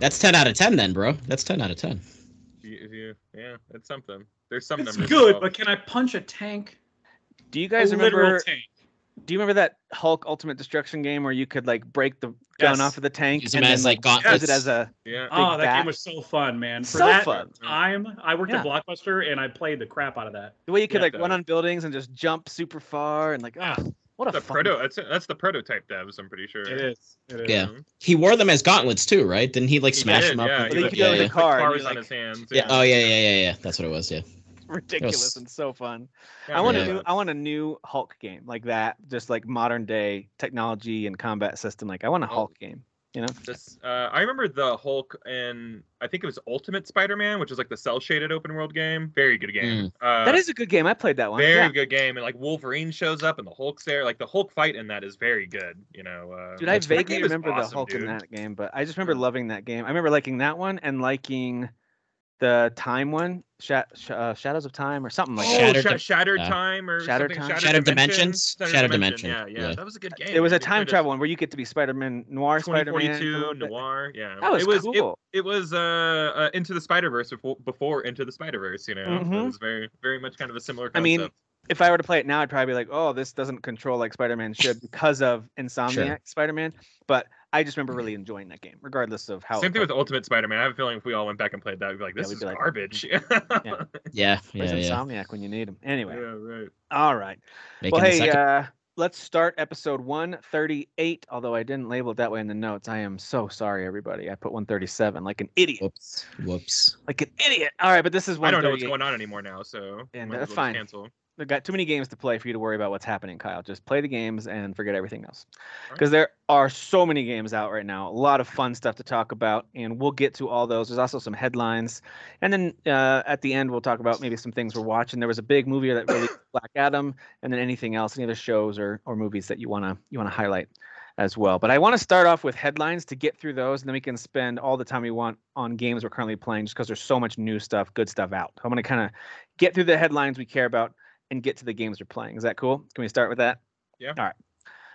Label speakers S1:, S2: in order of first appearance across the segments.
S1: That's ten out of ten, then, bro. That's ten out of ten.
S2: You- you- yeah, it's something. There's some
S3: It's
S2: numbers
S3: good,
S2: involved.
S3: but can I punch a tank?
S4: Do you guys
S3: a
S4: remember?
S3: literal tank.
S4: Do you remember that Hulk Ultimate Destruction game where you could like break the gun
S3: Yes.
S4: off of the tank
S1: Use them as like
S4: use
S1: gauntlets.
S4: it as a
S2: yeah.
S3: Oh, that
S4: bat.
S3: game was so fun, man. For
S4: So
S3: that
S4: fun.
S3: time, I worked at
S4: Yeah.
S3: Blockbuster and I played the crap out of that.
S4: the way you could
S2: Yeah,
S4: like
S2: the-
S4: run on buildings and just jump super far and like ah, what a
S2: the
S4: fucking-
S2: proto. That's, that's the prototype devs. I'm pretty sure.
S3: It is. It is.
S1: Yeah. He wore them as gauntlets too, right? Didn't he like
S2: He
S1: smash
S2: did,
S1: them up?
S2: yeah,
S1: with-
S2: he
S4: But you
S2: like-
S4: could
S1: yeah,
S4: go to
S1: yeah.
S4: the car and
S2: Cars
S4: you
S2: on
S4: like
S2: his hands.
S1: Yeah, Oh yeah, yeah, yeah, yeah. That's what it was. Yeah.
S4: ridiculous
S1: Yes.
S4: and so fun. I want
S1: Yeah.
S4: a new I want a new Hulk game like that, just like modern day technology and combat system. Like I want a
S2: Oh.
S4: Hulk game. You know,
S2: This, uh, I remember the Hulk and I think it was Ultimate Spider-Man, which is like the cell-shaded open-world game. Very good
S4: Mm.
S2: game. Uh,
S4: that is a good game. I played that one.
S2: very
S4: yeah.
S2: good game. And like Wolverine shows up and the Hulk's there. Like the Hulk fight in that is very good. You know. Uh,
S4: Dude, I
S1: That's- that
S4: vaguely
S2: game is
S4: remember the
S2: awesome,
S4: Hulk in
S2: dude.
S4: that game, but I just remember loving that game. I remember liking that one and liking the time one, Sha- Sh- uh, Shadows of Time or something like
S2: Oh,
S4: that.
S2: Shattered,
S1: Shattered Dim-
S2: Shattered
S1: yeah.
S2: Time or
S4: Shattered
S2: something?
S4: Time?
S1: Shattered Dimensions? Shattered
S2: Yeah,
S1: Dimension,
S2: yeah,
S1: yeah.
S2: That was a good game.
S4: It was a
S2: They
S4: time
S2: did
S4: travel one where you get to be Spider-Man, Noir Spider-Man. for a
S2: 2042
S4: little bit.
S2: noir. Yeah,
S4: That was,
S2: it was it-
S4: cool.
S2: It, was uh, uh Into the Spider Verse before, before Into the Spider Verse. You know,
S4: Mhm.
S2: it was very very much kind of a similar
S4: I
S2: concept.
S4: mean, if I were to play it now, I'd probably be like, "Oh, this doesn't control like Spider-Man should because of Insomniac Spider-Man." But I just remember really enjoying that game, regardless of how.
S2: Same thing with Ultimate Spider Man. I have a feeling if we all went back and played that, we'd be like,
S4: Yeah,
S2: this
S4: we'd
S2: is
S4: be like,
S2: garbage. yeah,
S1: Yeah,
S4: Where's
S1: yeah, yeah.
S4: Insomniac when you need him? Anyway,
S2: right.
S4: all right.
S1: Making
S4: Well,
S1: the
S4: hey,
S1: second-
S4: uh, let's start episode 138. Although I didn't label it that way in the notes, I am so sorry, everybody. I put 137 like an idiot,
S1: Whoops. Whoops.
S4: like an idiot. All right, but this is
S2: I don't know what's
S4: 138.
S2: going on anymore now, so
S4: And
S2: might as well
S4: that's
S2: just
S4: fine.
S2: Cancel.
S4: We've got too many games to play for you to worry about what's happening, Kyle. Just play the games and forget everything else.
S2: Alright.
S4: Because there are so many games out right now, a lot of fun stuff to talk about, and we'll get to all those. There's also some headlines. And then uh, at the end, we'll talk about maybe some things we're watching. There was a big movie that really Black Adam, and then anything else, any other shows or, or movies that you want to you wanna highlight as well. But I want to start off with headlines to get through those, and then we can spend all the time we want on games we're currently playing just because there's so much new stuff, good stuff out. I'm going to kind of get through the headlines we care about and get to the games we're playing. Is that cool? Can we start with that?
S2: Yeah.
S4: All right.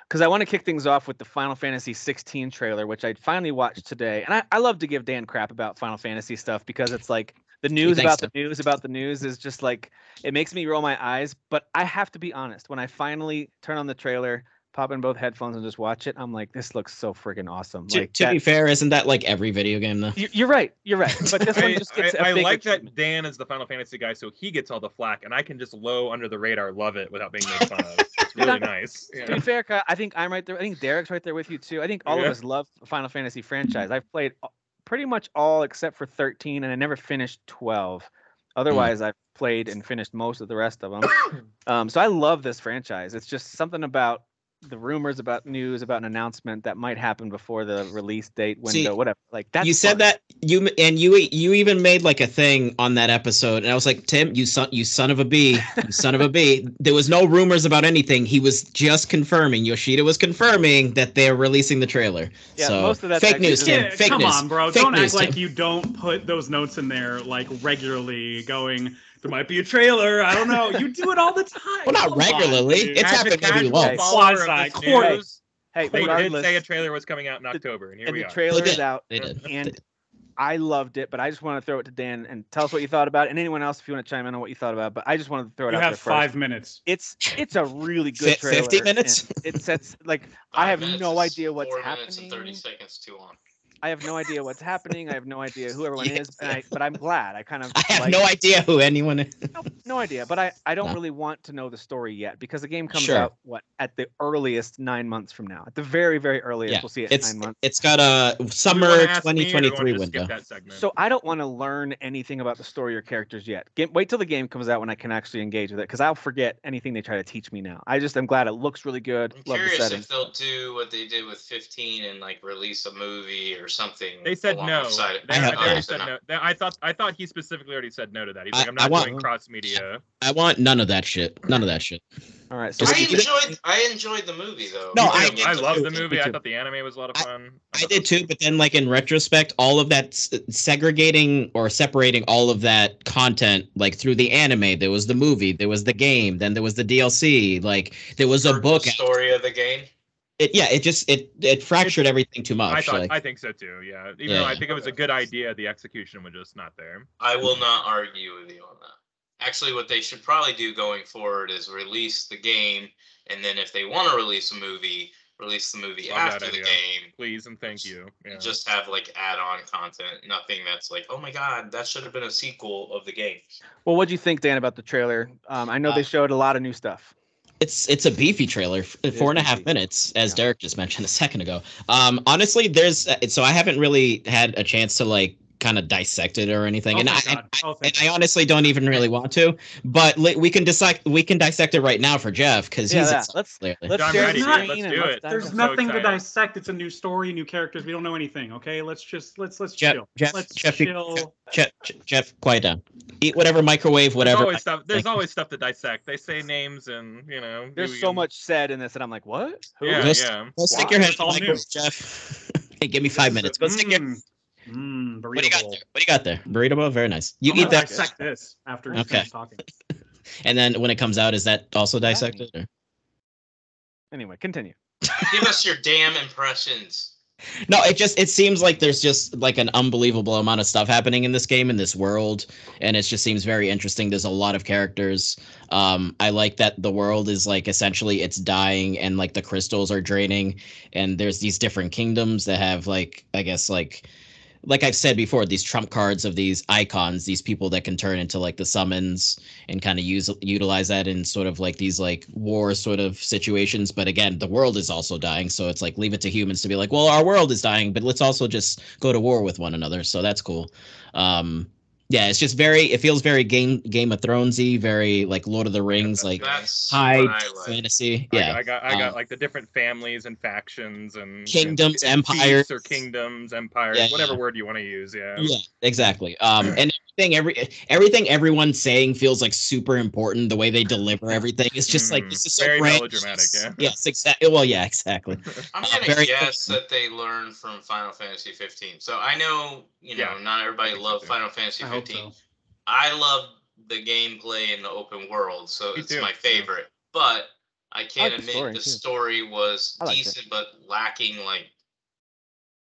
S4: Because I want to kick things off with the Final Fantasy 16 trailer, which I finally watched today. And I, I love to give Dan crap about Final Fantasy stuff because it's like the news
S1: thanks,
S4: about the news about the news is just like it makes me roll my eyes. But I have to be honest, when I finally turn on the trailer, pop in both headphones and just watch it, I'm like, this looks so freaking awesome.
S1: To,
S4: like
S1: to
S4: that-
S1: be fair, isn't that like every video game though?
S4: you- you're right. You're right. But this one
S2: I,
S4: just gets a
S2: I- I
S4: bigger
S2: like
S4: treatment.
S2: that Dan is the Final Fantasy guy, so he gets all the flack, and I can just low under the radar love it without being made fun of. It's really nice.
S4: To
S2: Yeah.
S4: be fair, Kyle, I think I'm right there. I think Derek's right there with you too. I think all
S2: Yeah.
S4: of us love the Final Fantasy franchise. I've played a- pretty much all except for 13, and I never finished 12.
S2: Mm.
S4: Otherwise, I've played and finished most of the rest of them. um, so I love this franchise. It's just something about the rumors about news about an announcement that might happen before the release date
S1: See,
S4: window, whatever. Like that's
S1: you said
S4: fun.
S1: that you m- and you you even made like a thing on that episode, and I was like, Tim, you son, you son of a b, you son of a b. There was no rumors about anything. He was just confirming. Yoshida was confirming that they're releasing the trailer.
S4: Yeah,
S1: so
S4: most of that's
S1: fake
S4: actually
S1: news,
S4: just-
S1: Tim.
S3: Yeah,
S1: fake
S3: come
S1: news.
S3: on, bro.
S1: Fake
S3: don't
S1: news,
S3: act like
S1: Tim.
S3: you don't put those notes in there like regularly going, there might be a trailer. I don't know. You do it all the time.
S1: Well, not
S3: Come on,
S1: regularly.
S3: dude.
S1: It's
S2: As a
S1: happened every
S2: casual
S1: once.
S2: follower of
S3: Quasi,
S2: this
S3: quarter.
S2: news,
S4: Hey,
S2: They did
S4: regardless,
S2: say a trailer was coming out in
S4: The-
S2: October, and here
S4: and
S2: we
S4: the
S2: are.
S4: trailer
S1: They
S4: is
S1: did.
S4: out.
S1: They did.
S4: And I loved it, but I just want to throw it to Dan and tell us what you thought about it. And anyone else, if you want to chime in on what you thought about it, but I just wanted to throw it
S3: You
S4: out there
S3: have
S4: first.
S3: five minutes.
S4: It's it's a really
S1: Fi-
S4: good trailer.
S1: 50
S4: and
S1: minutes?
S4: It sets like I have
S5: minutes
S4: no
S5: is
S4: idea what's
S5: four minutes
S4: happening.
S5: and thirty seconds too long.
S4: I have no idea what's happening. I have no idea who everyone
S1: Yeah.
S4: is, and I, but I'm glad. I kind of
S1: I have
S4: like-
S1: no idea who anyone is.
S4: no, no idea. But I I don't
S1: No.
S4: really want to know the story yet because the game comes
S1: Sure.
S4: out what at the earliest nine months from now. At the very very earliest,
S1: Yeah,
S4: we'll see it
S1: It's
S4: nine months.
S1: it's got a
S2: Do you wanna
S1: summer
S2: ask me, or do you wanna
S1: 2023
S2: just
S1: window.
S2: Skip that segment.
S4: So I don't want to learn anything about the story or characters yet. Get, wait till the game comes out when I can actually engage with it, because I'll forget anything they try to teach me now. I just am glad it looks really good.
S5: I'm
S4: Love the
S5: curious
S4: setting.
S5: if they'll do what they did with fifteen and like release a movie or something.
S2: They said no.
S5: alongside it.
S2: They,
S1: I
S2: they
S1: have-
S2: already
S1: yeah.
S2: said no. They- I thought I thought he specifically already said no to that. He's
S1: I-
S2: like, I'm
S1: I
S2: not
S1: want-
S2: doing cross media.
S1: I want none of that shit. None of that shit.
S4: All right, so
S1: Just-
S5: I
S4: we-
S1: you did-
S5: enjoyed. I enjoyed the movie though.
S1: No,
S2: Me
S1: Oh, I-
S2: too. I,
S5: loved
S2: love the
S1: too.
S2: movie.
S1: Me
S2: I
S1: too.
S2: thought the anime was a lot of
S1: I-
S2: fun.
S1: I
S2: thought
S1: did
S2: those-
S1: too, but then like in retrospect, all of that s- segregating or separating all of that content, like through the anime, there was the movie, there was the game, then there was the DLC, like there was a book.
S5: story of the game.
S1: it yeah it just it it fractured everything too much
S2: I thought
S1: like
S2: I think so too. Yeah, even
S1: Yeah.
S2: though I think it was a good idea, the execution was just not there.
S5: I will not argue with you on that. Actually, what they should probably do going forward is release the game, and then if they want to release a movie, release the movie
S2: Love that
S5: after the
S2: idea.
S5: game.
S2: Please and thank you. Yeah.
S5: And just have like add-on content, nothing that's like, oh my god, that should have been a sequel of the game.
S4: Well, what do you think, Dan, about the trailer? Um, I know they
S1: Uh,
S4: showed a lot of new stuff.
S1: it's it's a beefy trailer f-
S4: It is
S1: four and a half
S4: beefy.
S1: minutes as
S4: Yeah.
S1: derek just mentioned a second ago um honestly there's uh, so i haven't really had a chance to like kind of dissect it or anything
S3: oh
S1: and, I,
S3: my God. oh,
S1: and
S3: thank
S1: i honestly don't even really want to but li- we can dissect we can dissect it right now for jeff because
S4: Yeah,
S1: he's
S4: that-
S1: excited,
S4: let's-
S1: clearly.
S4: Let's
S2: I'm
S4: share
S3: ready,
S4: the
S3: dude.
S4: screen
S2: Let's
S4: and
S2: do it.
S4: dive
S2: I'm
S3: There's
S4: in.
S2: so
S3: nothing to
S2: excited.
S3: dissect. It's a new story, new characters. We don't know anything. Okay, let's just let's let's
S1: Jeff-
S3: chill.
S1: Jeff-
S3: let's
S1: Jeffy-
S3: chill.
S1: Jeff, Jeff- Jeff, quiet down. Eat whatever microwave,
S2: There's
S1: whatever.
S2: always stuff. There's
S1: Like-
S2: always stuff to dissect. They say names and you know.
S4: There's
S2: we
S4: so
S2: can-
S4: much said in this, and I'm like, what? Who?
S2: Yeah,
S1: Just-
S2: yeah.
S1: Go stick your head in
S3: It's
S1: the
S3: all new.
S1: microwave, Jeff. hey, give me five minutes. Go stick your.
S3: Mm, mm,
S1: What do you got
S3: burrito.
S1: there? What do you got there? Burrito bowl? Very nice. You
S3: I'm
S1: eat
S3: gonna
S1: that,
S3: Dissect this after he's
S1: Okay.
S3: finished talking.
S1: and then when it comes out, is that also dissected? or-
S4: Anyway, continue.
S5: Give us your damn impressions.
S1: No, it just it seems like there's just like an unbelievable amount of stuff happening in this game in this world, and it just seems very interesting. There's a lot of characters. Um, I like that the world is like essentially it's dying, and like the crystals are draining, and there's these different kingdoms that have like I guess like like I've said before, these trump cards of these icons, these people that can turn into like the summons and kind of use utilize that in sort of like these like war sort of situations. But again, the world is also dying, so it's like leave it to humans to be like, well, our world is dying, but let's also just go to war with one another. So that's cool. Um, yeah, it's just very. It feels very game Game of Thronesy, very like Lord of the Rings, like
S5: That's
S1: high
S5: what I like.
S1: fantasy.
S2: I-
S1: Yeah,
S2: I got I got
S1: um,
S2: like the different families and factions and
S1: Kingdoms,
S2: and fiefs
S1: empires.
S2: or kingdoms, empires,
S1: Yeah,
S2: whatever
S1: yeah.
S2: word you want to use. Yeah.
S1: yeah exactly um and everything every everything everyone's saying feels like super important the way they deliver everything it's just like
S2: Mm,
S1: this is so
S2: very
S1: grand.
S2: melodramatic, yeah.
S1: yes exactly well yeah exactly
S5: I'm
S1: Uh,
S5: gonna
S1: very
S5: guess
S1: quickly.
S5: that they learned from Final Fantasy 15. So I know, you know,
S2: Yeah,
S5: not everybody
S2: I think so
S5: loved
S2: too.
S5: Final Fantasy
S3: I hope
S5: 15.
S3: so.
S5: I love the gameplay in the open world, so
S2: Me
S5: it's
S2: too,
S5: my
S2: yeah.
S5: favorite. But I can't
S4: the
S5: admit
S4: story,
S5: the
S4: too.
S5: story was
S4: I liked it.
S5: decent, but lacking like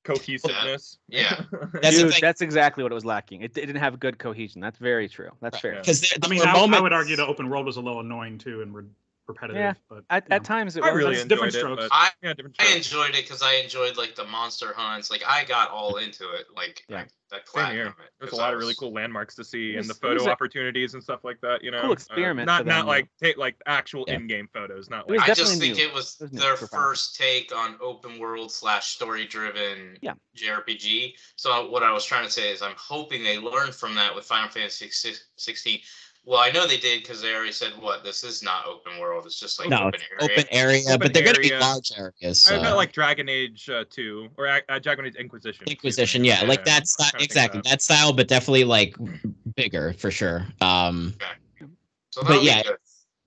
S2: Cohesiveness.
S5: Yeah.
S1: That's the
S4: Dude,
S1: thing.
S4: that's exactly what it was lacking. It, it didn't have good cohesion. That's very true. That's
S1: Right.
S4: fair.
S2: Yeah.
S1: because there,
S3: I
S1: there
S3: mean,
S1: were
S3: I,
S1: moments,
S3: I would argue the open world was a little annoying too and re- repetitive.
S4: Yeah,
S3: but
S4: At,
S3: you
S4: at
S3: know.
S4: times, it
S2: I
S4: was.
S2: really
S3: It's
S2: enjoyed
S3: different
S2: it.
S3: strokes.
S2: but-
S5: I
S2: yeah, different
S5: I
S2: strokes.
S5: enjoyed it because I enjoyed like the monster hunts. Like I got all into it. Like
S4: Yeah.
S5: I, that
S2: Same here.
S5: platinum. it,
S2: There's a
S5: 'cause
S2: lot
S5: I
S2: of really
S5: was-
S2: cool landmarks to see
S4: It
S2: and
S4: was-
S2: the
S4: it was
S2: photo
S4: a
S2: opportunities and stuff like that. You know,
S4: cool
S2: Uh,
S4: experiment
S2: not
S4: for them,
S2: not
S4: though.
S2: like take like actual
S1: Yeah.
S2: in-game photos, not
S4: It was
S2: like
S5: I just
S4: definitely
S5: think
S4: new.
S5: it was
S4: It was new
S5: their
S4: for Final
S5: first take on open world slash story driven
S4: Yeah.
S5: JRPG. So what I was trying to say is I'm hoping they learned from that with Final Fantasy 16. Well, I know they did because they already said what this is not open world. It's just like
S1: No,
S5: open area.
S1: open area but
S2: Open
S1: they're going to be
S2: area.
S1: large areas
S2: I meant
S1: so.
S2: like Dragon Age uh, 2 or uh, uh, Dragon Age Inquisition. excuse me.
S1: Inquisition, yeah, like that
S2: I'm
S1: style,
S2: trying to think Hmm.
S1: exactly
S2: of that.
S1: that style, but definitely like bigger for sure. Um,
S5: So
S1: but
S5: that'll be
S1: yeah,
S5: good.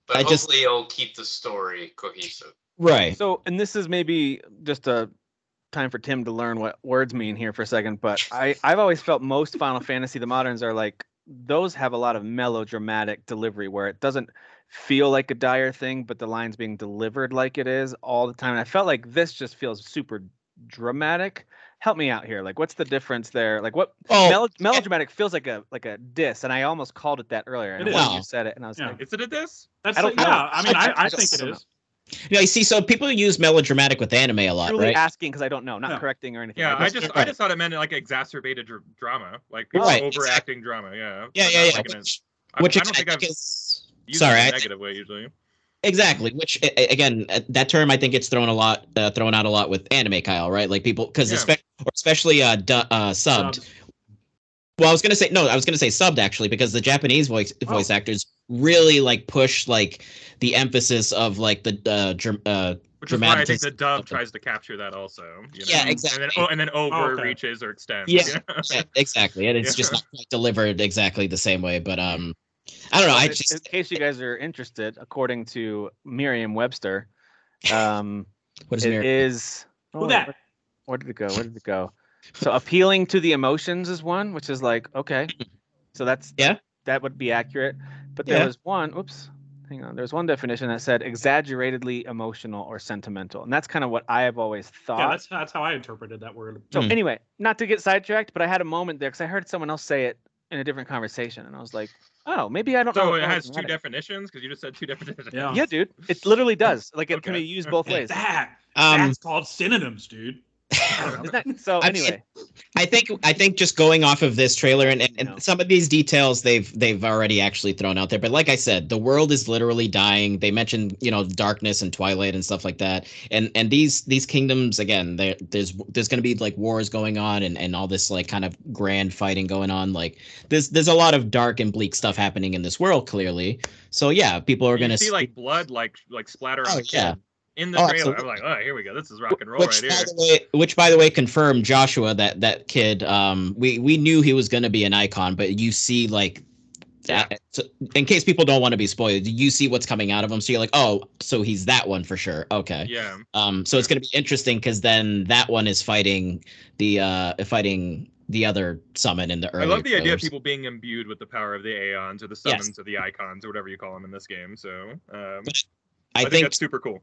S5: But
S1: I just-
S5: hopefully it'll keep the story cohesive.
S1: right?
S4: So, and this is maybe just a time for Tim to learn what words mean here for a second, but I, I've always felt most Final Fantasy, the moderns are like, those have a lot of melodramatic delivery where it doesn't feel like a dire thing, but the line's being delivered like it is all the time. And I felt like this just feels super dramatic. Help me out here. Like, what's the difference there? Like, what
S1: Oh,
S4: melo- melodramatic feels like a like a diss, and I almost called it that earlier. And
S3: It
S4: when
S1: is.
S4: you said it, and I was
S3: Yeah.
S4: like,
S2: Is it a diss?
S3: That's
S4: I
S3: like,
S4: don't- I
S3: yeah. I
S4: don't-
S3: mean,
S4: I-
S3: I,
S4: I
S3: I
S4: don't-
S3: think it
S4: I don't
S3: is.
S1: you know, you see, so people use melodramatic with anime a lot,
S4: truly
S1: right?
S4: asking because I don't know, not
S3: Yeah.
S4: correcting or anything.
S2: Yeah, I
S1: guess
S2: just
S1: you're
S2: I
S1: right.
S2: just thought it meant like exacerbated dr- drama, like people
S1: Right,
S2: overacting drama. Yeah.
S1: Yeah,
S2: but
S1: yeah,
S2: not
S1: yeah.
S2: like in a-
S1: Which,
S2: I-
S1: which
S2: I,
S1: again,
S2: don't think
S1: I
S2: I've
S1: think is
S2: used
S1: sorry,
S2: it in
S1: I
S2: a
S1: think-
S2: negative way usually.
S1: Exactly. Which a- a- again, uh, that term I think it's thrown a lot, uh, thrown out a lot with anime, Kyle. Right? Like people, because
S2: Yeah.
S1: especially uh, du- uh, subbed.
S3: Um,
S1: Well, I was gonna say no. I was gonna say subbed actually, because the Japanese voice voice actors really like push like the emphasis of like the uh, dr- uh
S2: Which is why I think
S1: Dramatis-
S2: the dub
S1: okay.
S2: tries to capture that also. you know?
S1: Yeah, exactly.
S2: And then, oh, and then overreaches or extends.
S1: Yeah.
S2: yeah.
S1: yeah, e, exactly, and it's just
S2: Yeah.
S1: not quite delivered exactly the same way. But um, I don't know. I
S4: But in-
S1: just
S4: in case you guys are interested, according to Merriam-Webster, um,
S1: what is
S4: it
S1: Mary?
S4: is. oh,
S3: Who that?
S4: Where, where did it go? Where did it go? So appealing to the emotions is one, which is like okay, so that's
S1: Yeah.
S4: that would be accurate. But there
S1: Yeah.
S4: was one. Oops, hang on. There's one definition that said exaggeratedly emotional or sentimental, and that's kind of what I have always thought.
S3: Yeah, that's that's how I interpreted that word.
S4: So
S1: Hmm.
S4: anyway, not to get sidetracked, but I had a moment there because I heard someone else say it in a different conversation, and I was like, "Oh, maybe I don't." know
S2: So
S4: if
S2: it
S4: I
S2: has
S4: had
S2: two
S4: it.
S2: definitions because you just said two definitions.
S3: Yeah.
S4: Yeah, dude, it literally does. Like it can
S2: Okay.
S4: be used both ways.
S3: That
S1: Um,
S3: that's called synonyms, dude.
S4: Isn't that- so
S1: I mean,
S4: anyway,
S1: I think I think just going off of this trailer and, and, and
S4: No.
S1: some of these details they've they've already actually thrown out there. But like I said, the world is literally dying. They mentioned you know darkness and twilight and stuff like that. And and these these kingdoms again, there there's there's going to be like wars going on and and all this like kind of grand fighting going on. Like there's there's a lot of dark and bleak stuff happening in this world clearly. So yeah, people are
S2: You
S1: going to
S2: see like blood like like splatter on
S1: Oh,
S2: the kid in the
S1: Oh,
S2: trailer.
S1: absolutely.
S2: I'm like, oh, here we go. This is rock and roll
S1: which,
S2: right
S1: by
S2: here.
S1: the way, which, by the way, confirmed Joshua that that kid. Um, we we knew he was going to be an icon, but you see, like, that, so in case people don't want to be spoiled, you see what's coming out of him. So you're like, oh, so he's that one for sure. Okay.
S2: Yeah.
S1: Um, so it's going to be interesting because then that one is fighting the uh fighting the other summon in the early.
S2: I love the idea of people being imbued with the power of the Aeons or the
S1: Yes.
S2: summons or the icons or whatever you call them in this game. So um,
S1: I,
S2: think,
S1: think
S2: that's super cool.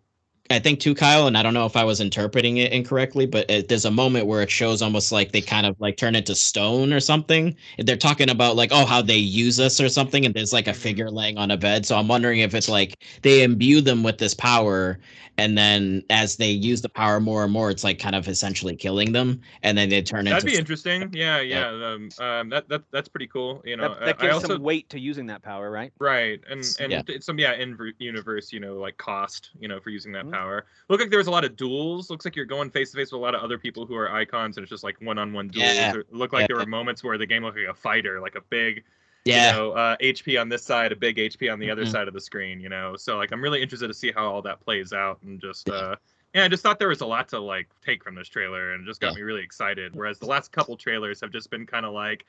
S1: I think too, Kyle, and I don't know if I was interpreting it incorrectly, but it, there's a moment where it shows almost like they kind of like turn into stone or something. They're talking about like, oh, how they use us or something, and there's like a
S2: Mhm.
S1: figure laying on a bed. So I'm wondering if it's like they imbue them with this power, and then as they use the power more and more, it's like kind of essentially killing them, and then they turn
S2: That'd be
S1: into.
S2: interesting. Yeah, yeah. Um, um, that, that that's pretty cool. You know,
S4: that, that
S2: I- I
S4: gives
S2: also
S4: some weight to using that power, right?
S2: Right, and and
S1: Yeah.
S2: it's some yeah in universe, you know, like cost, you know, for using that
S1: Mm-hmm.
S4: Mhm.
S2: power. Look like there was a lot of duels. Looks like you're going face to face with a lot of other people who are icons, and it's just like one on one duels.
S1: Yeah.
S2: It looked like
S1: Yeah.
S2: there were moments where the game looked like a fighter, like a big, you
S1: yeah,
S2: know, uh, HP on this side, a big HP on the other
S1: Mhm.
S2: side of the screen, you know. So like, I'm really interested to see how all that plays out, and just uh, yeah, I just thought there was a lot to like take from this trailer, and it just got
S1: Yeah.
S2: me really excited. Whereas the last couple trailers have just been kind of like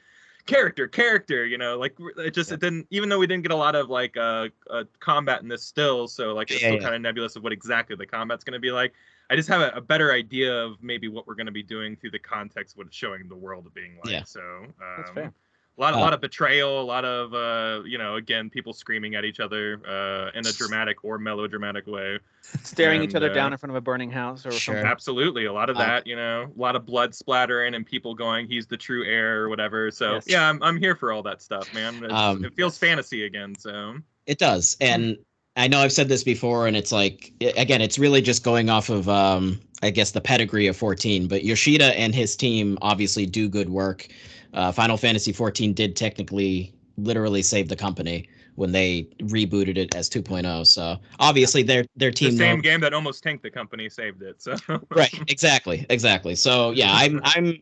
S2: character, character, you know, like it just it didn't even though we didn't get a lot of like uh, uh combat in this still, so like it's
S1: Yeah,
S2: still
S1: yeah.
S2: kind of nebulous of what exactly the combat's gonna be like. I just have a, a better idea of maybe what we're gonna be doing through the context of what it's showing the world being like.
S1: Yeah.
S2: So um,
S4: That's fair.
S2: a lot, a
S1: Uh,
S2: lot of betrayal, a lot of uh, you know, again, people screaming at each other uh, in a dramatic or melodramatic way.
S4: Staring each
S2: And,
S4: other
S2: uh,
S4: down in front of a burning house or
S1: Sure.
S4: something.
S2: Absolutely, a lot of
S1: Uh,
S2: that, you know, a lot of blood splattering and people going, "He's the true heir" or whatever. So
S4: Yes.
S2: yeah, I'm, I'm here for all that stuff, man. It's-
S1: Um,
S2: it feels fantasy again. So
S1: it does,
S2: Hmm.
S1: and I know I've said this before, and it's like i- again, it's really just going off of um, I guess the pedigree of 14. But Yoshida and his team obviously do good work. Uh, Final Fantasy 14 did technically, literally save the company when they rebooted it as 2.0. So obviously their their
S2: the
S1: team
S2: same
S1: knows-
S2: game that almost tanked the company saved it. So
S1: right exactly exactly so yeah i'm i'm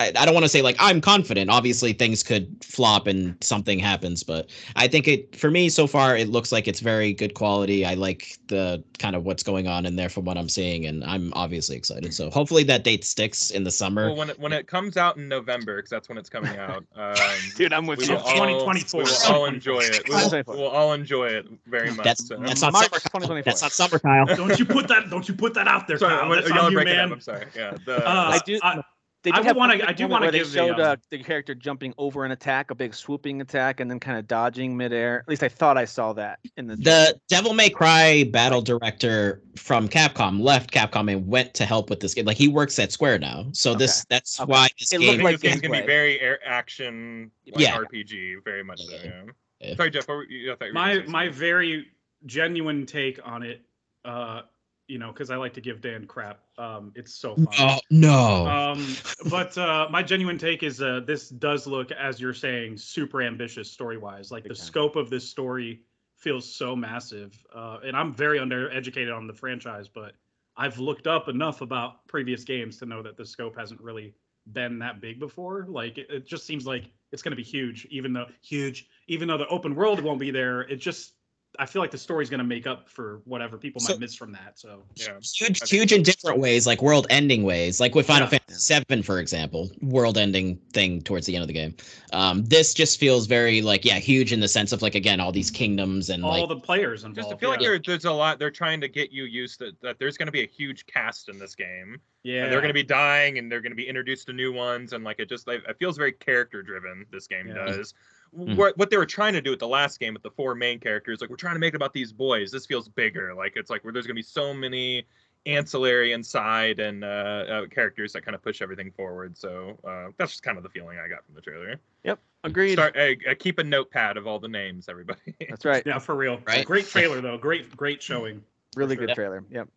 S1: i, I don't want to say like i'm confident obviously things could flop and something happens but i think it for me so far it looks like it's very good quality i like the kind of what's going on in there from what i'm seeing and i'm obviously excited so hopefully that date sticks in the summer
S4: Oh,
S2: well, when it, when it comes out in November, because that's when it's coming out. Um,
S4: Dude, I'm
S2: we
S4: with
S2: will
S4: you.
S2: all,
S3: 2024.
S2: we will all enjoy it. We will, we'll all enjoy it very much.
S1: That's-
S2: so.
S1: that's not
S4: March
S1: summer-
S4: 2024.
S1: that's not summer kyle
S3: don't you put that don't you put that out there,
S2: Sorry,
S3: Kyle.
S2: I'm-
S3: That's
S2: y'all
S3: on
S2: are
S3: you,
S2: breaking
S3: man.
S2: up. I'm sorry. Yeah. The,
S3: Uh,
S4: I do- They
S3: I
S4: did
S3: would
S4: have one
S3: wanna-
S4: quick
S3: I do
S4: moment
S3: wanna
S4: where they
S3: give the, um,
S4: showed uh, the character jumping over an attack, a big swooping attack, and then kind of dodging midair. At least I thought I saw that in the.
S1: the Devil May Cry battle director from Capcom left Capcom and went to help with this game. Like he works at Square now, so this that's
S4: Okay.
S1: why this
S4: It
S2: I
S1: game.
S2: think
S4: like
S2: this game's gonna
S4: gameplay.
S2: be very air action, like
S1: Yeah.
S2: RPG, very much so. Yeah.
S1: Yeah.
S2: Sorry, Jeff. What were you, I thought you were gonna
S3: my
S2: say
S3: my
S2: something.
S3: very genuine take on it, uh, you know, because I like to give Dan crap. Um, it's so fun.
S1: oh no!
S3: Um, but uh, my genuine take is uh, this does look, as you're saying, super ambitious story wise. Like the
S4: Big time.
S3: scope of this story feels so massive, uh, and I'm very undereducated on the franchise, but I've looked up enough about previous games to know that the scope hasn't really been that big before. Like it, it just seems like it's going to be huge, even though huge, even though the open world won't be there. It just I feel like the story's going to make up for whatever people
S1: So-
S3: might miss from that. So
S2: Yeah.
S1: huge,
S2: I think-
S1: huge in different ways, like world ending ways, like with Final
S3: Yeah.
S1: Fantasy VII, for example, world ending thing towards the end of the game. Um, this just feels very like yeah, huge in the sense of like again all these kingdoms and
S3: all
S1: like
S3: the players involved.
S2: Just I feel like
S3: Oh, yeah.
S2: there, there's a lot. They're trying to get you used to that. There's gonna be a huge cast in this game.
S3: yeah,
S2: and they're going to be dying and they're going to be introduced to new ones and like it just like, it feels very character driven this game
S3: Yeah.
S2: does
S1: Mhm.
S2: what what they were trying to do with the last game with the four main characters, like we're trying to make it about these boys. This feels bigger. Like it's like where there's gonna be so many ancillary inside and uh, uh characters that kind of push everything forward. So uh that's just kind of the feeling I got from the trailer.
S4: Agreed.
S2: Start uh, uh, keep a notepad of all the names, everybody.
S4: That's right.
S3: Yeah, for real.
S1: Right?
S3: Great trailer though. Great, great showing.
S4: Really
S3: sure.
S4: good trailer. Yep.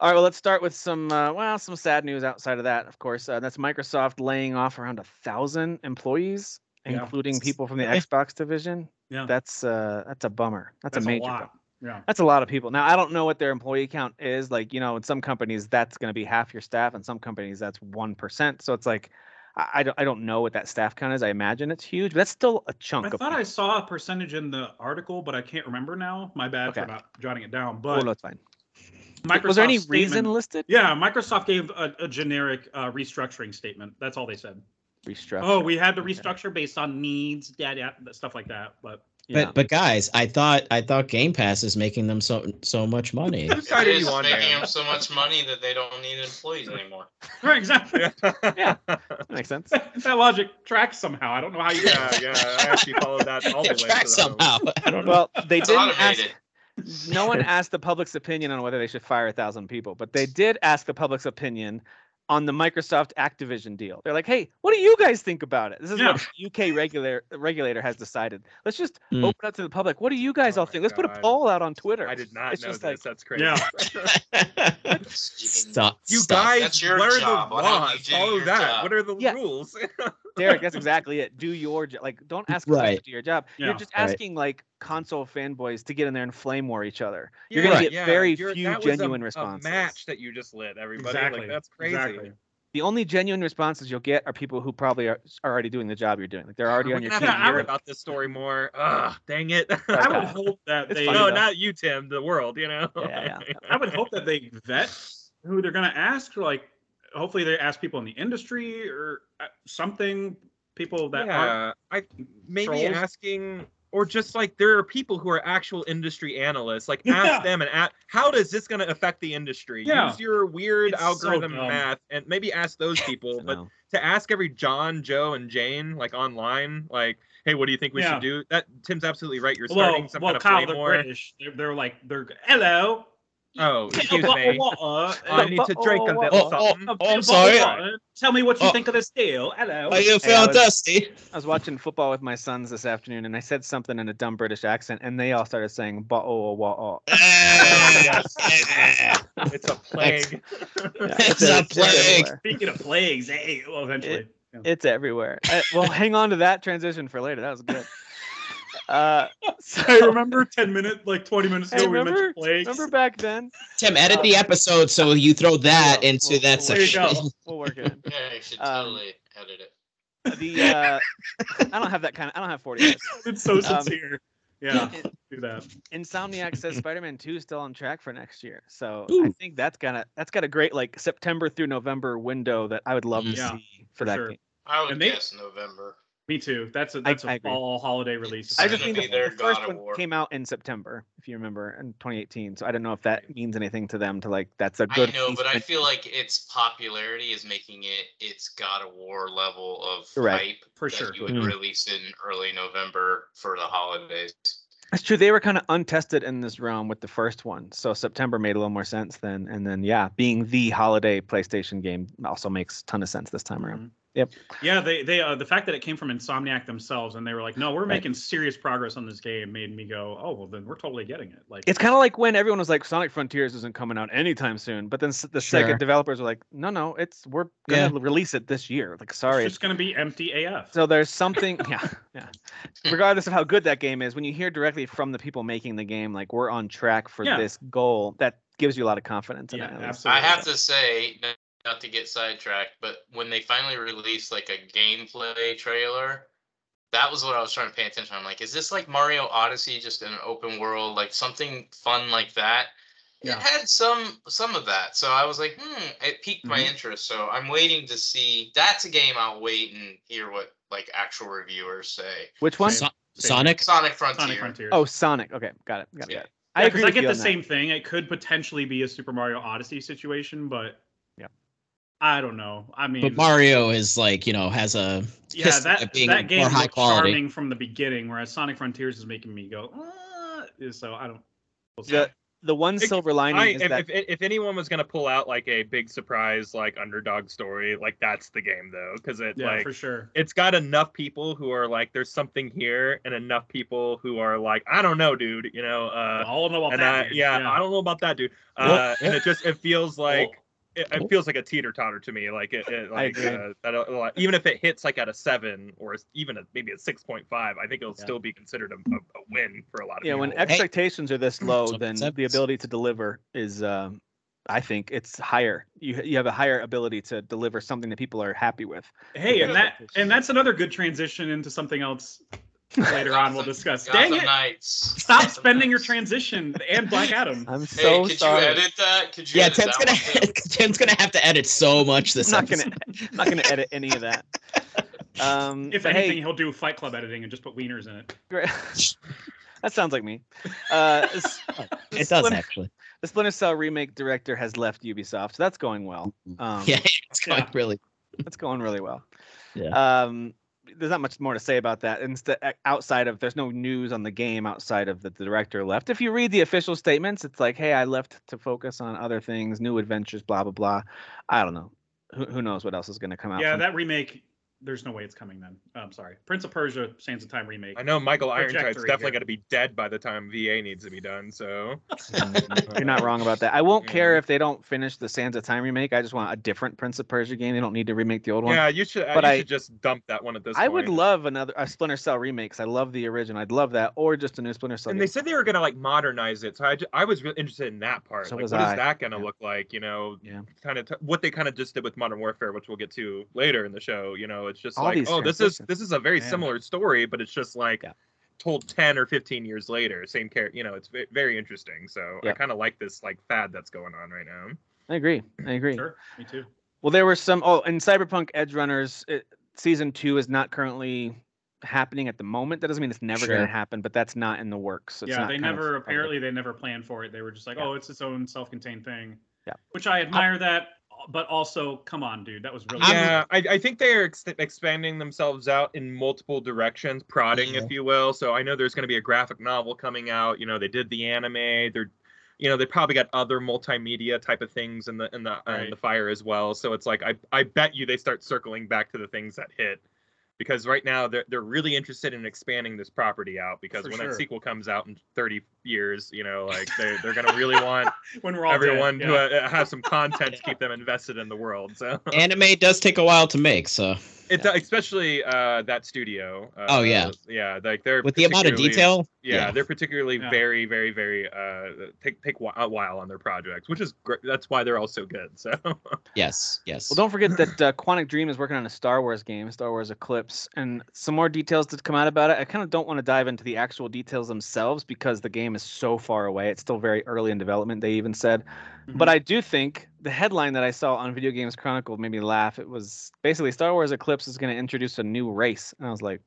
S4: All right. Well, let's start with some uh, well, some sad news outside of that, of course. Uh, that's Microsoft laying off around a thousand employees,
S3: Yeah.
S4: including people from the
S1: Okay.
S4: Xbox division.
S3: Yeah.
S4: That's uh, that's a bummer. That's,
S3: That's
S4: a major.
S3: a
S4: bummer.
S3: lot. Yeah.
S4: That's a lot of people. Now, I don't know what their employee count is. Like, you know, in some companies that's going to be half your staff, and some companies that's one percent. So it's like, I, I don't, I don't know what that staff count is. I imagine it's huge, but that's still a chunk.
S3: I
S4: of
S3: thought I
S4: people.
S3: saw a percentage in the article, but I can't remember now. My bad for
S4: Okay.
S3: not jotting it down.
S4: Oh,
S3: But
S4: no, it's fine.
S3: Microsoft
S4: Was there any reason
S3: statement-
S4: listed?
S3: Yeah, Microsoft gave a, a generic uh, restructuring statement. That's all they said.
S4: Restructure.
S3: Oh, we had to
S4: Okay.
S3: restructure based on needs, yeah, yeah, stuff like that. But
S4: Yeah.
S1: But but guys, I thought I thought Game Pass is making them so so much money.
S2: Whose side
S5: It
S2: are
S5: is
S2: you on
S5: making
S2: there?
S5: them so much money that they don't need employees anymore.
S3: right, exactly.
S4: Yeah. that makes sense.
S3: that logic tracks somehow. I don't know how you.
S2: yeah, yeah. I actually followed that all the way.
S1: It
S2: to
S1: tracks
S2: the-
S1: somehow. I don't know.
S4: Well, they
S5: It's
S4: didn't ask.
S5: automated.
S4: No one asked the public's opinion on whether they should fire a thousand people, but they did ask the public's opinion on the Microsoft Activision deal. They're like, "Hey, what do you guys think about it? This is what the UK regulator regulator has decided. Let's just
S1: Hmm.
S4: open up to the public. What do you guys
S2: Oh
S4: all
S2: my
S4: think? Let's put a
S2: God.
S4: poll out on Twitter."
S2: I did not
S4: It's
S2: know
S4: just
S2: this.
S4: like-
S2: That's crazy.
S3: Yeah.
S1: stop.
S2: You
S1: stop.
S2: guys,
S5: That's your
S2: what are
S5: job.
S2: the
S5: Why don't you
S2: laws?
S5: do
S2: Follow
S5: your
S2: that.
S5: job?
S2: What are the
S4: Yeah.
S2: rules?
S4: Derek, that's exactly it. Do your job. Like, don't ask us to
S1: Right.
S4: do your job.
S3: Yeah.
S4: You're just
S1: Right.
S4: asking like console fanboys to get in there and flame war each other. You're gonna
S2: Yeah,
S4: get
S2: yeah,
S4: very
S2: you're-
S4: few
S2: that was a-
S4: genuine responses.
S2: A match that you just lit, everybody.
S3: Exactly.
S2: Like, that's crazy.
S3: Exactly.
S4: The only genuine responses you'll get are people who probably are, are already doing the job you're doing. Like they're already
S2: We're
S4: on your
S2: gonna
S4: team.
S2: have to
S3: I
S2: hear
S3: would-
S2: about this story more. Ugh, dang it.
S3: I would
S4: Okay.
S3: hope that
S4: It's
S3: they.
S4: fine,
S2: no,
S4: though.
S2: not you, Tim. The world, you know.
S4: Yeah, yeah,
S3: I would hope that they vet who they're going to ask. Like, hopefully, they ask people in the industry or uh, something. People that aren't
S2: yeah, I maybe
S3: trolls.
S2: asking or just like there are people who are actual industry analysts like
S3: Yeah.
S2: ask them and ask how does this going to affect the industry
S3: Yeah.
S2: use your weird
S3: It's so
S2: algorithm
S3: dumb.
S2: math and maybe ask those people
S4: You
S2: but
S4: know.
S2: to ask every john joe and jane like online like hey what do you think we
S3: Yeah.
S2: should do that tim's absolutely right you're starting
S3: well,
S2: some
S3: well,
S2: kind of
S3: Kyle,
S2: flame
S3: they're
S2: war
S3: British. They're, they're like, they're hello.
S2: oh
S3: Get a
S2: excuse
S3: bottle
S2: me Um,
S3: of water and
S2: i need to drink a
S4: Oh,
S2: little
S1: oh, oh,
S2: something
S3: a
S1: oh, I'm
S3: bottle of
S1: sorry.
S3: water. Tell me what you
S1: Oh.
S3: think of this deal. Hello.
S1: Oh, you
S4: Hey, I
S1: feel
S4: was-
S1: dusty.
S4: I was watching football with my sons this afternoon, and I said something in a dumb British accent, and they all started saying "ba oh wa oh."
S1: Yeah.
S2: it's a plague
S1: It's a plague.
S4: everywhere.
S3: Speaking of plagues, hey, well, eventually. Yeah.
S4: It's everywhere. Uh, well, hang on to that transition for later. That was good. Uh, so
S3: I remember 10 minutes, like 20 minutes
S4: Hey,
S3: ago, we
S4: remember-
S3: mentioned plagues.
S4: remember back then?
S1: Tim, edit the episode so you throw that
S4: Yeah,
S1: into
S4: we'll-
S1: that
S4: we'll work-
S1: section.
S3: There you go.
S4: We'll work it. in.
S5: Yeah, you should
S4: Um,
S5: totally edit it.
S4: The uh, I don't have that kind of. I don't have forty. minutes.
S3: It's so sincere. yeah,
S4: In-
S3: do that.
S4: Insomniac says Spider-Man 2 is still on track for next year. So I
S1: Ooh.
S4: think that's gonna that's got a great like September through November window that I would love to
S3: Yeah,
S4: see for that
S3: sure.
S4: game.
S5: I would
S3: and they-
S5: guess November.
S3: Me too. That's a that's a
S4: I agree.
S3: fall holiday release.
S5: It's
S4: I just
S5: gonna
S4: mean
S5: be
S4: the,
S5: their
S4: the first
S5: God of
S4: one
S5: War.
S4: came out in September, if you remember, in 2018. So I don't know if that means anything to them to like that's a
S5: I
S4: good
S5: know, but I
S4: release,
S5: feel like its popularity is making it its God of War level of
S4: Correct.
S5: hype
S3: for
S5: that
S3: sure.
S5: you would
S1: Mhm.
S5: release in early November for the holidays.
S4: That's true. They were kind of untested in this realm with the first one. So September made a little more sense then. And then yeah, being the holiday PlayStation game also makes a ton of sense this time around.
S3: Mhm.
S4: Yep.
S3: Yeah, they they uh, the fact that it came from Insomniac themselves, and they were like, "No, we're
S4: Right.
S3: making serious progress on this game," made me go, "Oh well, then we're totally getting it." Like,
S4: It's kind of like when everyone was like, Sonic Frontiers isn't coming out anytime soon, but then s- the
S1: Sure.
S4: Sega developers were like, no, no, it's we're gonna release it this year. Like, sorry.
S3: it's just gonna be empty AF.
S4: so there's something, yeah, yeah. Regardless of how good that game is, when you hear directly from the people making the game, like we're on track for
S3: Yeah.
S4: this goal, that gives you a lot of confidence.
S3: yeah,
S4: in it, at least.
S3: absolutely.
S5: I have to say, not- not to get sidetracked, but when they finally released like a gameplay trailer, that was what I was trying to pay attention. I'm like, is this like Mario Odyssey just in an open world, like something fun like that?
S3: Yeah.
S5: It had some some of that, so I was like, hmm, it piqued my
S4: Mhm.
S5: interest. So I'm waiting to see. That's a game I'll wait and hear what like actual reviewers say.
S4: Which one?
S1: So-
S3: Same.
S1: Sonic.
S5: Sonic Frontier.
S3: Sonic Frontiers.
S4: Oh, Sonic. Okay, got it. Got it.
S5: Yeah.
S4: Got it.
S3: I,
S4: I agree.
S3: I
S4: with
S3: get
S4: you
S3: the
S4: on that.
S3: same thing. It could potentially be a Super Mario Odyssey situation, but
S4: Yeah.
S3: I don't know. I mean,
S1: But Mario is like, you know, has a
S3: yeah,
S1: history
S3: that
S1: of being
S3: that game
S1: more high
S3: looked
S1: quality.
S3: charming from the beginning, whereas Sonic Frontiers is making me go. Uh, so I don't. we'll see.
S4: The the one
S2: It-
S4: silver lining
S2: I,
S4: is
S2: if,
S4: that
S2: if if anyone was gonna pull out like a big surprise like underdog story, like that's the game though, because it
S3: yeah,
S2: like
S3: for sure.
S2: it's got enough people who are like there's something here, and enough people who are like I don't know, dude, you know, uh,
S3: I don't know about
S2: and
S3: that.
S2: I,
S3: dude.
S2: yeah, I don't know about that, dude. Uh, and it just it feels like it, it feels like a teeter totter to me. Like it, it like
S4: agree.
S2: uh, that, uh, even if it hits like at a seven or s- even a, maybe a six point five, I think it'll
S3: Yeah.
S2: still be considered a, a, a win for a lot of
S4: you know,
S2: people.
S4: when expectations are this low,
S1: Something
S4: then the
S1: happens.
S4: ability to deliver is, um, I think, it's higher. You you have a higher ability to deliver something that people are happy with.
S3: Hey, and that
S4: Expectations.
S3: and that's another good transition into something else later on. We'll
S5: Gotham-
S3: discuss.
S5: Gotham
S3: Dang it!
S5: Knights.
S3: Stop
S5: Gotham
S3: spending your
S5: Knights.
S3: transition and Black Adam.
S4: I'm
S5: Hey,
S4: so
S5: could
S4: sorry.
S5: you edit that? Could you
S1: yeah,
S5: edit
S1: Tim's
S5: that
S1: gonna
S5: one, Tim?
S1: Tim's gonna have to edit so much this
S4: I'm not
S1: episode.
S4: gonna I'm not gonna edit any of that. Um,
S3: If
S4: but
S3: anything,
S4: hey,
S3: he'll do Fight Club editing and just put wieners in it.
S4: gra- that sounds like me. Uh, s-
S1: It does
S4: Splinter-
S1: actually.
S4: The Splinter Cell remake director has left Ubisoft, so that's going well. Um,
S1: Yeah, it's going
S3: Yeah.
S1: really.
S4: that's going really well.
S1: Yeah.
S4: Um, there's not much more to say about that. Instead, outside of there's no news on the game outside of that the director left. If you read the official statements, it's like, hey, I left to focus on other things, new adventures, blah blah blah. I don't know. Who, who knows what else is going to come out?
S3: Yeah,
S4: from-
S3: that remake. There's no way it's coming then. Oh, I'm sorry. Prince of Persia, Sands of Time remake.
S2: I know Michael Ironside's
S3: Trajectory
S2: definitely
S3: here.
S2: going to be dead by the time VA needs to be done. So
S4: You're not wrong about that. I won't
S2: Yeah.
S4: care if they don't finish the Sands of Time remake. I just want a different Prince of Persia game. They don't need to remake the old one.
S2: yeah, you should. uh,
S4: But
S2: you
S4: I-
S2: should just dump that one at this
S4: I
S2: point.
S4: would love another a Splinter Cell remake. 'cause I love the original. I'd love that, or just a new Splinter Cell.
S2: and
S4: game.
S2: they said they were going to like modernize it, so I, ju- I was really interested in that part.
S4: So
S2: like,
S4: was
S2: what is
S4: I.
S2: that going to
S4: Yeah.
S2: look like? You know,
S4: Yeah.
S2: kind of t- what they kind of just did with Modern Warfare, which we'll get to later in the show. You know, it's just
S4: All
S2: like,
S4: these
S2: oh, this is
S4: transitions.
S2: this is a very
S4: Man.
S2: similar story, but it's just like
S4: Yeah.
S2: told ten or fifteen years later, same character. You know, it's ve- very interesting. So I
S4: Yeah.
S2: kind of like this like fad that's going on right now.
S4: I agree. I agree.
S3: Sure, me too.
S4: Well, there were some. Oh, and Cyberpunk Edge Runners it, season two is not currently happening at the moment. That doesn't mean it's never
S1: Sure.
S4: going to happen, but that's not in the works. It's
S3: yeah,
S4: not
S3: they
S4: kind of
S3: never
S4: public.
S3: apparently they never planned for it. They were just like,
S4: Yeah.
S3: oh, it's its own self-contained thing.
S4: Yeah.
S3: Which I admire that, but also, come on, dude, that was really.
S2: yeah, I, I think they are ex- expanding themselves out in multiple directions, prodding,
S3: Mm-hmm.
S2: if you will. So I know there's going to be a graphic novel coming out. You know, they did the anime. They're, you know, they probably got other multimedia type of things in the in the uh, in
S3: Right.
S2: the fire as well. So it's like I I bet you they start circling back to the things that hit, because right now they're they're really interested in expanding this property out. Because
S3: For
S2: when
S3: sure.
S2: that sequel comes out in 30 years, you know, like they are they're gonna really want
S3: when we're all dead,
S2: everyone
S3: yeah.
S2: to uh, have some content to keep them invested in the world. So.
S1: Anime does take a while to make, so
S2: It especially uh, that studio. Uh,
S1: Oh, yeah.
S2: yeah. Like they're
S1: with the amount of
S2: particularly-
S1: detail,
S2: Yeah,
S1: yeah.
S2: they're particularly
S3: Yeah.
S2: very, very, very uh, take take whi- a while on their projects, which is great. That's why they're all so good. So
S1: yes, yes.
S4: Well, don't forget that uh, Quantic Dream is working on a Star Wars game, Star Wars Eclipse, and some more details to come out about it. I kind of don't want to dive into the actual details themselves because the game is so far away. It's still very early in development. They even said
S3: Mm-hmm.
S4: But I do think the headline that I saw on Video Games Chronicle made me laugh. It was basically Star Wars Eclipse is going to introduce a new race, and I was like,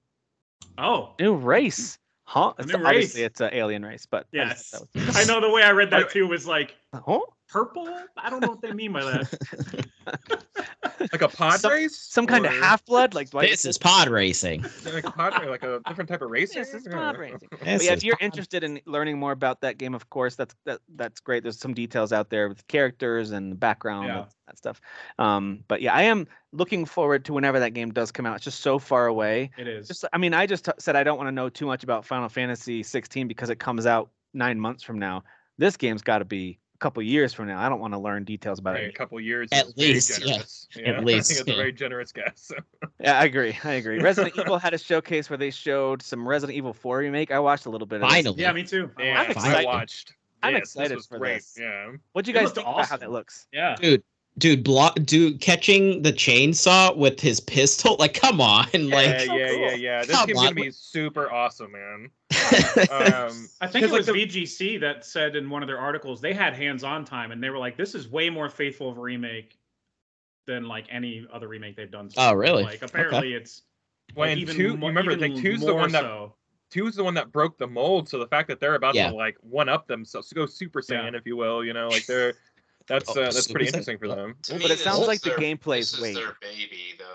S3: oh,
S4: "New race? Huh?
S3: A
S4: It's
S3: new
S4: obviously
S3: race.
S4: it's an alien race, but I just thought that
S3: I know the way I read
S2: By
S3: that too was like
S4: was- Huh?
S3: purple. I don't know what they mean by that.
S2: like a pod
S4: Some-
S2: race,
S4: Some kind of
S2: Or-
S4: half blood? Like Dwight
S1: this
S4: Schrute?
S1: is pod racing.
S2: like a pod, or like a different type of race.
S4: This is
S2: race?
S4: pod
S2: Yeah.
S4: racing. But
S1: This
S4: yeah,
S1: is
S4: if you're
S1: pod-
S4: interested in learning more about that game, of course, that's that, that's great. There's some details out there with characters and background,
S3: Yeah.
S4: and that stuff. Um, but yeah, I am looking forward to whenever that game does come out. It's just so far away.
S3: It is.
S4: just i mean i just t- said i don't want to know too much about final fantasy 16 because it comes out nine months from now this game's got to be a couple years from now i don't want to learn details about
S2: Hey, a
S4: it
S2: couple years
S1: At
S2: is very
S1: least, yeah.
S2: generous.
S1: At least,
S2: I think it's
S1: yeah.
S2: a very generous guess.
S4: yeah i agree i agree resident evil had a showcase where they showed some resident evil 4 remake i watched a little bit of this.
S1: Finally,
S3: yeah, me too. I
S2: Yeah,
S3: like it.
S2: I
S1: excited.
S2: watched.
S4: I'm
S2: this.
S4: excited
S2: this was
S4: for
S2: great.
S4: this.
S2: Yeah.
S4: what do you
S3: It
S4: guys
S3: looked
S4: think about how
S3: awesome.
S4: that looks
S3: Yeah.
S1: dude. Block, dude. Catching the chainsaw with his pistol. Like, come on.
S2: Yeah,
S1: Like,
S2: Uh, yeah, yeah, yeah. This
S1: Come
S2: game's
S1: on.
S2: gonna be super awesome, man. Um,
S3: I
S2: 'cause,
S3: think it
S2: like,
S3: was
S2: the-
S3: VGC that said in one of their articles they had hands-on time and they were like, "This is way more faithful of a remake than like any other remake they've done." so
S1: Oh,
S3: far."
S1: really?
S3: Like
S1: Okay.
S3: apparently it's
S2: Well,
S3: like,
S2: and
S3: even
S2: two, you
S3: mo-
S2: remember,
S3: even
S2: like two's the
S3: more
S2: one that
S3: so.
S2: two's the one that broke the mold. So the fact that they're about
S1: Yeah.
S2: to like one up themselves, go Super
S3: Yeah.
S2: Saiyan, if you will, you know, like they're That's uh,
S1: Oh,
S2: that's pretty
S1: Suicide
S2: interesting for
S1: Squad.
S2: them.
S5: To me,
S4: But it
S5: this
S4: sounds
S5: is
S4: like the
S5: their-
S4: gameplay's
S5: This is
S4: way.
S5: their baby, though.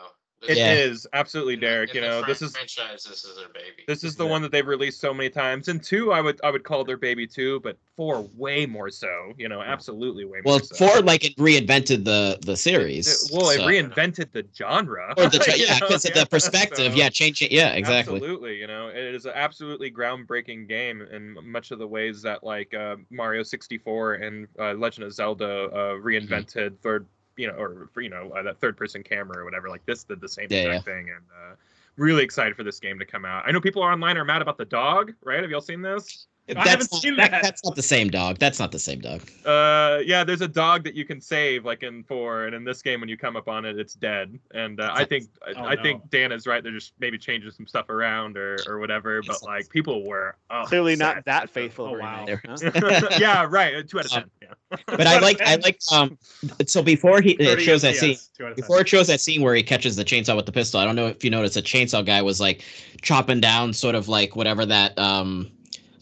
S2: It is
S1: Yeah.
S2: absolutely,
S5: in the-
S2: Derek.
S5: in
S2: You
S5: the
S2: know,
S5: Fran-
S2: this is
S5: franchise. This is their baby.
S2: this is the one that they've released so many times. And two, I would I would call their baby two, but four way more so. You know, absolutely way
S1: Well,
S2: more. so.
S1: Ford like it reinvented the the
S2: It-
S1: series.
S2: well, it
S1: so-
S2: reinvented the genre.
S1: or the tra-
S2: you
S1: yeah,
S2: know?
S1: because of
S2: Yeah,
S1: the perspective.
S2: so-
S1: yeah, change it. Yeah, exactly.
S2: Absolutely, you know, it is an absolutely groundbreaking game in much of the ways that like uh, Mario 64 and uh, Legend of Zelda uh,
S1: Mm-hmm.
S2: reinvented third, you know, or you know uh, that third-person camera or whatever. Like this did the same
S1: Yeah,
S2: exact thing, and uh, really excited for this game to come out. I know people online are mad about the dog, right? Have y'all seen this?
S3: I
S1: That's
S3: haven't
S1: not,
S3: seen
S1: that-
S3: that.
S1: That's not the same dog. That's not the same dog.
S2: Uh, yeah, there's a dog that you can save like in four, and in this game when you come up on it, it's dead. And uh, I think I,
S3: Oh,
S2: I
S3: no.
S2: think Dan is right. They're just maybe changing some stuff around or or whatever. But like people were upset.
S4: Clearly not that faithful.
S3: Oh,
S4: remake,
S3: wow.
S4: huh?
S2: yeah, right. uh, Two out of
S1: Um,
S2: ten. Yeah.
S1: But I like I like um. So before he it
S3: 30
S1: shows that
S3: FPS,
S1: scene.
S3: two out of ten.
S1: Before it shows that scene where he catches the chainsaw with the pistol, I don't know if you noticed the chainsaw guy was like chopping down sort of like whatever that um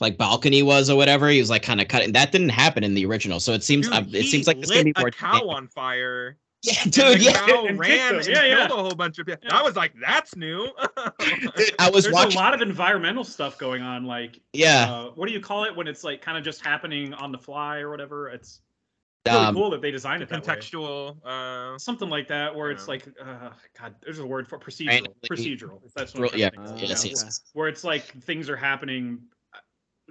S1: like balcony was or whatever. He was like kind of cutting. That didn't happen in the original, so it seems
S2: Dude,
S1: uh, it
S2: he
S1: seems like this
S2: lit
S1: can be more.
S2: a cow on fire.
S1: Yeah,
S2: and
S1: dude.
S2: the
S1: Yeah,
S2: cow
S3: And kicked
S2: ran
S3: him.
S2: and
S3: Yeah, yeah.
S2: killed a whole bunch of people. I was like, that's new.
S1: dude, I was
S3: There's
S1: watching.
S3: a lot of environmental stuff going on, like
S1: yeah,
S3: uh, what do you call it when it's like kind of just happening on the fly or whatever? It's really
S1: um,
S3: cool that they designed it that way.
S2: Contextual. Uh,
S3: Something like that, where it's
S2: Yeah.
S3: like, uh, God, there's a word for it, procedural.
S1: Randomly-
S3: procedural. That's what I'm
S1: real- yeah,
S3: trying to think of.
S1: yes,
S4: Yeah.
S1: yes.
S3: Where it's like things are happening uh,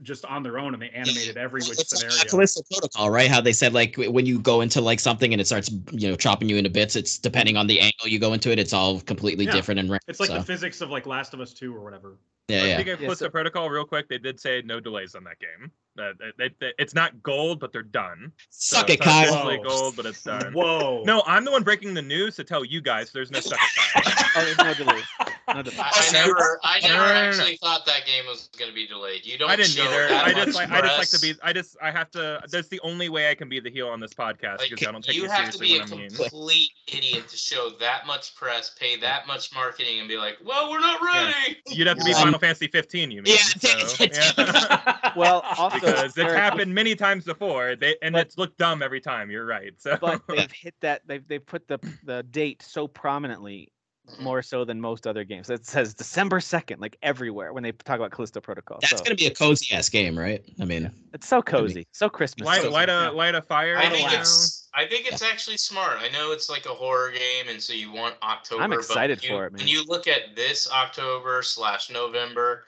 S3: just on their own, and they animated every which
S1: it's like
S3: scenario.
S1: Callisto Protocol, right? How they said like w- when you go into like something and it starts you know chopping you into bits, it's depending on the angle you go into it, it's all completely
S3: Yeah.
S1: different and random.
S3: It's like
S1: so,
S3: the physics of like Last of Us Two or whatever.
S1: yeah,
S2: I
S1: yeah.
S2: think I
S4: Yeah,
S2: flipped
S4: so-
S2: the protocol real quick. They did say no delays on that game. Uh, they, they, they- it's not gold, but they're done. So
S1: Suck it,
S2: it's not
S1: Kyle.
S2: officially
S3: Whoa.
S2: gold, but it's done.
S3: Whoa!
S2: No, I'm the one breaking the news to tell you guys there's no such thing.
S4: Oh, there's no delays. No delays.
S5: I, I never, I
S2: No,
S5: never
S2: no, no, no.
S5: actually thought that game was going to be delayed. You don't.
S2: I didn't
S5: show
S2: either.
S5: That
S2: I just
S5: much
S2: like I just like to
S5: press.
S2: be I just I have to that's the only way I can be the heel on this podcast
S5: Like,
S2: because I don't take
S5: you
S2: it
S5: have to
S2: seriously
S5: be a
S2: when I'm mean.
S5: complete idiot to show that much press, pay that much marketing, and be like, "Well, we're not ready."
S2: You'd have to be
S1: Um,
S2: Final Fantasy 15, you mean?
S1: yeah,
S2: so,
S1: it's-
S2: yeah.
S4: Well, also
S2: because it's
S4: Eric,
S2: happened many times before. They and
S4: But-
S2: it's looked dumb every time. You're right. So
S4: But they've hit that. They've they put the the date so prominently more so than most other games. It says December 2nd, like everywhere when they talk about Callisto Protocol.
S1: That's
S4: so
S1: gonna be a cozy ass game, right? I mean,
S4: it's so cozy, so Christmas.
S2: light,
S4: so-
S2: light a light a fire.
S5: I
S2: you
S5: think
S2: know?
S5: it's I think it's actually smart. I know it's like a horror game, and so you want October.
S4: excited
S5: but you,
S4: for it, man.
S5: When you look at this October slash November,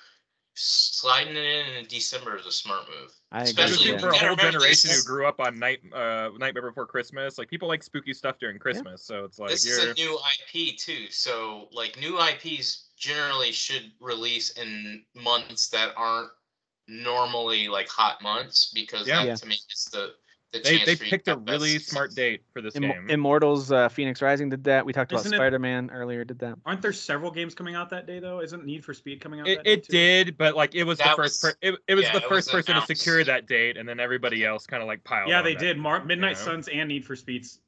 S5: sliding it in in December is a smart move.
S4: I agree.
S2: That was
S5: Especially
S4: yeah.
S2: for a
S5: Yeah,
S2: whole
S5: remember
S2: generation who
S5: this-
S2: grew up on night uh, Nightmare Before Christmas. Like people like spooky stuff during Christmas, so it's like
S5: this
S2: you're
S5: is a new IP too, so like new IPs generally should release in months that aren't normally like hot months because
S2: Yeah.
S5: that,
S4: Yeah.
S5: to me is the the
S2: they
S5: chance
S2: they
S5: for you
S2: picked
S5: to
S2: a
S5: have best
S2: really smart
S5: seasons.
S2: date for this
S4: Im-
S2: game.
S4: Immortals uh, Phoenix Rising did that. We talked about
S3: Isn't it-
S4: Spider Man earlier, did that.
S3: Aren't there several games coming out that day though? Isn't Need for Speed coming out?
S2: It,
S3: that day,
S2: it
S3: too?
S2: did, but like it was the
S5: That
S2: first
S5: was-
S2: per- it, it was
S5: yeah,
S2: the
S5: it
S2: first
S5: was
S2: person to secure
S5: announced.
S2: that date, and then everybody else kind of like piled.
S3: Yeah,
S2: on
S3: they
S2: that.
S3: did. Mar- Midnight
S2: Yeah.
S3: Suns and Need for Speeds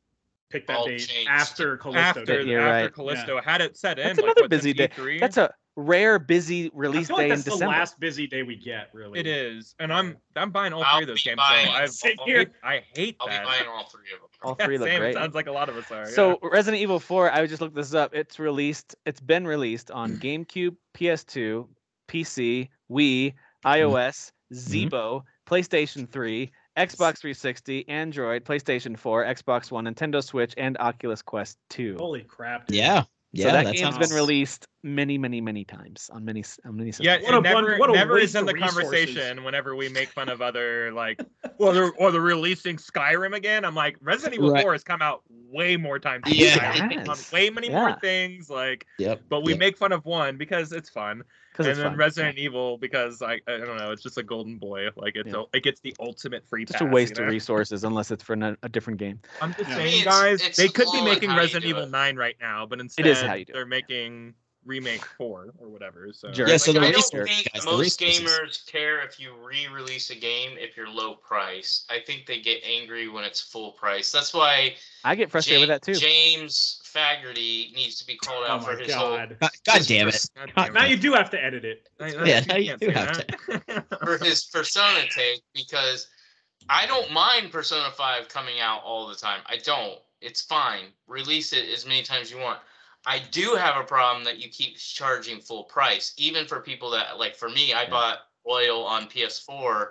S3: picked that
S5: All
S3: date
S5: changed.
S3: after Callisto.
S2: After,
S3: did.
S4: You're
S2: after
S4: right.
S2: Callisto had it set in.
S4: That's
S2: like,
S4: another
S2: what, since
S4: busy day.
S2: E3?
S4: That's a rare, busy
S3: I
S4: release
S3: feel like
S4: day in
S3: that's the
S4: December.
S3: last busy day we get. Really,
S2: It is, and I'm I'm buying all
S5: I'll
S2: three of those
S5: be
S2: games.
S5: buying-
S2: So I've,
S3: Same here.
S2: I hate
S5: I'll
S2: that.
S5: be buying all three of them.
S4: All
S2: Yeah,
S4: three look
S2: same.
S4: great.
S2: Sounds like a lot of us are.
S4: So Resident Evil 4, I just looked this up. It's released. It's been released on GameCube, PS2, PC, Wii, iOS,
S1: Mhm.
S4: Zebo, PlayStation 3, Xbox 360, Android, PlayStation 4, Xbox One, Nintendo Switch, and Oculus Quest 2.
S3: Holy crap! dude.
S1: yeah, yeah.
S4: so that,
S1: that
S4: game's
S1: sounds-
S4: been released many, many, many times on many, s- on many.
S2: yeah,
S4: systems.
S2: yeah
S3: What
S2: it
S3: a
S2: never,
S3: bun- what a
S2: never is
S3: waste
S2: in
S3: of
S2: the
S3: resources.
S2: conversation whenever we make fun of other like. Well, they're or they're releasing Skyrim again. I'm like, Resident Evil
S1: Right.
S2: Four has come out way more times. than
S1: Yeah.
S2: Skyrim.
S4: It
S2: It's
S4: has.
S2: on way many more
S4: Yeah.
S2: things. Like,
S1: Yep.
S2: but we
S1: yep.
S2: make fun of one because it's fun,
S4: 'Cause
S2: and
S4: it's
S2: then
S4: fun.
S2: Resident Evil because I I don't know, it's just a golden boy. Like it's
S4: Yeah.
S2: a, it gets the ultimate free
S4: Just
S2: pass.
S4: a
S2: you
S4: waste of
S2: know?
S4: resources unless it's for an, a different game.
S2: I'm just
S3: Yeah.
S2: saying,
S5: It's-
S2: guys,
S5: it's
S2: they could
S5: all
S2: be
S5: in
S2: making
S5: how you
S2: Resident
S5: do
S2: Evil
S5: it.
S2: 9 right now, but instead
S4: is how you do it,
S2: they're
S4: yeah.
S2: making remake 4 or whatever. So
S4: Jerk.
S1: Yeah, so
S5: like,
S1: the
S5: I don't
S1: research,
S5: think
S1: guys, the
S5: most
S1: resources.
S5: gamers care if you re-release a game if you're low price. I think they get angry when it's full price. That's why
S4: I get frustrated
S5: Ja-
S4: with that too.
S5: James Fagerty needs to be called
S3: Oh
S5: out
S3: my
S5: for his whole
S3: god!
S1: God, God damn it!
S2: God
S1: Now
S2: damn
S3: Now
S2: it.
S3: you do have to edit it.
S2: I- I-
S1: Yeah,
S2: you
S1: now
S2: can't
S1: you do
S2: say
S1: have
S2: that.
S5: for his persona take because I don't mind Persona 5 coming out all the time. I don't. It's fine. Release it as many times as you want. I do have a problem that you keep charging full price, even for people that, like for me, I
S6: Yeah.
S5: bought Oil on PS4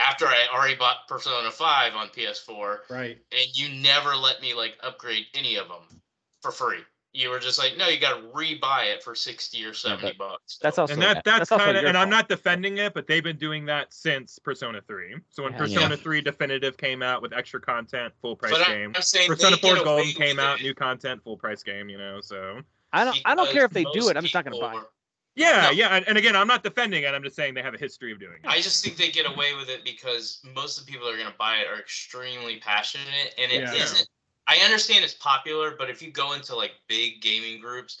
S5: after I already bought Persona 5 on PS4,
S3: Right.
S5: and you never let me like upgrade any of them for free. You were just like, no, you got to rebuy it for 60 or 70 bucks.
S4: That's also
S2: and that that's,
S4: also
S2: kind of
S4: your
S2: and I'm
S4: fault.
S2: not defending it, but they've been doing that since Persona 3. So when
S6: Yeah.
S2: Persona 3 Definitive came out with extra content, full price
S5: But I'm-
S2: game.
S5: I'm saying
S2: Persona
S5: they get
S2: 4 Golden
S5: away
S2: came
S5: with
S2: out,
S5: it
S2: new content, full price game. You know, so
S4: I don't. I don't
S5: because
S4: care if they do
S5: most
S4: it. I'm just not gonna
S5: people
S4: buy. it.
S5: were-
S2: yeah,
S5: No.
S2: yeah. And, and again, I'm not defending it. I'm just saying they have a history of doing it.
S5: I just think they get away with it because most of the people that are going to buy it are extremely passionate, and it
S3: Yeah.
S5: not I understand it's popular, but if you go into like big gaming groups,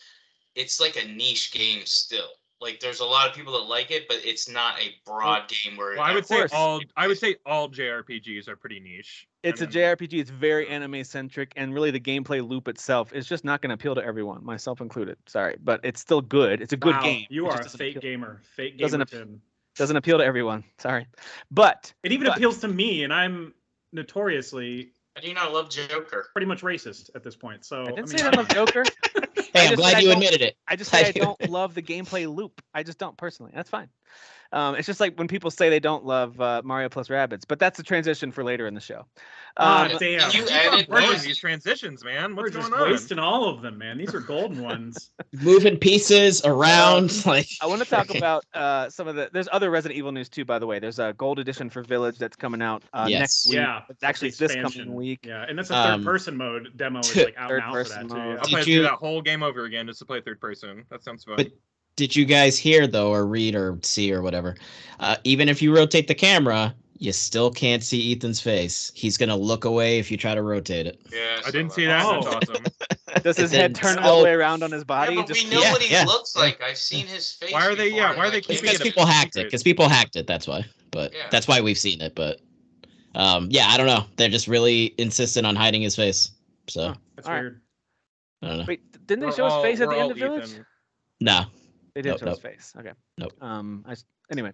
S5: it's like a niche game still. Like there's a lot of people that like it, but it's not a broad game where.
S2: Well, I would
S5: everyone-
S2: say
S4: course.
S2: all I would say all JRPGs are pretty niche.
S4: It's a
S2: I mean,
S4: JRPG. It's very anime centric, and really the gameplay loop itself is just not going to appeal to everyone, myself included. Sorry, but it's still good. It's a good
S3: Wow,
S4: game.
S3: You
S4: It
S3: are
S4: just
S3: a
S4: doesn't
S3: fake
S4: appeal-
S3: gamer. Fake gamer.
S4: Doesn't
S3: Doesn't
S4: ap- Doesn't appeal to everyone. Sorry, but
S3: it even
S4: but-
S3: appeals to me, and I'm notoriously
S5: I do not love Joker.
S3: pretty much racist at this point. So
S4: I
S3: Oh, I
S4: didn't
S3: mean,
S4: say that love Joker.
S1: Hey,
S4: just
S1: I'm
S4: said I
S1: glad you
S4: don't-
S1: admitted it.
S4: I just
S1: I
S4: say I
S1: do.
S4: don't love the gameplay loop. I just don't personally. That's fine. Um, it's just like when people say they don't love uh, Mario plus Rabbids, but that's a transition for later in the show.
S3: God
S4: Um,
S3: damn.
S5: You
S2: uh,
S3: Keep on
S5: added
S2: blowing
S5: those-
S3: working.
S2: these transitions, man.
S3: We're
S2: What's
S3: just
S2: going on?
S3: wasting all of them, man. These are golden ones.
S1: Moving pieces around, like
S4: Um, I want to talk about uh, some of the. There's other Resident Evil news too, by the way. There's a gold edition for Village that's coming out uh,
S1: Yes.
S4: next week.
S3: yeah.
S4: It's actually
S3: that's
S4: this coming
S3: expansion.
S4: week.
S3: Yeah, and that's a
S1: Um,
S3: third-person mode demo is
S1: t-
S3: like out now for
S4: third-person
S3: that too.
S4: mode.
S3: yeah.
S2: I'll play
S1: Did
S2: through
S1: you-
S2: that whole game over again just to play third person. That sounds fun.
S1: But- did you guys hear though or read or see or whatever uh, even if you rotate the camera you still can't see ethan's face he's gonna look away if you try to rotate it
S5: Yeah.
S2: I didn't
S5: so
S2: see
S5: that-
S2: that.
S3: Oh.
S2: That's awesome.
S4: Does his
S1: Then
S4: head turn
S1: it's
S4: all the
S1: all-
S4: way around on his body?
S5: yeah, but
S4: Just-
S5: we know
S1: yeah,
S5: what he
S1: yeah,
S5: looks like. I've seen his face.
S2: Why are they- yeah,
S5: before,
S2: why are they
S5: like,
S1: it's
S2: keeping
S5: it
S1: because
S2: a
S1: people hacked it
S2: secret.
S1: because people hacked it that's why but
S5: Yeah.
S1: that's why we've seen it but um, yeah i don't know they're just really insistent on hiding his face so
S4: Huh.
S3: That's
S4: All right.
S3: weird.
S1: i don't know
S4: Wait, didn't they
S2: We're
S4: show
S2: all-
S4: his face at
S2: we're
S4: the end
S2: all
S4: of Village?
S2: Ethan.
S1: nah
S4: They did
S1: Nope,
S4: show his
S1: nope.
S4: face. Okay.
S1: Nope.
S4: Um. I, s- anyway,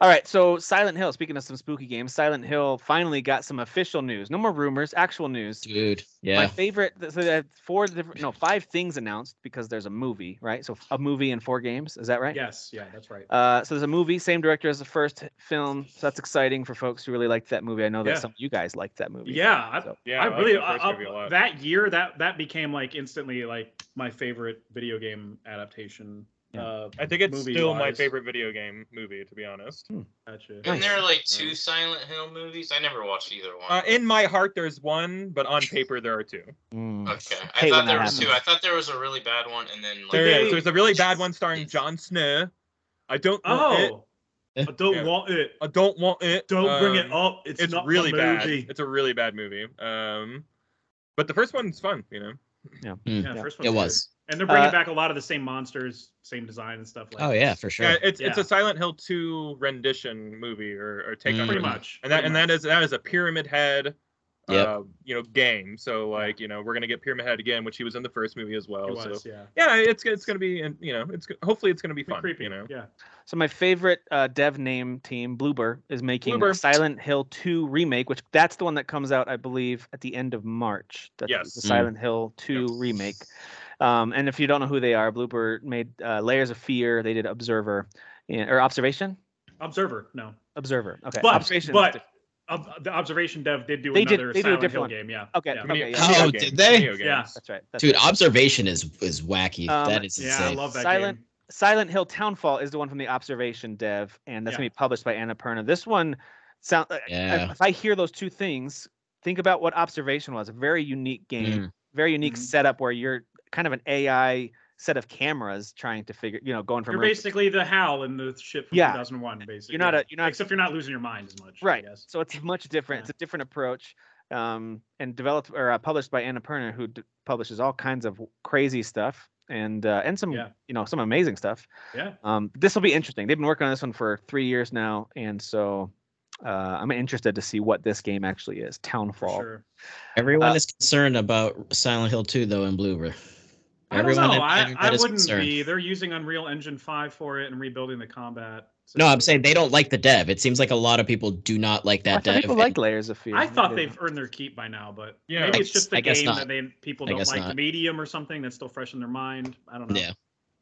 S4: all right. So Silent Hill. Speaking of some spooky games, Silent Hill finally got some official news. No more rumors. Actual news.
S1: dude
S4: My
S1: yeah
S4: favorite. th- So they had four different. No, five things announced because there's a movie, right? So a movie and four games. Is that right?
S3: Yes, yeah, that's right.
S4: Uh, so there's a movie, same director as the first film, so that's exciting for folks who really liked that movie. I know that
S3: Yeah.
S4: some of you guys liked that movie.
S3: Yeah, I,
S4: So-
S2: Yeah,
S3: I
S2: like
S3: really
S2: that first
S3: I- I-
S2: movie a lot.
S3: that year that that became like instantly like my favorite video game adaptation.
S4: Yeah.
S3: Uh,
S2: I think it's
S3: movie
S2: still my
S3: wise.
S2: favorite video game movie, to be honest.
S3: gotcha.
S5: Isn't there like
S2: Yeah.
S5: two Silent Hill movies? I never watched either one.
S2: Uh, in my heart, there's one, but on paper, there are two.
S4: Mm.
S5: Okay, I
S4: Hate when
S5: thought
S4: that
S5: there was two. I
S4: happens.
S5: thought there was a really bad one, and then like
S2: There
S3: Did
S2: is.
S3: they-
S2: There's a really bad one starring Jon Snow. I don't want it.
S3: Oh,
S4: Eh?
S3: I don't
S2: Yeah.
S3: want it.
S2: I don't want it.
S3: Don't bring it
S2: Um,
S3: up. It's,
S2: It's,
S3: not
S2: really
S3: the
S2: bad.
S3: movie.
S2: It's a really bad movie. Um, but the first one's fun, you know.
S3: yeah,
S4: Mm, Yeah.
S3: first one's
S1: it
S3: good.
S1: was
S3: And they're bringing
S4: Uh,
S3: back a lot of the same monsters, same design and stuff. Like
S1: oh yeah for sure
S2: Yeah, it's it's
S3: Yeah.
S2: a Silent Hill two rendition movie or, or take on
S1: Mm.
S3: pretty
S2: it.
S3: much.
S2: and that
S3: pretty
S2: and
S3: much.
S2: that is that is a pyramid head
S1: Yep.
S2: uh, you know game so like you know we're gonna get pyramid head again which he was in the first movie as well
S3: It
S2: so
S3: was, yeah.
S2: yeah it's it's gonna be and you know it's go- hopefully it's gonna be
S3: Pretty
S2: fun
S3: creepy,
S2: you know
S3: yeah.
S4: So my favorite uh, dev name team, Bloober, is making
S2: Bloober.
S4: a Silent Hill 2 remake, which that's the one that comes out, I believe, at the end of March. That's
S2: Yes.
S4: the
S2: Mm.
S4: Silent Hill 2 remake. Um, and if you don't know who they are, Bloober made uh, Layers of Fear. They did Observer, yeah, or Observation.
S3: Observer, no.
S4: Observer. Okay.
S3: But
S4: Observation.
S3: but ob- the observation dev did do
S4: They did-
S3: another
S4: they do a
S3: Silent
S4: different
S3: Hill
S4: one.
S3: game, yeah.
S4: Okay,
S3: Yeah.
S4: okay,
S2: Video-
S4: yeah.
S2: video
S1: How
S2: games,
S1: did they?
S2: video games.
S3: Yeah.
S4: that's right. That's
S1: dude
S4: right.
S1: observation is is wacky
S4: Um,
S1: that is
S3: Yeah, I
S1: insane
S3: love that
S4: Silent-
S3: game.
S4: Silent Hill Townfall is the one from the Observation dev, and that's
S3: Yeah.
S4: gonna be published by Annapurna. This one sound. I-
S1: yeah
S4: If I hear those two things, think about what Observation was. A very unique game,
S1: Mm.
S4: very unique
S3: Mhm.
S4: setup where you're kind of an AI set of cameras trying to figure, you know, going from
S3: You're
S4: room to-
S3: basically the Howl in the ship from
S4: Yeah.
S3: 2001, basically.
S4: You're not
S3: Yeah.
S4: a- you're not-
S3: except you're not losing your mind as much.
S4: Right.
S3: I guess.
S4: So it's much different.
S3: Yeah.
S4: It's a different approach, um, and developed or uh, published by Annapurna, who d- publishes all kinds of crazy stuff and uh, and some
S3: Yeah.
S4: you know some amazing stuff.
S3: Yeah.
S4: Um, this will be interesting. They've been working on this one for three years now, and so uh, I'm interested to see what this game actually is.
S3: For
S4: Townfall.
S3: sure.
S1: Everyone
S4: Uh,
S1: is concerned about Silent Hill 2 though in Bloober.
S3: I don't know.
S1: I've
S3: I,
S1: ever met
S3: I
S1: is
S3: wouldn't be. They're using Unreal Engine 5 for it and rebuilding the combat.
S1: No, I'm saying they don't like the dev. It seems like a lot of people do not like
S4: I
S1: that
S4: thought
S1: dev.
S4: people like Layers of Fear.
S3: I thought
S4: Maybe
S3: they've earned their keep by now, but
S2: Yeah.
S3: maybe it's
S1: I-
S3: just
S1: I
S3: the
S1: guess
S3: game
S1: not.
S3: that they people
S1: I
S3: don't
S1: guess
S3: like
S1: not.
S3: medium or something that's still fresh in their mind. I don't know.
S1: yeah,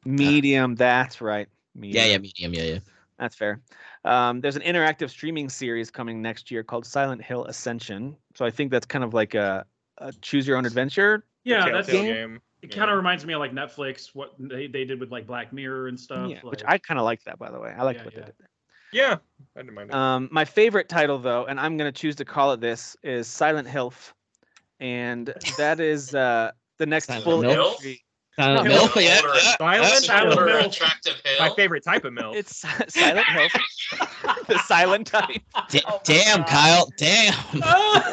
S4: Medium. That's right.
S1: yeah,
S4: Medium.
S1: yeah, medium, yeah, yeah.
S4: That's fair. Um, there's an interactive streaming series coming next year called Silent Hill Ascension. So I think that's kind of like a, a choose your own adventure.
S3: Yeah,
S2: Telltale
S3: that's
S2: game.
S3: it. Kind of reminds me of like Netflix, what they, they did with like Black Mirror and stuff.
S4: Yeah, which
S3: like-
S4: I kind of liked that, by the way. I liked
S3: Yeah,
S4: what
S3: yeah.
S4: they did there.
S2: Yeah, I didn't mind it.
S4: Um, my favorite title, though, and I'm going to choose to call it this, is Silent Hilf. And that is uh, the next
S1: Silent
S4: full
S5: Hilf?
S4: entry.
S1: Silent
S4: No,
S1: Hill,
S5: no,
S1: yeah,
S5: or-
S1: yeah,
S2: Silent
S1: that's-
S3: Hill.
S5: Or
S3: Hill.
S5: attractive hill.
S2: My favorite type of milk.
S4: uh, It's Silent Hilf, the silent type.
S1: Da-
S5: Oh my
S1: damn,
S5: God.
S1: Kyle, damn.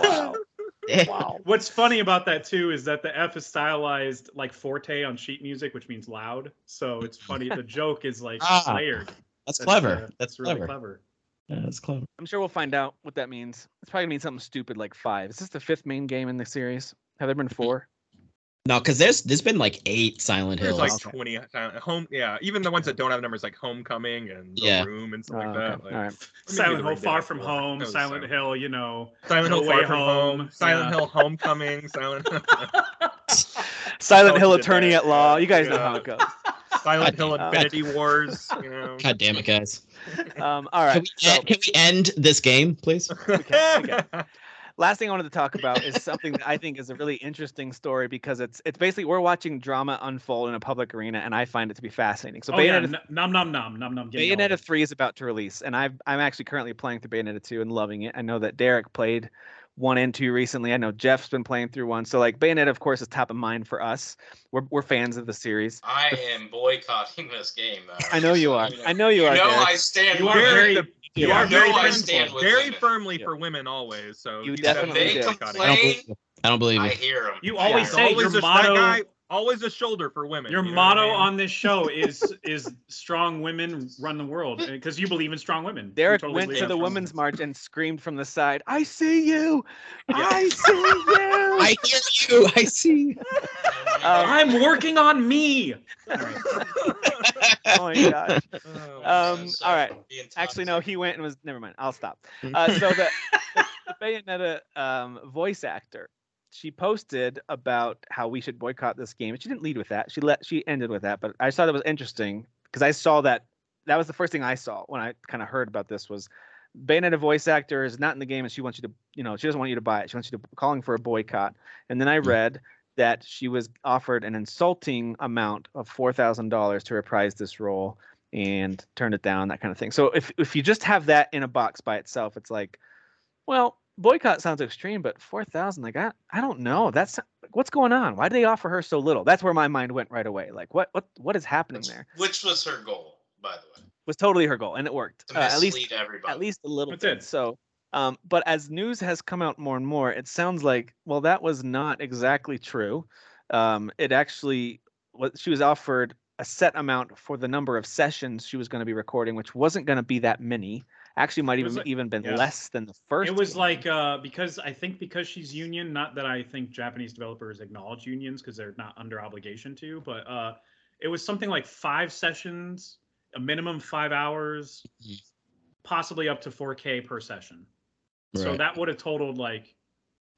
S1: Damn.
S4: Wow.
S3: What's funny about that too is that the F is stylized like forte on sheet music, which means loud. So it's funny. the joke is like
S1: Ah,
S3: layered.
S1: That's
S3: uh,
S1: clever. That's
S3: it's really
S1: clever.
S3: clever.
S1: Yeah, That's clever.
S4: I'm sure we'll find out what that means. It's probably gonna mean something stupid like five. Is this the fifth main game in the series? Have there been four?
S1: No, because there's there's been like eight Silent
S2: There's
S1: Hills.
S2: like
S4: Okay.
S2: 20 uh, home. Yeah, even the ones that don't have numbers, like Homecoming and The
S1: Yeah.
S2: Room and stuff
S4: Oh,
S2: like
S4: okay.
S2: that. Like,
S4: All right.
S2: maybe The
S3: Silent Hill,
S2: Ring did
S3: Far
S2: have
S3: From
S2: four.
S3: Home,
S2: That was Oh,
S3: Silent Hill, you know.
S2: Silent Hill
S3: No
S2: Far
S3: Way
S2: From
S3: Home,
S2: Home, Silent
S3: yeah.
S2: Hill Homecoming, Silent
S4: Silent
S2: Oh,
S4: Hill
S2: you did
S4: Attorney
S2: that.
S4: at Law. You guys know
S2: Yeah.
S4: how it goes.
S2: Silent Hill
S4: damn.
S2: Infinity Wars. You know.
S1: God damn it, guys.
S4: Um,
S1: Can
S4: all right.
S1: we,
S4: So,
S1: end, can we end this game, please?
S4: can't- we last thing I wanted to talk about is something that I think is a really interesting story because it's it's basically we're watching drama unfold in a public arena, and I find it to be fascinating. So
S3: oh yeah,
S4: Bayonetta
S3: n- nom nom nom nom nom. getting all of
S4: Bayonetta
S3: it.
S4: 3 is about to release, and I've, I'm actually currently playing through Bayonetta 2 and loving it. I know that Derek played one and two recently. I know Jeff's been playing through one. So, like, Bayonetta, of course, is top of mind for us. We're, we're fans of the series.
S5: I am boycotting this game. Though.
S4: I know you are. I know you
S5: You
S4: are.
S5: know
S4: Derek.
S5: I stand.
S3: You are
S5: with
S3: very.
S5: it.
S2: You
S5: Yeah.
S2: are very,
S5: No, I
S2: firm-
S5: stand with
S2: very
S5: women.
S2: firmly
S4: Yeah.
S2: for women always. So
S4: You
S2: he's
S4: definitely
S2: definitely
S4: did.
S2: boycotting.
S1: I don't believe you. I don't believe
S5: I
S1: you.
S5: hear him.
S3: You always
S2: It's
S3: say
S2: always
S3: your
S2: a, that
S3: motto.
S2: guy, always a shoulder for women.
S3: Your
S2: you know what I
S3: motto
S2: mean?
S3: on this show is is strong women run the world because you believe in strong women. You
S4: Derek
S3: totally
S4: went
S3: believe
S4: to
S3: in
S4: the
S3: strong
S4: women's
S3: women.
S4: march and screamed from the side, I see you.
S3: Yeah.
S4: I see you.
S1: I hear you. I see.
S4: Um,
S3: I'm working on me.
S4: oh my gosh.
S2: Oh,
S4: Um,
S5: So,
S4: all right.
S5: being toxic.
S4: Actually, no, he went and was. Never mind. I'll stop. Uh, so the, the Bayonetta um, voice actor, she posted about how we should boycott this game. She didn't lead with that. She let she ended with that. But I thought it was interesting because I saw that that was the first thing I saw when I kind of heard about this was Bayonetta voice actor is not in the game and she wants you to you know she doesn't want you to buy it. She wants you to calling for a boycott. And then I
S1: Hmm.
S4: read that she was offered an insulting amount of four thousand dollars to reprise this role and turned it down, that kind of thing. So if if you just have that in a box by itself, it's like, well, boycott sounds extreme, but four thousand, like I I don't know. That's like, what's going on. Why do they offer her so little? That's where my mind went right away. Like what what what is happening
S5: Which-
S4: there?
S5: Which was her goal, by the way,
S4: Was totally her goal, and it worked.
S5: to
S4: Uh, at least
S5: mislead everybody.
S4: at least a little
S3: That's
S4: bit.
S3: it.
S4: So, um, but as news has come out more and more, it sounds like well, that was not exactly true. Um, it actually, what she was offered a set amount for the number of sessions she was going to be recording, which wasn't going to be that many. Actually, might
S3: It was
S4: even
S3: like-
S4: even been
S3: yeah.
S4: less than the first.
S3: It was
S4: game.
S3: like uh, because I think because she's union, not that I think Japanese developers acknowledge unions because they're not under obligation to, but uh, it was something like five sessions, a minimum five hours,
S1: Mhm.
S3: possibly up to 4K per session. So
S1: Right.
S3: that would have totaled like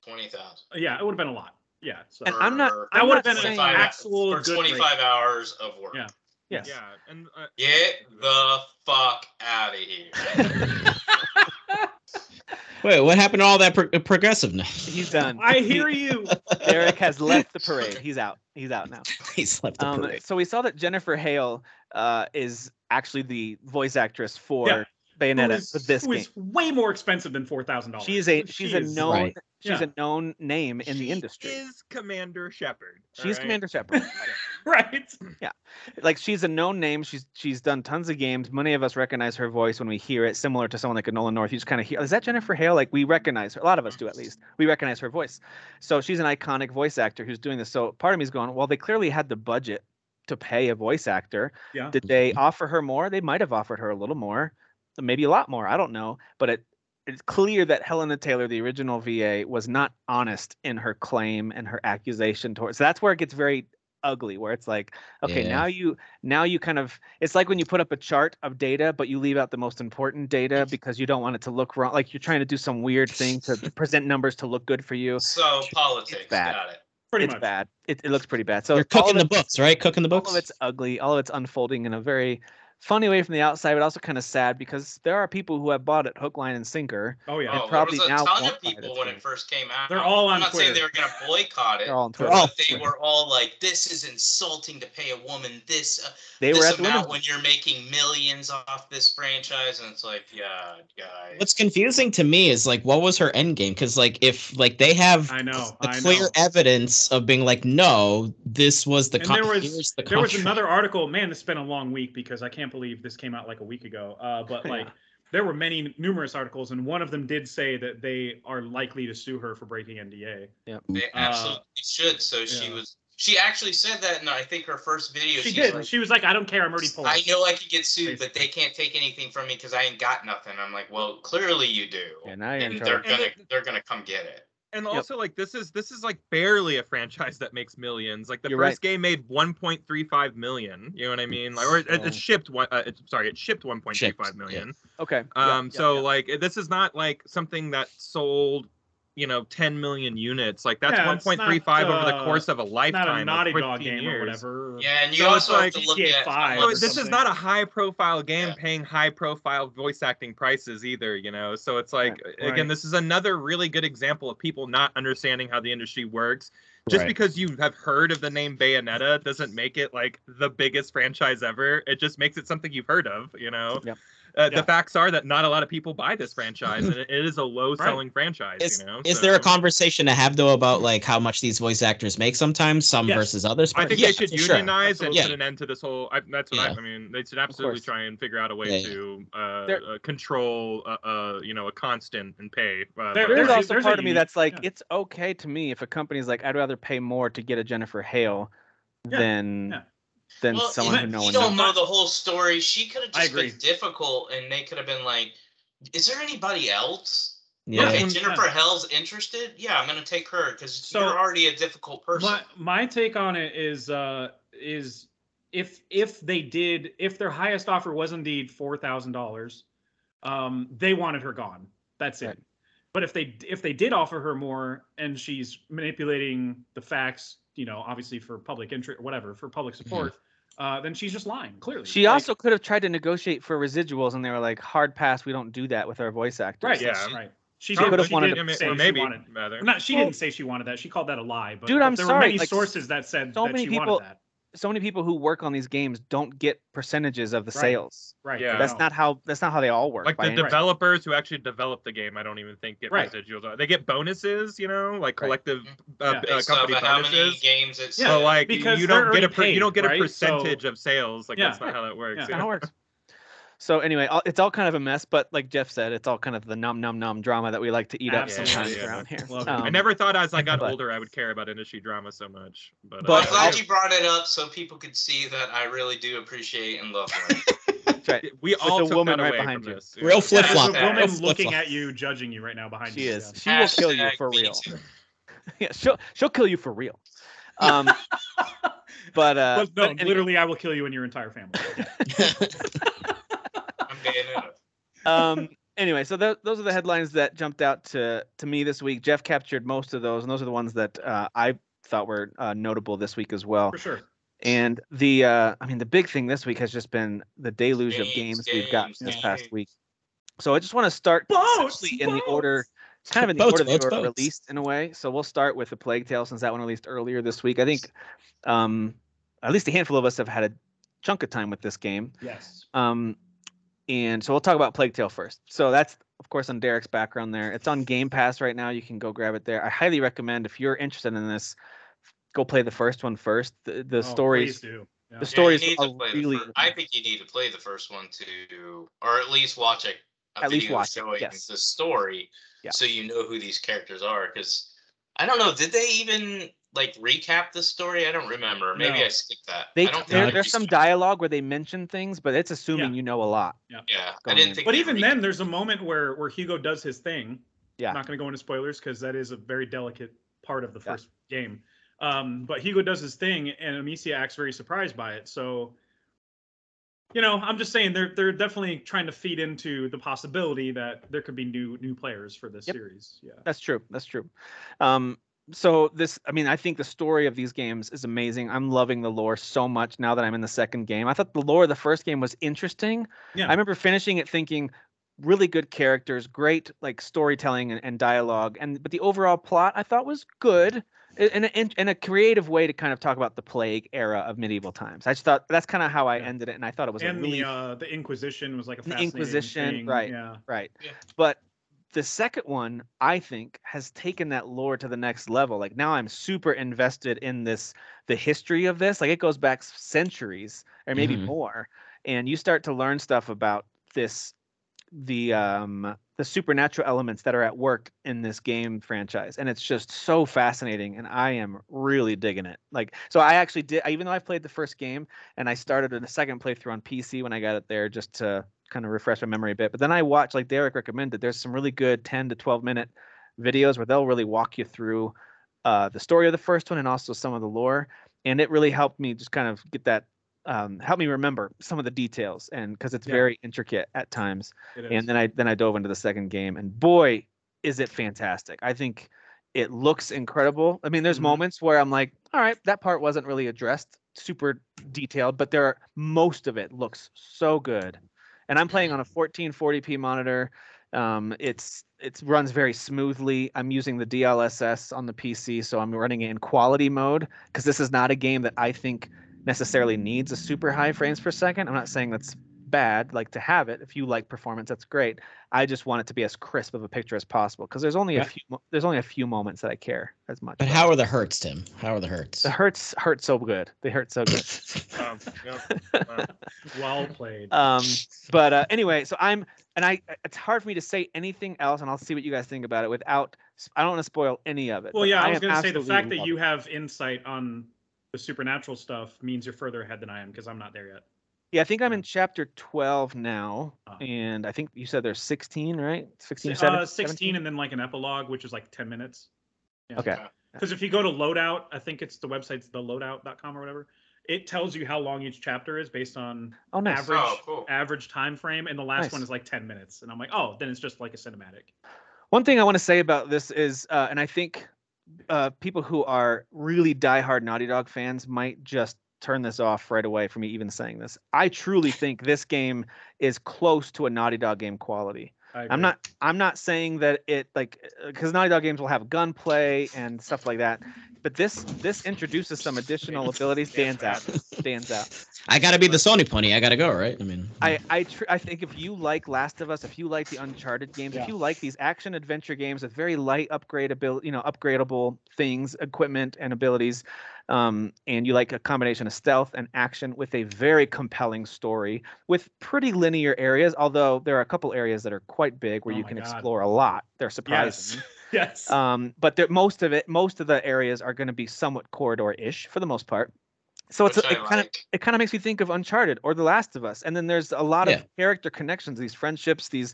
S5: twenty thousand.
S3: yeah, it would have been a lot. Yeah, so
S4: And I'm not-
S5: For
S3: that
S4: I'm
S3: would have
S4: not
S3: been an
S4: saying-
S3: actual
S5: for
S3: good rate.
S5: twenty-five hours of work.
S3: Yeah.
S4: yes.
S2: Yeah, and uh,
S5: Get the fuck out of here.
S1: Wait, what happened to all that pro- uh, progressiveness?
S4: He's done.
S3: I hear you.
S4: Derek has left the parade. He's out. He's out now.
S1: He slept the
S4: Um,
S1: parade.
S4: so we saw that Jennifer Hale uh, is actually the voice actress for
S3: Yeah.
S4: Bayonetta
S3: Who is-
S4: for this
S3: who
S4: game.
S3: is way more expensive than four thousand dollars.
S4: She is a she's a known
S1: Right.
S4: she's
S3: Yeah.
S4: a known name in the
S2: she
S4: industry.
S2: Is Commander Shepard? all
S4: she's
S2: right?
S4: Commander Shepard.
S3: right.
S4: like she's a known name. She's she's done tons of games. Many of us recognize her voice when we hear it, similar to someone like a Nolan North. You just kind of hear, is that Jennifer Hale? Like we recognize her. A lot of us do at least. We recognize her voice. So she's an iconic voice actor who's doing this. So part of me is going, well, they clearly had the budget to pay a voice actor.
S3: Yeah.
S4: Did they offer her more? They might have offered her a little more, maybe a lot more. I don't know. But it it's clear that Helena Taylor, the original VA, was not honest in her claim and her accusation towards. So that's where it gets very ugly where it's like okay
S1: Yeah.
S4: now you now you kind of it's like when you put up a chart of data but you leave out the most important data because you don't want it to look wrong like you're trying to do some weird thing to present numbers to look good for you
S5: So politics,
S4: bad.
S5: got it.
S3: Pretty
S4: it's
S3: much.
S4: bad it, it looks pretty bad so
S1: You're
S4: all
S1: cooking the
S4: of it-
S1: books, right? Cooking the
S4: all
S1: books.
S4: of it's ugly all of it's unfolding in a very funny way from the outside but also kind of sad because there are people who have bought it hook line and sinker
S3: Oh yeah.
S4: And
S5: Oh,
S4: probably
S5: there was a
S4: now
S5: ton
S4: won't
S5: of
S4: buy
S5: people
S4: this
S5: when
S4: game.
S5: it first came out.
S3: They're all
S5: I'm
S3: on
S5: not
S3: Twitter.
S5: saying they were gonna boycott it,
S4: they're all on
S1: They're
S4: Twitter.
S1: all-
S5: but they were all like, "This is insulting to pay a woman this uh,
S4: they were
S5: this
S4: at the women's
S5: amount when you're making millions off this franchise," and it's like, "Yeah, guys."
S1: What's confusing to me is like, what was her end game? Because like, if like they have
S3: I know,
S1: the
S3: I
S1: clear
S3: know.
S1: evidence of being like, no, this was the
S3: And
S1: con-
S3: there was-
S1: here's the
S3: there was
S1: contract.
S3: another article. Man, it's been a long week because I can't believe this came out like a week ago. Uh, but
S4: Yeah.
S3: like, there were many numerous articles, and one of them did say that they are likely to sue her for breaking NDA.
S5: They absolutely should. So she
S3: Uh, yeah.
S5: was. She actually said that in I think her first video.
S3: She
S5: she's
S3: did.
S5: like,
S3: she was like, "I don't care. I'm already pulling."
S5: I know I could get sued, but they can't take anything from me because I ain't got nothing. I'm like, well, clearly you do.
S4: yeah now you're in
S5: and they're
S4: trouble
S5: gonna
S2: And
S5: they're gonna come get it.
S2: and
S4: Yep.
S2: also like this is this is like barely a franchise that makes millions. Like the
S4: You're
S2: first
S4: right.
S2: game made 1.35 million. You know
S3: Mm,
S2: what I mean? Like, or it, it- it
S4: So-
S2: shipped one. Uh, it, sorry, it shipped 1.35
S1: Shipped,
S2: million.
S4: okay yeah,
S2: Um,
S4: yeah,
S2: so
S4: yeah.
S2: like it- this is not like something that sold, you know, 10 million units. Like that's
S3: Yeah, it's
S2: 1.35
S3: not,
S2: over the
S3: uh,
S2: course of a
S3: Not a
S2: lifetime.
S3: Naughty
S2: of 15
S3: Dog game
S2: years.
S3: or whatever.
S5: Yeah, and you
S2: So it's
S5: also
S2: like
S5: have to look
S3: GTA
S5: at how
S3: 5
S2: So
S3: or
S5: much-
S2: this is
S3: something.
S2: not a high profile game
S5: Yeah.
S2: paying high profile voice acting prices either, you know. So it's like
S3: Right.
S2: again, this is another really good example of people not understanding how the industry works. Just
S1: Right.
S2: because you have heard of the name Bayonetta doesn't make it like the biggest franchise ever. It just makes it something you've heard of, you know.
S4: Yep.
S2: Uh,
S3: Yeah.
S2: The facts are that not a lot of people buy this franchise, and it it is a low selling franchise.
S1: Is,
S2: you know,
S1: is there a
S2: so-
S1: conversation to have though about like how much these voice actors make sometimes, some
S3: Yes.
S1: versus others?
S2: I think
S1: Yeah,
S2: they should
S1: for sure.
S2: unionize and
S1: Absolutely.
S2: put an end to this whole. I, that's what I,
S1: Yeah.
S2: I mean. They should absolutely
S4: course.
S2: try and figure out a way
S1: Yeah, yeah.
S2: to uh,
S4: There-
S2: uh, control, uh, uh, you know, a constant and pay. Uh,
S3: There-
S2: but-
S4: there's
S3: a-
S4: also
S3: there's a
S4: part of me
S3: unique-
S4: that's like
S3: yeah.
S4: it's okay to me if a company's like I'd rather pay more to get a Jennifer Hale
S3: Yeah,
S4: than
S3: yeah.
S4: than
S5: Well,
S4: someone
S5: you,
S4: who no
S5: you
S4: one knows.
S5: don't know the whole story. She could have
S3: I
S5: just been
S3: agree.
S5: difficult, and they could have been like, "Is there anybody else?"
S1: Yeah.
S5: Okay,
S2: Yeah.
S5: Jennifer Hell's interested. Yeah, I'm gonna take her because
S3: So-
S5: you're already a difficult person.
S3: My my take on it is uh is if if they did if their highest offer was indeed four thousand dollars, um, they wanted her gone. That's
S4: Right.
S3: it. But if they if they did offer her more and she's manipulating the facts, you know, obviously for public interest, whatever, for public
S2: Mm-hmm.
S3: support, uh, then she's just lying. Clearly,
S4: She
S3: Like,
S4: also could have tried to negotiate for residuals, and they were like, "Hard pass. We don't do that with our voice actors."
S3: right,
S2: Yeah.
S3: right. She,
S4: She
S3: did-
S4: could've
S3: she
S4: wanted
S3: did
S4: to
S2: I mean,
S3: say
S2: or
S3: she
S2: maybe
S3: wanted.
S2: rather.
S3: Not, she
S4: Well-
S3: didn't say she wanted that. She called that a lie. But
S4: Dude,
S3: but
S4: I'm
S3: there
S4: sorry,
S3: were many
S4: like,
S3: sources that said
S4: so
S3: that
S4: many
S3: she
S4: people-
S3: wanted that.
S4: So many people who work on these games don't get percentages of the
S3: Right.
S4: sales.
S3: Right.
S2: Yeah.
S3: I
S4: That's
S3: know.
S4: not how. That's not how they all work.
S2: Like
S4: by
S2: the
S4: any-
S2: developers who actually develop the game, I don't even think get
S3: Right.
S2: residuals. They get bonuses, you know, like
S4: Right.
S2: collective uh,
S3: Yeah.
S2: uh,
S5: Based off
S2: company
S5: of how many
S2: bonuses.
S5: games it's
S2: but like
S3: because
S2: you
S3: they're
S2: don't get a
S3: already
S2: per, you don't
S3: paid,
S2: get a
S3: right? So-
S2: percentage of sales. Like
S3: Yeah.
S2: that's not how that works.
S3: Yeah.
S4: That's not how it works. So anyway, all, it's all kind of a mess. But like Jeff said, it's all kind of the num num num drama that we like to eat up
S3: Absolutely.
S4: sometimes
S2: Yeah.
S4: around here.
S3: Love it.
S2: I
S4: Um,
S2: never thought as I got
S4: but-
S2: older I would care about industry drama so much. But,
S4: But-
S5: I'm
S2: uh,
S5: glad you brought it up so people could see that I really do appreciate and love her.
S4: that's right.
S2: we all
S4: the
S2: took
S4: woman
S2: that
S4: right
S2: away
S4: behind
S2: from
S4: you.
S2: this.
S1: Real flip
S3: There's
S1: flop.
S5: Yeah.
S3: a woman
S1: Flip
S3: looking
S1: flop.
S3: at you, judging you right now behind
S4: She
S3: you.
S4: is.
S3: yeah.
S4: She will kill you
S5: Hashtag
S4: for
S5: me
S4: real.
S5: too.
S4: yeah, she'll she'll kill you for real. Um,
S3: But
S4: but uh,
S3: no,
S4: but anyway,
S3: literally, I will kill you and your entire family. Yeah.
S5: I'm Bayonetta.
S4: um, anyway, so tho- those are the headlines that jumped out to to me this week. Jeff captured most of those, and those are the ones that uh, I thought were uh, notable this week as well.
S3: For sure.
S4: And the uh, I mean, the big thing this week has just been the deluge of
S5: Games,
S4: games, we've gotten
S5: games,
S4: this
S5: yeah.
S4: past week. So I just want to start
S3: Boats,
S4: essentially in the order kind of in the
S1: Boats,
S4: order they
S1: boats,
S4: were
S1: boats.
S4: released in a way. So we'll start with the Plague Tale since that one released earlier this week. I think um, at least a handful of us have had a chunk of time with this game.
S3: Yes.
S4: Um, and so we'll talk about Plague Tale first. So that's of course on Derek's background there. It's on Game Pass right now. You can go grab it there. I highly recommend if you're interested in this, go play the first one first. The, the
S3: Oh,
S4: stories,
S3: please do. Yeah.
S4: the
S5: Yeah, you
S4: stories
S5: need to
S4: are
S5: play the
S4: really.
S5: fir- I think you need to play the first one to, or at least watch a, a
S4: At least
S5: video
S4: watch it,
S5: showing
S4: yes.
S5: the story,
S4: Yeah.
S5: so you know who these characters are. Because I don't know, did they even like recap the story? I don't remember. Maybe
S3: No.
S5: I skipped that.
S4: They,
S5: I don't think
S4: there,
S5: they
S4: there's some
S5: recapped.
S4: dialogue where they mention things, but it's assuming you know a lot.
S5: Yeah, I
S4: going
S5: didn't
S4: in.
S5: think.
S3: But
S5: they
S3: even
S5: recapped.
S3: then, there's a moment where where Hugo does his thing.
S4: Yeah.
S3: not going to go into spoilers because that is a very delicate part of the
S4: Yeah.
S3: first game. Um, but Higo does his thing, and Amicia acts very surprised by it. So, you know, I'm just saying they're they're definitely trying to feed into the possibility that there could be new new players for this
S4: Yep.
S3: series. Yeah.
S4: That's true. That's true. Um, so this, I mean, I think the story of these games is amazing. I'm loving the lore so much now that I'm in the second game. I thought the lore of the first game was interesting.
S3: Yeah.
S4: I remember finishing it thinking, really good characters, great like storytelling and, and dialogue, and but the overall plot I thought was good. i- In a, in, in a creative way to kind of talk about the plague era of medieval times. I just thought that's kind of how I
S3: Yeah.
S4: ended it, and I thought it was a
S3: and
S4: really
S3: the uh, the Inquisition was like a
S4: The
S3: fascinating
S4: Inquisition,
S3: thing.
S4: right.
S3: Yeah.
S4: Right.
S5: Yeah.
S4: But the second one, I think, has taken that lore to the next level. Like now I'm super invested in this, the history of this. Like it goes back s- centuries or maybe
S1: Mhm.
S4: more. And you start to learn stuff about this, the um the supernatural elements that are at work in this game franchise. And it's just so fascinating. And I am really digging it. Like so I actually did even though I played the first game and I started a second playthrough on PC when I got it there just to kind of refresh my memory a bit. But then I watch, like Derek recommended, there's some really good 10 to 12 minute videos where they'll really walk you through uh, the story of the first one and also some of the lore. And it really helped me just kind of get that, um, help me remember some of the details, and because it's
S3: Yeah.
S4: very intricate at times.
S3: It is.
S4: And then I then I dove into the second game, and boy, is it fantastic! I think it looks incredible. I mean, there's
S3: Mhm.
S4: moments where I'm like, all right, that part wasn't really addressed super detailed, but there are, most of it looks so good. And I'm playing on a 1440p monitor. Um, it's it runs very smoothly. I'm using the DLSS on the PC, so I'm running it in quality mode because this is not a game that I think necessarily needs a super high frames per second. I'm not saying that's bad, like to have it. If you like performance, that's great. I just want it to be as crisp of a picture as possible because there's only a
S1: Right.
S4: few mo- there's only a few moments that I care as much.
S1: But
S4: about.
S1: how are the hurts, Tim? How are the hurts?
S4: the hurts hurt so good. They hurt so good.
S2: Um, yeah.
S3: well played.
S4: um but uh, anyway so i'm and i it's hard for me to say anything else and i'll see what you guys think about it without i don't want to spoil any of it
S3: well,
S4: but
S3: yeah, I, was
S4: am
S3: going to say the
S4: absolutely
S3: fact that
S4: loving
S3: you
S4: it.
S3: have insight on the supernatural stuff means you're further ahead than I am because I'm not there yet.
S4: yeah i think i'm in chapter 12 now
S3: Oh.
S4: and i think you said there's 16 right 16
S3: Si- uh, 16 and then like an epilogue, which is like 10 minutes.
S4: okay
S3: Because if you go to Loadout, I think it's the website's theloadout.com or whatever. It tells you how long each chapter is based on
S4: oh nice
S3: average
S5: Oh, cool.
S3: average time frame, and the last
S4: Nice.
S3: one is like 10 minutes. And I'm like, oh, then it's just like a cinematic.
S4: One thing I want to say about this is, uh, and I think uh, people who are really diehard Naughty Dog fans might just turn this off right away for me even saying this. I truly think this game is close to a Naughty Dog game quality.
S3: I agree.
S4: I'm not. I'm not saying that it like because Naughty Dog games will have gunplay and stuff like that, but this this introduces some additional abilities. Stands out. Stands out.
S1: I gotta be the Sony pony. I gotta go, right? I mean,
S3: Mm.
S4: I I, tr- I think if you like Last of Us, if you like the Uncharted games,
S3: Yeah.
S4: if you like these action adventure games with very light upgradable, you know, upgradable things, equipment and abilities, um, and you like a combination of stealth and action with a very compelling story with pretty linear areas, although there are a couple areas that are quite big where
S3: Oh
S4: you
S3: my
S4: can
S3: God.
S4: explore a lot. They're surprising.
S3: Yes. yes.
S4: Um, but there, most of it, most of the areas are going to be somewhat corridor-ish for the most part. So it's
S5: Which
S4: a-
S5: I
S4: it kind of
S5: like.
S4: it kind of makes me think of Uncharted or The Last of Us, and then there's a lot
S1: Yeah.
S4: of character connections, these friendships, these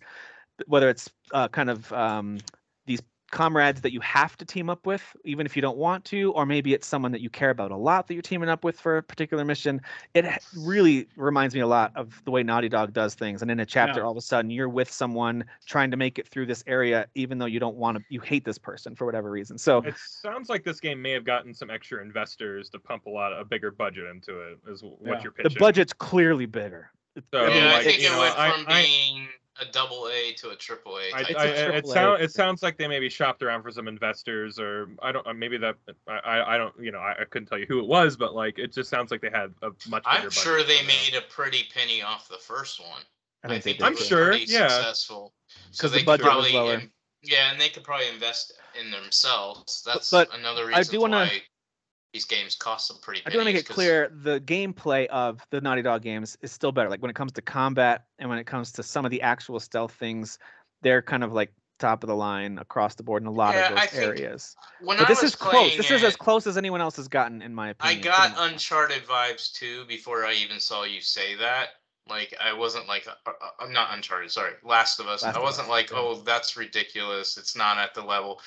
S4: whether it's uh, kind of um, these comrades that you have to team up with, even if you don't want to, or maybe it's someone that you care about a lot that you're teaming up with for a particular mission. It h- really reminds me a lot of the way Naughty Dog does things. And in a chapter,
S3: Yeah.
S4: all of a sudden, you're with someone trying to make it through this area, even though you don't want to, you hate this person for whatever reason. So
S2: It sounds like this game may have gotten some extra investors to pump a lot a bigger budget into it. Is what
S3: Yeah.
S2: you're
S4: the
S2: pitching.
S4: budget's clearly bigger.
S2: So,
S5: yeah, I
S2: like,
S5: think
S2: you
S5: it
S2: know,
S5: went
S2: I-
S5: from
S2: I-
S5: being a double A to a triple
S2: I,
S5: A. type
S2: I,
S5: thing.
S4: a
S2: it,
S4: AAA.
S2: sound, it sounds like they maybe shopped around for some investors, or I don't. or Maybe that I, I, I don't. You know, I, I couldn't tell you who it was, but like it just sounds like they had a much.
S5: I'm
S2: bigger
S5: sure
S2: budget
S5: they
S2: than that.
S5: made a pretty penny off the first one. I think
S4: they
S5: it
S2: I'm
S4: did.
S5: was
S2: sure,
S5: pretty
S2: yeah.
S5: successful. So
S4: 'Cause the
S5: they could
S4: budget was
S5: probably
S4: lower.
S5: in- yeah, and they could probably invest in themselves. That's
S4: but
S5: another
S4: I
S5: reason
S4: do wanna-
S5: why these games cost some pretty.
S4: I do want to
S5: pennies,
S4: make it
S5: 'cause-
S4: clear the gameplay of the Naughty Dog games is still better. Like when it comes to combat and when it comes to some of the actual stealth things, they're kind of like top of the line across the board in a lot
S5: Yeah,
S4: of those
S5: I think
S4: areas.
S5: When
S4: But
S5: I
S4: this
S5: was
S4: is close.
S5: playing
S4: This is as
S5: it,
S4: close as anyone else has gotten, in my
S5: I
S4: opinion. for the
S5: got
S4: most part.
S5: Uncharted vibes too before I even saw you say that. Like I wasn't like uh, uh, I'm not Uncharted. Sorry, Last of Us.
S4: Last
S5: I
S4: of
S5: wasn't
S4: Us,
S5: like,
S4: yeah.
S5: oh, that's ridiculous. It's not at the level.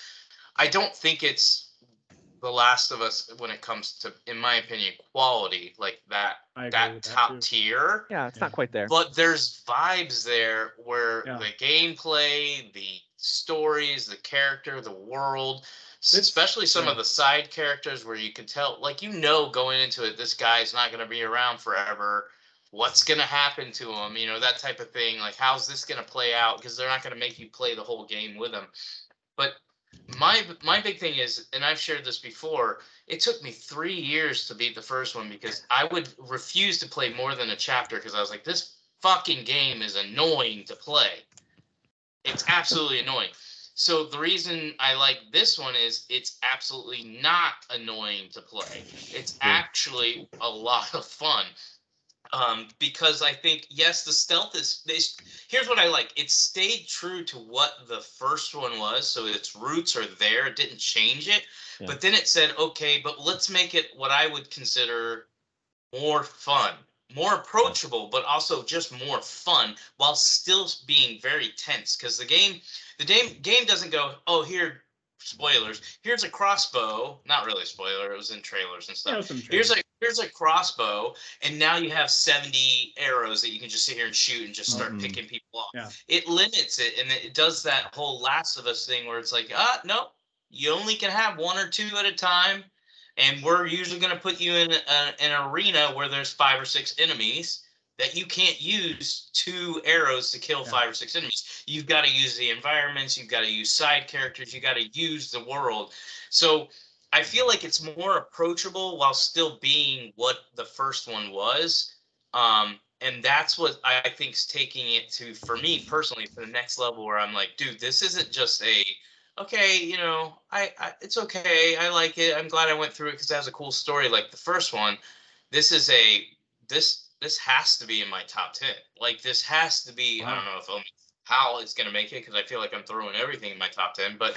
S5: I don't think it's The Last of Us when it comes to, in my opinion, quality like that
S3: I agree
S5: that
S3: with that
S5: top
S3: too.
S5: tier.
S4: Yeah, it's
S3: Yeah.
S4: not quite there.
S5: But there's vibes there where
S3: Yeah.
S5: the gameplay, the stories, the character, the world, s-
S3: This-
S5: especially some
S3: yeah.
S5: of the side characters where you can tell, like, you know, going into it, this guy's not going to be around forever. What's going to happen to him? You know, that type of thing. Like, how's this going to play out? Because they're not going to make you play the whole game with them. But my my big thing is, and I've shared this before, it took me three years to beat the first one because I would refuse to play more than a chapter because I was like, this fucking game is annoying to play. It's absolutely annoying. So the reason I like this one is it's absolutely not annoying to play. It's actually a lot of fun. Um, because I think yes, the stealth is. Is here's what I like. It stayed true to what the first one was, so its roots are there. It didn't change it,
S4: Yeah.
S5: but then it said, okay, but let's make it what I would consider more fun, more approachable, but also just more fun while still being very tense. Because the game, the game, game doesn't go, oh, here, spoilers. Here's a crossbow. Not really a spoiler. It was in trailers and stuff
S3: Yeah, some
S5: here's
S3: trade.
S5: a here's a crossbow and now you have 70 arrows that you can just sit here and shoot and just start
S4: Mhm.
S5: picking people off
S3: Mm-hmm. Yeah.
S5: it limits it and it does that whole last of us thing where it's like ah no you only can have one or two at a time and we're usually going to put you in a, an arena where there's five or six enemies that you can't use two arrows to kill
S3: Yeah.
S5: five or six enemies you've got to use the environments you've got to use side characters you got to use the world so I feel like it's more approachable while still being what the first one was. Um, and that's what I think's taking it to for me personally to the next level where I'm like, dude, this isn't just a okay, you know, I, I it's okay, I like it. I'm glad I went through it because that was a cool story like the first one. This is a this this has to be in my top ten. Like this has to be. I
S3: Wow.
S5: don't know if um, how it's gonna make it because I feel like I'm throwing everything in my top ten, but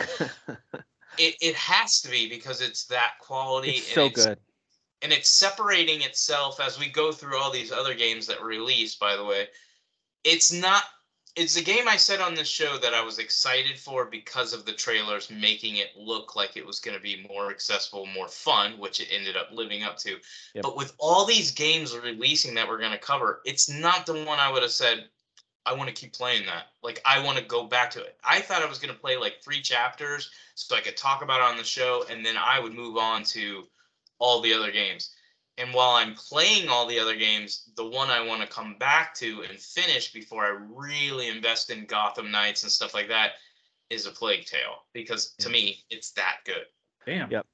S5: it, it has to be because it's that quality
S4: it's so
S5: and it's
S4: good.
S5: and it's separating itself as we go through all these other games that release by the way it's not it's a game i said on this show that i was excited for because of the trailers making it look like it was going to be more accessible more fun which it ended up living up to
S4: Yep.
S5: but with all these games releasing that we're going to cover it's not the one i would have said i want to keep playing that like i want to go back to it i thought i was going to play like three chapters so i could talk about it on the show and then i would move on to all the other games. And while I'm playing all the other games, the one I want to come back to and finish before I really invest in Gotham Knights and stuff like that is A Plague Tale because to me it's that good.
S3: Damn.
S4: Yep.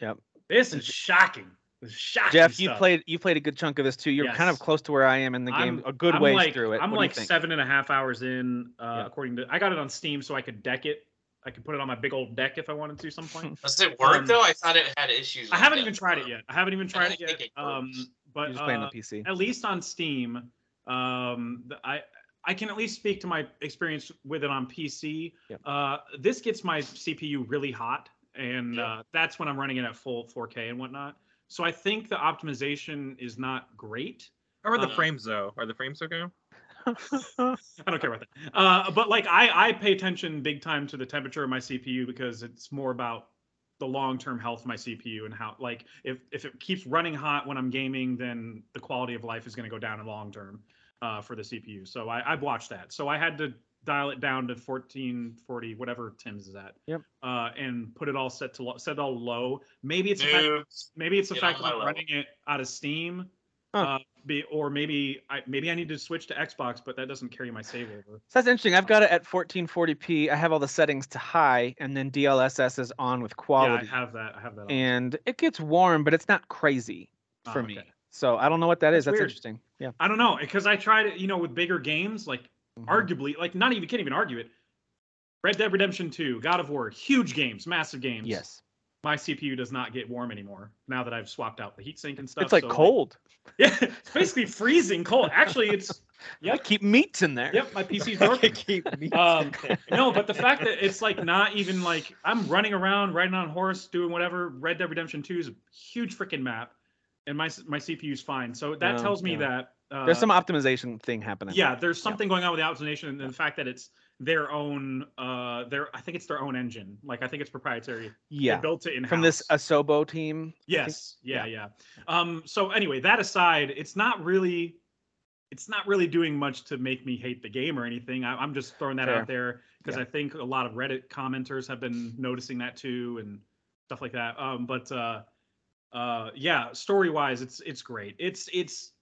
S4: Yep.
S3: This is shocking. This is shocking.
S4: Jeff, you
S3: stuff.
S4: played you played a good chunk of this too. You're kind of
S3: Yes.
S4: close to where I am in the game,
S3: I'm-
S4: a good
S3: I'm
S4: ways
S3: like,
S4: through it.
S3: I'm
S4: What do you
S3: like
S4: think?
S3: seven and a half hours in, uh,
S4: Yeah.
S3: according to I got it on Steam, so I could deck it. I could put it on my big old deck if I wanted to. Some point.
S5: Does it work
S3: Um,
S5: though? I thought it had issues.
S3: I
S5: with
S3: haven't
S5: that.
S3: even tried it yet. I haven't even tried
S5: I
S3: it yet.
S5: think it
S3: Um,
S5: works.
S4: You're
S3: but
S4: just playing
S3: uh,
S4: the PC.
S3: at least on Steam, um, th- I I can at least speak to my experience with it on PC.
S4: Yep.
S3: Uh, this gets my CPU really hot, and
S5: Yep.
S3: uh, that's when I'm running it at full 4K and whatnot. So I think the optimization is not great.
S2: How are the
S3: Uh,
S2: frames though? Are the frames okay?
S3: I don't care about that. Uh, but like I I pay attention big time to the temperature of my CPU because it's more about the long-term health of my CPU and how like if if it keeps running hot when I'm gaming, then the quality of life is going to go down in long term uh, for the CPU. So I, I've watched that. So I had to dial it down to 1440, whatever Tim's is at.
S4: Yep.
S3: Uh, and put it all set to lo- set it all low. Maybe it's the fact
S5: Noobs.
S3: maybe it's the
S5: Get on
S3: fact that
S5: my
S3: I'm
S5: level.
S3: running it out of Steam.
S4: Huh.
S3: Uh, be, or maybe I maybe I need to switch to Xbox, but that doesn't carry my save over.
S4: So that's interesting. I've got it at 1440p. I have all the settings to high, and then DLSS is on with quality.
S3: Yeah, I have that. I have that. on.
S4: and it gets warm, but it's not crazy
S3: Ah,
S4: for
S3: okay.
S4: me. So I don't know what that is.
S3: That's
S4: That's
S3: weird.
S4: interesting. Yeah.
S3: I don't know because I tried it. You know, with bigger games, like
S4: Mhm.
S3: arguably, like not even can't even argue it. Red Dead Redemption Two, God of War, huge games, massive games.
S4: Yes.
S3: my CPU does not get warm anymore now that I've swapped out the heatsink and stuff.
S4: It's like
S3: so,
S4: cold.
S3: yeah, it's basically freezing cold. Actually, it's
S4: I
S3: yep,
S4: keep meats in there.
S3: yep. My PC's
S4: I
S3: broken.
S4: keep meats.
S3: Um, no, but the fact that it's like not even like I'm running around, riding on a horse, doing whatever. Red Dead Redemption Two is a huge freaking map, and my my CPU's fine. So that
S4: Yeah,
S3: tells me
S4: yeah.
S3: that uh,
S4: There's some optimization thing happening.
S3: yeah, there's something going on with the optimization, and the fact that it's their own uh their I think it's their own engine. Like I think it's proprietary. They
S4: Yeah.
S3: built it in
S4: From this Asobo team.
S3: Yes. Yeah, yeah. Um so anyway, that aside, it's not really it's not really doing much to make me hate the game or anything. I, I'm just throwing that
S4: Fair.
S3: out there because
S4: Yeah.
S3: I think a lot of Reddit commenters have been noticing that too and stuff like that. Um but uh uh yeah, story-wise it's it's great. It's it's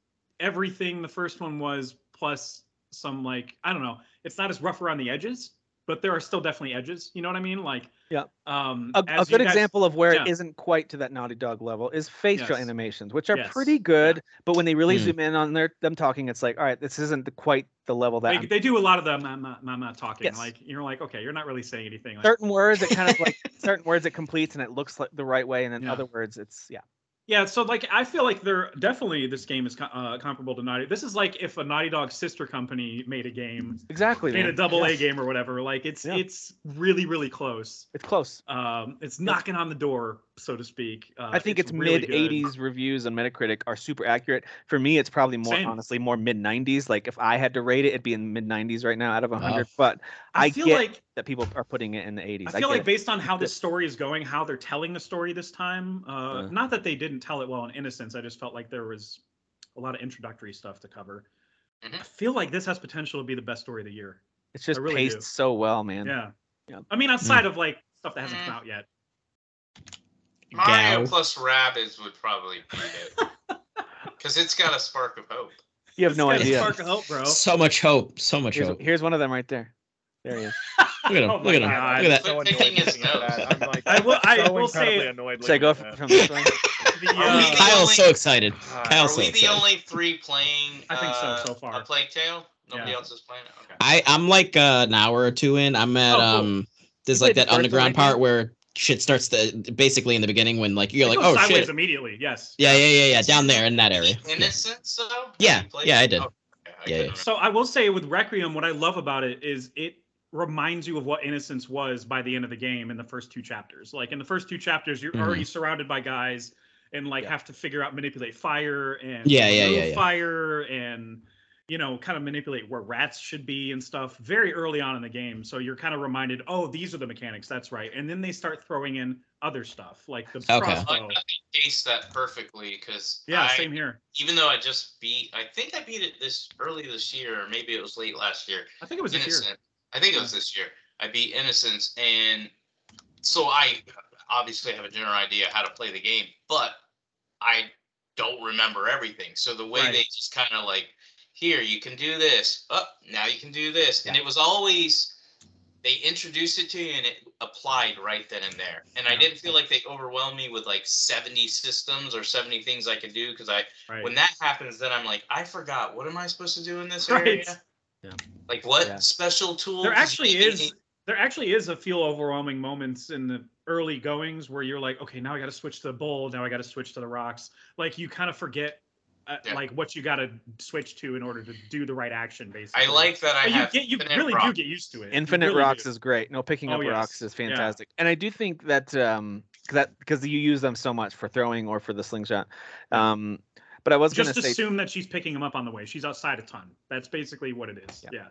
S3: everything the first one was plus some like I don't know. It's not as rough around the edges, but there are still definitely edges. You know what I mean? Like
S4: Yeah.
S3: Um
S4: A, a
S3: as
S4: good
S3: you guys-
S4: example of where
S3: yeah.
S4: it isn't quite to that Naughty Dog level is facial
S3: Yes.
S4: animations, which are
S3: Yes.
S4: pretty good, but when they really
S1: Hmm.
S4: zoom in on their them talking, it's like, all right, this isn't the, quite the level that
S3: They,
S4: I'm
S3: they do a lot of the ma, ma, ma, ma talking.
S4: Yes.
S3: Like you're like, okay, you're not really saying anything. Like,
S4: certain words it kind of like certain words it completes and it looks like the right way and then
S3: Yeah.
S4: other words it's yeah
S3: yeah. So like, I feel like they're definitely this game is co- uh, comparable to Naughty. This is like if a Naughty Dog sister company made a game,
S4: exactly
S3: made a
S4: man.
S3: double A
S4: Yes.
S3: game or whatever. Like it's
S4: Yeah.
S3: it's really really close.
S4: it's close
S3: Um, it's knocking on the door, so to speak. Uh,
S4: i think it's,
S3: really
S4: mid
S3: good.
S4: 80s reviews on metacritic are super accurate for me it's probably more
S3: Same.
S4: honestly more mid 90s like if i had to rate it it'd be in mid 90s right now out of 100
S1: Wow.
S4: but
S3: I
S4: I
S3: feel
S4: get-
S3: like
S4: that people are putting it in the 80s
S3: I feel
S4: get
S3: like
S4: it.
S3: based on how
S4: Good.
S3: this story is going, how they're telling the story this time, uh,
S4: Yeah.
S3: not that they didn't tell it well in Innocence, I just felt like there was a lot of introductory stuff to cover.
S5: Mhm.
S3: I feel like this has potential to be the best story of the year.
S4: it's just
S3: I really
S4: paced
S3: do.
S4: so well man
S3: Yeah.
S4: Yeah. Mm.
S3: I mean, outside of like stuff that hasn't come
S5: Mm.
S3: out yet.
S5: Mario
S1: Gal.
S5: plus rabbits would probably beat it because it's got a spark of hope.
S4: you have
S3: It's
S4: no
S3: gotta
S4: idea
S3: Spark of hope, bro.
S1: So much hope. So much
S4: here's,
S1: hope.
S4: here's one of them right there there he is
S1: Look at him.
S3: Oh my
S1: look at him.
S3: God.
S1: Look at that.
S5: Quit
S2: so annoyed
S5: picking his
S2: looking at
S5: nose.
S2: that. I'm like,
S3: I will- I
S2: so
S3: will say-
S2: incredibly annoyed
S4: should i
S2: looking
S4: go
S2: at that.
S4: f- from this one
S3: The,
S5: Are we
S3: uh,
S5: the-
S1: Kyle's so excited.
S2: Ah,
S1: Kyle
S5: Are we
S1: said
S5: the
S1: so.
S5: only three playing?
S3: I think so,
S5: uh,
S3: so far.
S5: A Plague Tale. Nobody
S3: Yeah.
S5: else is playing it. Okay.
S1: I I'm like uh, an hour or two in. I'm at
S3: Oh, cool.
S1: um. There's
S4: You
S1: like that
S4: played the first
S1: underground
S4: one, I
S1: part where shit starts to basically in the beginning when like you're
S3: it
S1: like oh
S3: goes sideways
S1: shit
S3: immediately. Yes.
S1: yeah yeah yeah yeah down there in that area. Yeah.
S5: Innocence, though. Have
S1: Yeah,
S5: you played
S1: yeah,
S5: it?
S1: I did.
S5: Okay, I
S1: Yeah,
S5: couldn't
S1: yeah.
S5: remember.
S3: So I will say with Requiem, what I love about it is it reminds you of what Innocence was by the end of the game in the first two chapters. Like in the first two chapters, you're
S1: Mhm.
S3: already surrounded by guys and like
S4: Yeah.
S3: have to figure out manipulate fire and
S1: Yeah, yeah,
S3: remove
S1: yeah, yeah.
S3: fire and you know kind of manipulate where rats should be and stuff very early on in the game. So you're kind of reminded, oh, these are the mechanics. That's right. And then they start throwing in other stuff like the
S1: Okay.
S5: Like,
S3: crossbow.
S5: I think Case that perfectly because
S3: Yeah,
S5: I,
S3: same here.
S5: even though I just beat, I think I beat it this early this year, or maybe it was late last year.
S3: I think it was this year.
S5: Innocent. I think it was this year. I beat Innocence, and so I obviously have a general idea how to play the game, but I don't remember everything. So the way
S3: Right.
S5: they just kind of like, here you can do this. Up now you can do this, and it was always they introduced it to you and it applied right then and there. And I
S3: Yeah.
S5: didn't feel like they overwhelmed me with like seventy systems or seventy things I could do because I
S3: Right.
S5: when that happens, then I'm like, I forgot. What am I supposed to do in this
S3: Right.
S5: area?
S4: Yeah.
S5: Like what
S4: Yeah.
S5: special tool?
S3: there
S5: 'Cause
S3: actually
S5: you-
S3: is there actually is a feel overwhelming moments in the early goings where you're like okay now i gotta switch to the bowl now i gotta switch to the rocks like you kind of forget uh,
S5: Yeah.
S3: like what you gotta switch to in order to do the right action basically
S5: I like that I
S3: But you
S5: have.
S3: get you
S5: infinite
S3: really
S5: rock.
S3: do get used to it You
S4: Infinite
S3: really
S4: Rocks
S3: do.
S4: is great. No, picking
S3: Oh,
S4: up rocks
S3: yes.
S4: is
S3: Yeah.
S4: fantastic, and I do think that um, 'cause that because you use them so much for throwing or for the slingshot.
S3: Yeah.
S4: Um, but I was going
S3: just
S4: to say,
S3: assume that she's picking him up on the way she's outside a ton that's basically what it is
S4: Yeah.
S3: yeah,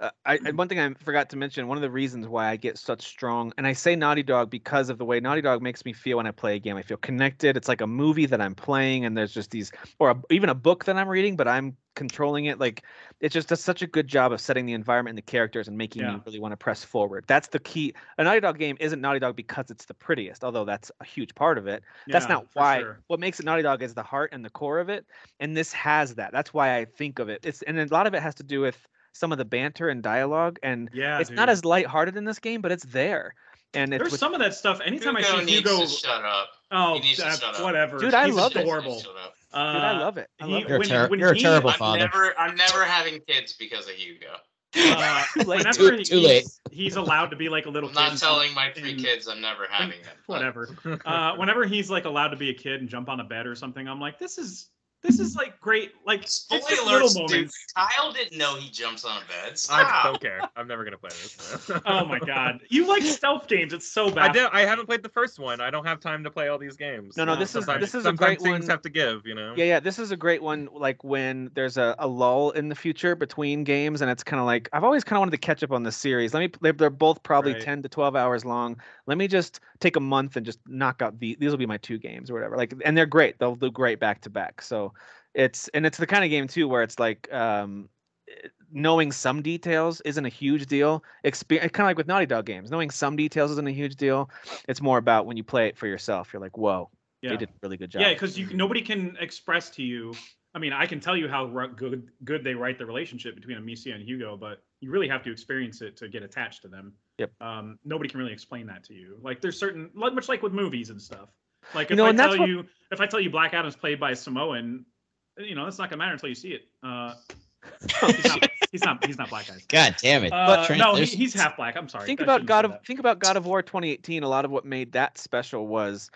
S4: uh, I, I- one thing I forgot to mention. One of the reasons why I get such strong, and I say Naughty Dog because of the way Naughty Dog makes me feel when I play a game. I feel connected. It's like a movie that I'm playing, and there's just these, or a, even a book that I'm reading, but I'm controlling it. Like it just does such a good job of setting the environment and the characters and making
S3: Yeah.
S4: me really want to press forward. That's the key. A Naughty Dog game isn't Naughty Dog because it's the prettiest, although that's a huge part of it that's
S3: Yeah,
S4: not
S3: for
S4: why
S3: sure.
S4: what makes it naughty dog is the heart and the core of it and this has that that's why i think of it it's and a lot of it has to do with some of the banter and dialogue and
S3: yeah
S4: it's not
S3: dude.
S4: as lighthearted in this game but it's there and it's
S3: there's
S4: with,
S3: some of that stuff anytime i
S5: Hugo
S3: see
S5: needs
S3: hugo
S5: to shut up.
S3: oh
S5: He needs to
S3: uh,
S5: shut up.
S3: whatever
S4: Dude, I
S3: He's
S4: love it.
S3: adorable
S5: Shut up.
S3: uh,
S4: dude, i love it i
S3: he-
S4: love it
S1: You're a
S3: when-
S1: terri-
S3: when
S1: you're a
S3: he-
S1: terrible
S5: I'm
S1: father.
S5: never, I'm never having kids because of Hugo.
S3: uh,
S4: Too late.
S3: whenever
S1: Too- too
S3: he's-
S1: late.
S3: he's allowed to be like a little
S5: I'm
S3: kid
S5: not
S3: and
S5: telling my three
S3: in-
S5: kids I'm never having them. but
S3: whatever. Uh, whenever he's like allowed to be a kid and jump on a bed or something, I'm like, this is This is like great, like it's
S5: Spoiler
S3: just
S5: alerts,
S3: little
S5: dude.
S3: moments.
S5: Kyle didn't know he jumps on a bed.
S2: I
S5: Stop.
S2: don't care. I'm never gonna play this.
S3: Ah! Oh my god, you like stealth games? It's so bad.
S2: I do. I haven't played the first one. I don't have time to play all these games.
S4: No, no, this is-
S2: sometimes-
S4: this is a
S2: sometimes
S4: great
S2: things
S4: one.
S2: have to give. You know.
S4: Yeah, yeah. This is a great one. Like when there's a, a lull in the future between games, and it's kind of like I've always kind of wanted to catch up on this series. Let me. They're, they're both probably
S2: Right.
S4: ten to twelve hours long. Let me just take a month and just knock out the. These will be my two games or whatever. Like, and they're great. They'll do great back to back. So, it's and it's the kind of game too where it's like. um eh, Knowing some details isn't a huge deal. Exper- kind of like with Naughty Dog games, knowing some details isn't a huge deal. It's more about when you play it for yourself. You're like, whoa,
S3: Yeah.
S4: they did a really good job.
S3: Yeah, because you can- nobody can express to you. I mean, I can tell you how ru- good good they write the relationship between Amicia and Hugo, but you really have to experience it to get attached to them.
S4: Yep.
S3: Um, nobody can really explain that to you. Like there's certain, like- much like with movies and stuff. Like
S4: You
S3: if
S4: know,
S3: I
S4: and that's
S3: tell
S4: what-
S3: you, if I tell you Black Adam's played by a Samoan, you know that's not gonna matter until you see it. Uh, he's, not, he's not. He's not black guys.
S1: God damn it.
S3: Uh,
S1: Trent,
S3: no, he,
S1: there's-
S3: he's half black. I'm sorry.
S4: think
S3: I
S4: about
S3: shouldn't have
S4: God
S3: said
S4: of think about God of War 2018. A lot of what made that special was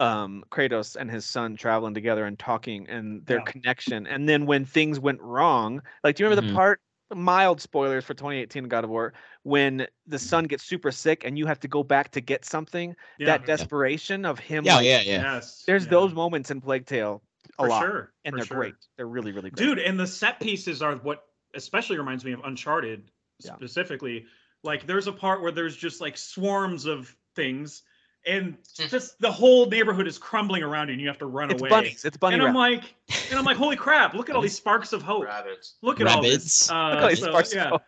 S4: um, Kratos and his son traveling together and talking and their
S3: Yeah.
S4: connection. And then when things went wrong, like do you remember
S1: Mhm.
S4: the part? Mild spoilers for 2018 God of War when
S3: Mm-hmm.
S4: the son gets super sick and you have to go back to get something.
S3: that. Yeah.
S4: That desperation of him.
S1: yeah,
S4: like-
S1: yeah, yeah.
S3: yes.
S4: There's
S3: yeah,
S4: those moments in Plague Tale a
S3: for
S4: lot,
S3: Sure,
S4: and
S3: for
S4: they're
S3: sure.
S4: great. They're really really great.
S3: dude and the set pieces are what especially reminds me of uncharted
S4: Yeah.
S3: specifically like there's a part where there's just like swarms of things and
S2: Hmm.
S3: just the whole neighborhood is crumbling around you and you have to run
S4: it's
S3: away
S4: bunnies. It's bunny
S3: and i'm
S4: rabbit.
S3: like and i'm like holy crap look at all these sparks of hope
S5: Rabbits.
S3: look at all
S1: Rabbits.
S3: this uh,
S4: Look at all these
S3: so,
S4: sparks of
S3: yeah.
S4: hope.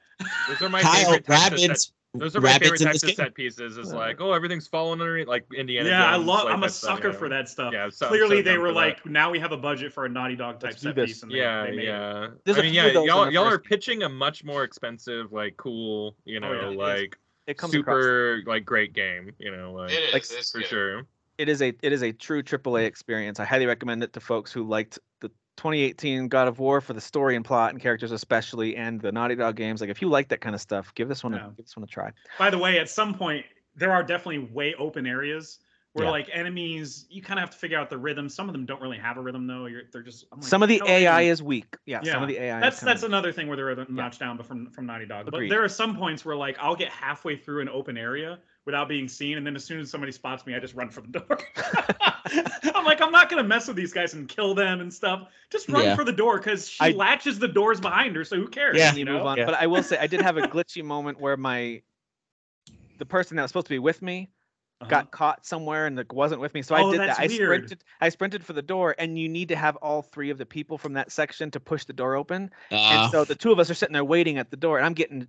S2: Those are my
S1: Kyle,
S2: favorite. types of set-
S1: rabbits.
S2: Those are my favorite
S1: rabbits in
S2: types
S1: this
S2: of
S1: game.
S2: set pieces. Is
S4: Uh,
S2: like, oh, everything's falling underneath, like Indiana.
S3: yeah i
S2: Jones,
S3: love
S2: like
S3: i'm a
S2: that stuff,
S3: sucker
S2: yeah.
S3: for that stuff
S2: Yeah, so-
S3: clearly
S2: so
S3: they
S2: down
S3: were
S2: for that.
S3: like now we have a budget for a naughty dog type
S4: Let's do
S3: set
S4: this.
S3: piece and they,
S2: Yeah,
S3: they made it.
S2: yeah.
S4: There's
S2: I
S4: a
S2: mean,
S4: few of
S2: yeah,
S4: those in
S2: y'all
S4: the
S2: y'all are
S4: first-
S2: pitching a much more expensive, like cool, you know,
S3: Oh, yeah, it is.
S2: like
S4: It comes across.
S2: super like great game, you know, like
S5: It is.
S4: like,
S5: it's
S2: for
S5: good.
S2: sure.
S4: it is a it is a true AAA experience. I highly recommend it to folks who liked the 2018 God of War for the story and plot and characters especially, and the Naughty Dog games. Like if you like that kind of stuff, give this one
S3: Yeah.
S4: a, give this one a try.
S3: By the way, at some point, there are definitely way open areas where
S4: Yeah.
S3: like enemies, you kind of have to figure out the rhythm. Some of them don't really have a rhythm though. You're they're just I'm like,
S4: some of the
S3: "How are they
S4: AI
S3: doing?"
S4: is weak. Yeah, some of the AI.
S3: that's
S4: is kinda
S3: that's another thing where they're notched down, but from from Naughty Dog.
S4: Agreed.
S3: But there are some points where like I'll get halfway through an open area without being seen, and then as soon as somebody spots me, I just run for the door. I'm like, I'm not gonna mess with these guys and kill them and stuff. Just run
S1: Yeah.
S3: for the door because she
S4: I-
S3: latches the doors behind her, so who cares?
S1: Yeah.
S3: you
S4: easily move
S3: know?
S4: on. But I will say I did have a glitchy moment where my the person that was supposed to be with me
S3: Uh-huh.
S4: got caught somewhere and like wasn't with me. So
S3: Oh,
S4: I did
S3: that's
S4: that. I
S3: weird.
S4: sprinted I sprinted for the door and you need to have all three of the people from that section to push the door open.
S1: Uh,
S4: And so the two of us are sitting there waiting at the door, and I'm getting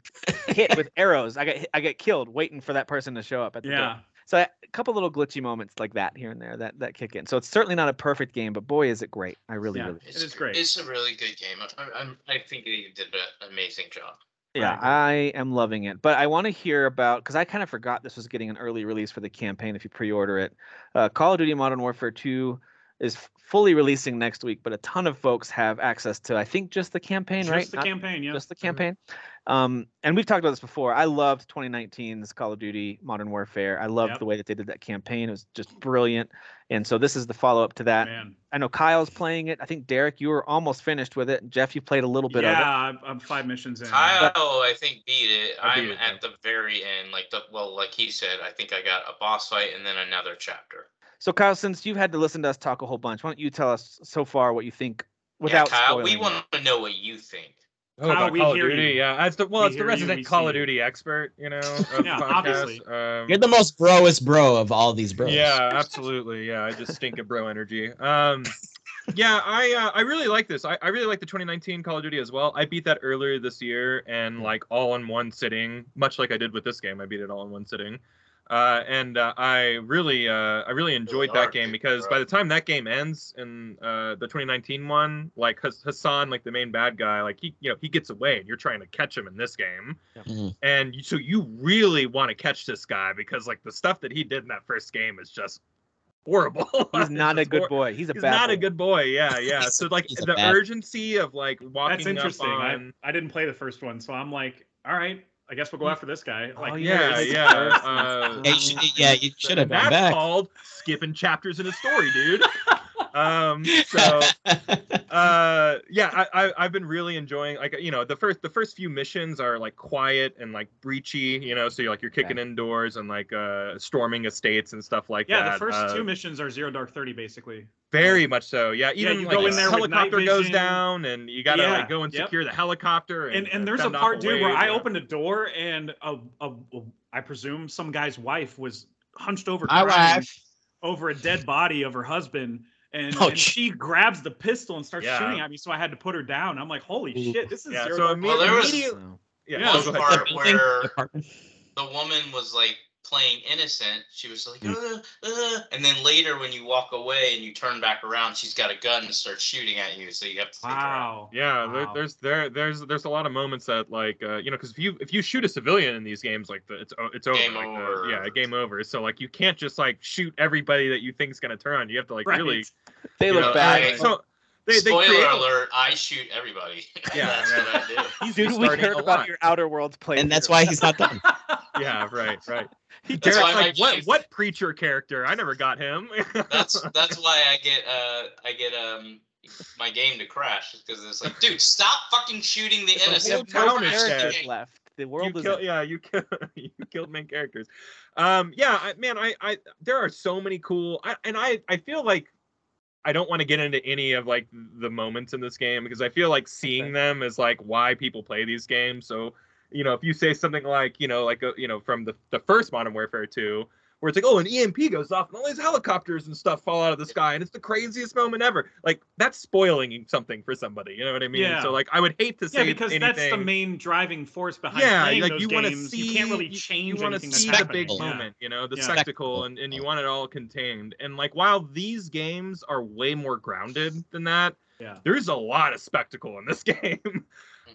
S4: hit with arrows. I got hit- I get killed waiting for that person to show up at the door.
S3: yeah.
S4: So I- a couple little glitchy moments like that here and there that that kick in. So it's certainly not a perfect game, but boy is it great. I really
S3: Yeah.
S4: really
S5: It's,
S3: is great.
S5: It's a really good game. I, I, I'm- I think that you did an amazing job.
S4: yeah I am loving it. But I want to hear about because I kind of forgot this was getting an early release for the campaign if you pre-order it. Uh, Call of Duty Modern Warfare 2 is f- fully releasing next week, but a ton of folks have access to I think just the campaign,
S3: Just
S4: right?
S3: the
S4: Not-
S3: campaign, yeah.
S4: just the
S2: Mm-hmm.
S4: campaign. Um, and we've talked about this before. I loved 2019's Call of Duty Modern Warfare. I loved
S3: Yep.
S4: the way that they did that campaign. It was just brilliant. And so this is the follow up to that.
S3: Man.
S4: I know Kyle's playing it. I think Derek, you were almost finished with it. Jeff, you played a little bit
S3: yeah,
S4: of it.
S3: I'm- I'm five missions in.
S2: uh,
S5: Kyle, I think, beat it.
S2: I
S5: I
S2: beat
S5: am
S2: it,
S5: at the very end. Like, the, well, like he said, I think I got a boss fight and then another chapter.
S4: So Kyle, since you've had to listen to us talk a whole bunch, why don't you tell us so far what you think without
S5: yeah, Kyle, we
S4: spoiling it.
S5: want to know what you think.
S2: Oh,
S3: Kyle,
S2: about
S3: we
S2: Call of
S3: hear
S2: Duty,
S3: you.
S2: yeah. As the well,
S3: We
S2: as
S3: hear
S2: the
S3: you,
S2: resident
S3: we
S2: Call
S3: see
S2: of
S3: you.
S2: Duty expert, you know, of
S3: Yeah,
S2: podcast.
S3: obviously.
S2: Um,
S1: you're the most broest bro of all these bros.
S2: Yeah, absolutely. Yeah, I just stink at bro energy. Um, yeah, I uh, I really like this. I, I really like the 2019 Call of Duty as well. I beat that earlier this year and like all in one sitting, much like I did with this game. I beat it all in one sitting, uh, and uh, I really uh, I really enjoyed that
S5: hard,
S2: game
S5: dude,
S2: because
S5: bro.
S2: by the time that game ends in uh, the 2019 one, like Hass- Hassan, like the main bad guy, like he you know he gets away and you're trying to catch him in this game and you- so you really want to catch this guy because like the stuff that he did in that first game is just horrible.
S4: He's
S2: It's
S4: not a
S2: just
S4: good
S2: hor-
S4: boy. He's a
S2: He's
S4: bad
S2: not a
S4: boy.
S2: good boy. Yeah, yeah.
S1: He's-
S2: So like
S1: he's a
S2: the
S1: bad-
S2: urgency of like walking
S3: That's interesting.
S2: up
S3: I,
S2: on.
S3: I didn't play the first one, so I'm like, all right, I guess we'll go after this guy. Like,
S4: Oh,
S2: yeah,
S3: it's-
S2: yeah. Uh,
S1: Yeah, you should, yeah, you should have
S2: that's
S1: gone back.
S2: called skipping chapters in a story, dude. Um, so uh, yeah, I, I I've been really enjoying like you know the first the first few missions are like quiet and like breachy, you know, so you're like you're kicking indoors and like uh, storming estates and stuff like
S3: yeah,
S2: that.
S3: the first
S2: Uh,
S3: two missions are Zero Dark Thirty, basically.
S2: Very much so. Yeah,
S3: Yeah,
S2: even
S3: you
S2: like
S3: go
S2: a
S3: in there with night
S2: helicopter goes
S3: vision.
S2: down, and you gotta
S3: Yeah,
S2: like go and
S3: yep.
S2: secure the helicopter. And
S3: And and there's a
S2: fend off
S3: part, dude, where
S2: wave,
S3: I
S2: yeah.
S3: opened a door and a, a, a I presume some guy's wife was hunched over
S1: My
S3: crying
S1: wife.
S3: over a dead body of her husband. And,
S1: Oh,
S3: and she grabs the pistol and starts
S2: Yeah.
S3: shooting at me, so I had to put her down. I'm like, holy
S1: Ooh.
S3: shit, this is
S2: Yeah,
S3: Zero
S2: so
S3: Dark
S2: imme-
S5: Well, there was-
S2: immediate- yeah,
S3: Yeah,
S2: so go ahead.
S1: The
S5: one part
S1: building,
S5: where
S1: the apartment.
S5: the woman was like playing innocent. She was like, uh, uh, and then later when you walk away and you turn back around, she's got a gun and starts shooting at you. So you have to. take her out.
S3: Wow.
S2: Yeah, there,
S3: Wow.
S2: there's there there's there's a lot of moments that like uh, you know because if you if you shoot a civilian in these games like the, it's o- it's over,
S5: Game
S2: like, the-
S5: over.
S2: yeah game over so like you can't just like shoot everybody that you think's gonna turn on you have to like
S3: Right.
S2: really
S4: They
S2: you
S4: look
S2: know,
S4: back.
S2: I-
S5: and-
S2: so they, they
S5: Spoiler
S2: create,
S5: alert! I shoot everybody.
S2: Yeah,
S5: that's
S2: yeah.
S5: what I do.
S2: he's
S4: Dude, we
S2: starting
S4: heard
S2: a
S4: about
S2: lot.
S4: your Outer Worlds play.
S1: and that's why he's not done.
S2: yeah right right
S5: That's
S2: Derek's
S5: why
S2: like
S5: my
S2: what
S5: chief-
S2: what preacher character I never got him
S5: That's that's why I get uh I get um my game to crash because it's like, dude, stop fucking shooting the innocent.
S2: whole
S5: Stop
S2: town is
S5: shooting."
S2: dead.
S4: characters left. The
S2: you
S4: world is
S2: kill, yeah you kill, you killed main characters um yeah I, man I, I there are so many cool I, and i i feel like i don't want to get into any of like the moments in this game because i feel like seeing
S4: Okay.
S2: them is like why people play these games so you know if you say something like you know like uh, you know from the, the first modern warfare 2 where it's like oh an emp goes off and all these helicopters and stuff fall out of the sky and it's the craziest moment ever like that's spoiling something for somebody you know what i mean
S3: Yeah.
S2: so like i would hate to say
S3: Yeah, because that's the
S2: anything-
S3: main driving force behind
S2: Yeah,
S3: playing
S2: like,
S3: those
S2: you wanna
S3: games. you can't
S2: see-
S3: really
S2: you-
S3: change
S2: you want to
S3: anything
S2: see
S3: that's
S2: the
S3: happening.
S1: spectacle.
S2: big
S3: Yeah.
S2: moment, you know, the
S3: Yeah.
S2: spectacle, and, and you want it all contained. And like, while these games are way more grounded than that,
S3: Yeah.
S2: there's a lot of spectacle in this game.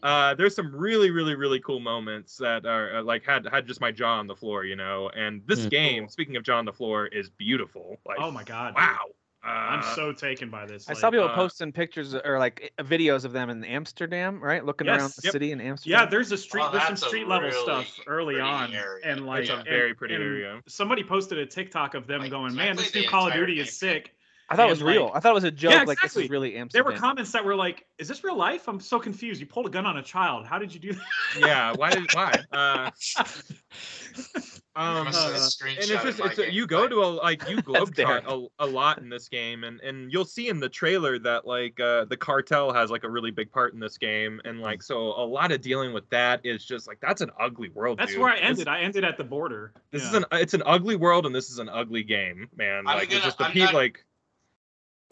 S2: Uh, there's some really, really, really cool moments that are uh, like had had just my jaw on the floor, you know. And this
S1: Mm.
S2: game, speaking of jaw on the floor, is beautiful. Like,
S3: Oh my god. dude.
S2: wow, uh,
S3: I'm so taken by this.
S4: I
S3: like-
S4: saw people
S2: uh,
S4: posting pictures or like i- videos of them in Amsterdam, right? Looking around
S3: Yes,
S4: the
S2: yep.
S4: city in Amsterdam.
S3: yeah, there's a street.
S5: Oh,
S3: there's some
S5: that's a
S3: street level
S5: really
S3: stuff early
S5: pretty
S3: on,
S5: area.
S3: and like
S2: it's a
S5: Yeah.
S3: and-
S2: very pretty
S3: and
S2: area.
S3: Somebody posted a TikTok of them
S5: Like,
S3: going,
S5: exactly
S3: "Man, this new
S5: the
S3: Call of
S5: entire
S3: Duty is
S5: thing.
S3: sick."
S4: I thought it was
S3: and, like-
S4: real. I thought it was a joke. Like this
S3: exactly.
S4: is really
S3: There were
S4: Amsterdam.
S3: comments that were like, "Is this real life? I'm so confused. You pulled a gun on a child. How did you do that?"
S2: yeah, why? Did, why? Uh, um,
S5: Must have
S3: uh,
S5: screenshot
S2: Uh-huh. and it's
S5: of
S2: just
S5: my
S2: it's a,
S5: game.
S2: you go to a like you
S4: Derek.
S2: globetrot a, a lot in this game and and you'll see in the trailer that like uh the cartel has like a really big part in this game and
S3: Mm.
S2: like so a lot of dealing with that is just like that's an ugly world
S3: That's
S2: dude.
S3: where I
S2: This-
S3: ended. I ended at the border.
S2: this,
S3: Yeah.
S2: is an it's an ugly world and this is an ugly game man
S5: I'm
S2: like
S5: gonna-
S2: it's just the
S5: I'm
S2: pe-
S5: not-
S2: like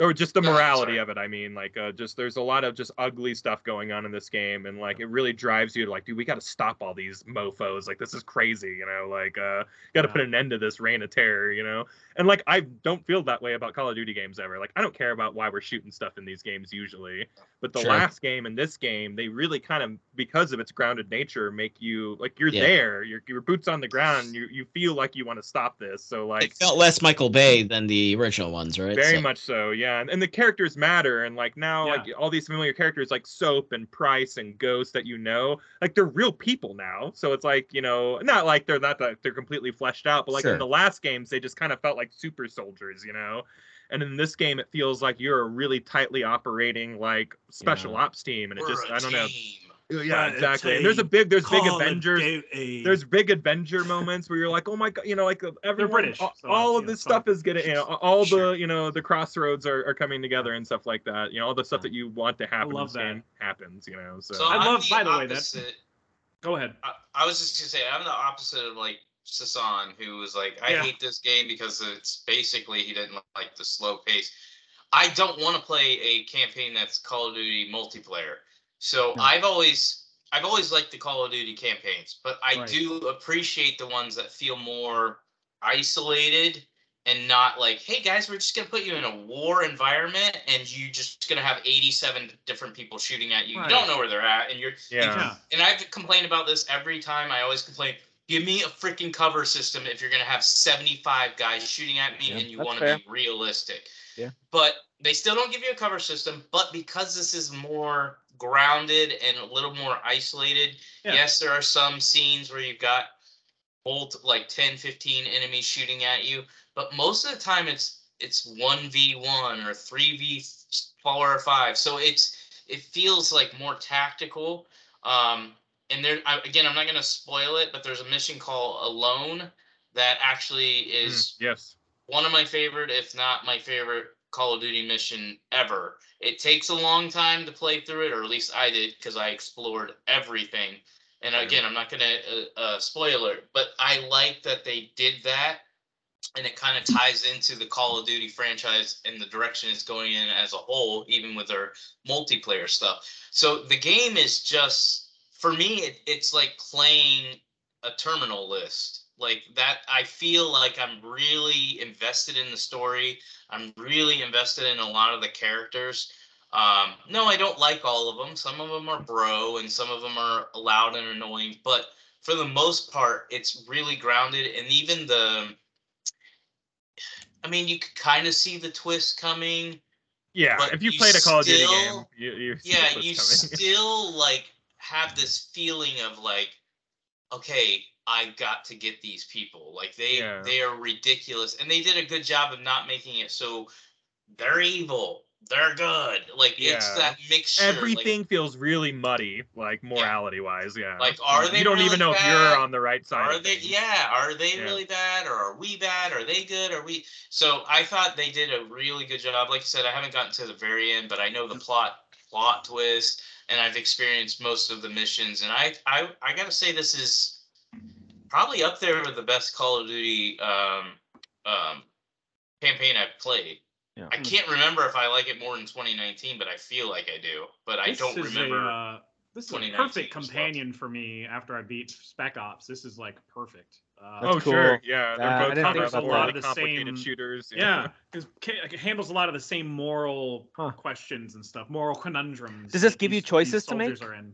S2: or just the
S5: Go ahead,
S2: morality
S5: sorry.
S2: of it i mean like uh just there's a lot of just ugly stuff going on in this game and like it really drives you to like dude we got to stop all these mofos like this is crazy you know like uh got to
S3: Yeah.
S2: put an end to this reign of terror you know and like i don't feel that way about call of duty games ever like i don't care about why we're shooting stuff in these games usually but the
S1: Sure.
S2: last game and this game they really kind of because of its grounded nature make you like you're
S1: Yeah.
S2: there your, your boots on the ground you you feel like you want to stop this so like
S1: It felt less Michael Bay than the original ones, right?
S2: very
S1: So-
S2: much so yeah and, and the characters matter and like now
S3: Yeah.
S2: like all these familiar characters like soap and price and ghost that you know like they're real people now so it's like you know not like they're not that they're completely fleshed out but like
S1: Sure.
S2: in the last games they just kind of felt like super soldiers you know and in this game it feels like you're a really tightly operating like special ops team and it
S5: We're
S2: just
S5: a
S2: i don't know
S5: team.
S2: yeah
S3: We're a
S2: exactly and there's a
S3: team.
S2: big there's big
S3: Call of
S2: avengers
S3: Duty.
S2: there's big adventure moments where you're like, oh my god, you know, like everyone,
S3: British,
S2: all,
S3: so,
S2: all of
S3: you know,
S2: this
S3: it's fine.
S2: stuff is getting, you know, all
S1: Sure.
S2: the, you know, the crossroads are, are coming together and stuff like that. You know, all the stuff
S4: Yeah.
S2: that you want to happen in
S3: love
S2: this
S3: that.
S2: game happens. You know, so,
S5: So
S3: I
S5: I'm
S3: love- by the way, that-
S5: opposite-
S3: Go ahead.
S5: I, I was just gonna say I'm the opposite of like Sasan, who was like, I
S3: Yeah.
S5: hate this game because it's basically he didn't like the slow pace. I don't want to play a campaign that's Call of Duty multiplayer. So
S4: No.
S5: I've always I've always liked the Call of Duty campaigns, but I
S3: Right.
S5: do appreciate the ones that feel more isolated and not like, hey guys, we're just gonna put you in a war environment and you just gonna have 87 different people shooting at you. You
S3: Right.
S5: don't know where they're at, and you're
S2: yeah. Mm,
S3: Yeah.
S5: and I've complained about this every time. I always complain. Give me a freaking cover system if you're gonna have 75 guys shooting at me
S4: Yeah,
S5: and you
S4: that's
S5: want to
S4: fair.
S5: be realistic.
S4: Yeah.
S5: But they still don't give you a cover system. But because this is more grounded and a little more isolated,
S3: Yeah.
S5: yes, there are some scenes where you've got bolt like 10, 15 enemies shooting at you, but most of the time it's it's one v one or three v four or five. So it's it feels like more tactical. Um, and there I, again, I'm not going to spoil it, but there's a mission called Alone that actually is
S2: Mm, yes.
S5: one of my favorite, if not my favorite, Call of Duty mission ever. It takes a long time to play through it, or at least I did, because I explored everything. And
S2: Yeah.
S5: again, I'm not going to uh, uh, spoil it, but I like that they did that. And it kind of ties into the Call of Duty franchise and the direction it's going in as a whole, even with their multiplayer stuff. So the game is just, for me, it, it's like playing a terminal list like that i feel like i'm really invested in the story i'm really invested in a lot of the characters um, no i don't like all of them some of them are bro and some of them are loud and annoying but for the most part it's really grounded and even the i mean you could kind of see the twist coming
S2: Yeah.
S5: But
S2: if you,
S5: you
S2: played a Call of Duty game,
S5: still-
S2: you, you see
S5: yeah
S2: what's
S5: you
S2: coming.
S5: still like have this feeling of like okay i got to get these people like they
S2: Yeah.
S5: they are ridiculous and they did a good job of not making it so they're evil they're good like it's
S2: Yeah.
S5: that mixture like-
S2: Everything feels really muddy, like morality wise. Yeah.
S5: Like, are they
S2: You don't
S5: really
S2: even know if
S5: bad?
S2: you're on the right side.
S5: are
S2: of
S5: they
S2: things.
S5: yeah are they
S2: Yeah.
S5: really bad or are we bad are they good are we so i thought they did a really good job like you said i haven't gotten to the very end but i know the plot plot twist and i've experienced most of the missions and i i, I gotta say this is probably up there with the best call of duty um, um, campaign i've played
S4: Yeah.
S5: I can't remember if I like it more in 2019, but I feel like I do. But I
S3: This
S5: don't
S3: is a,
S5: remember.
S3: uh, this is a
S5: 2019
S3: perfect
S5: as well.
S3: companion for me after I beat Spec Ops. This is like perfect. Uh,
S4: That's
S2: oh
S4: cool.
S2: sure, yeah.
S4: Uh, I
S2: They're both
S4: didn't think
S2: combat
S4: about
S2: horror,
S4: that.
S2: like
S3: The
S2: complicated
S3: same-
S2: shooters.
S3: yeah, because it handles a lot of the same moral
S4: Huh.
S3: questions and stuff, moral conundrums.
S4: Does this
S3: that
S4: give you
S3: these- these
S4: choices to
S3: soldiers
S4: make?
S3: Are in.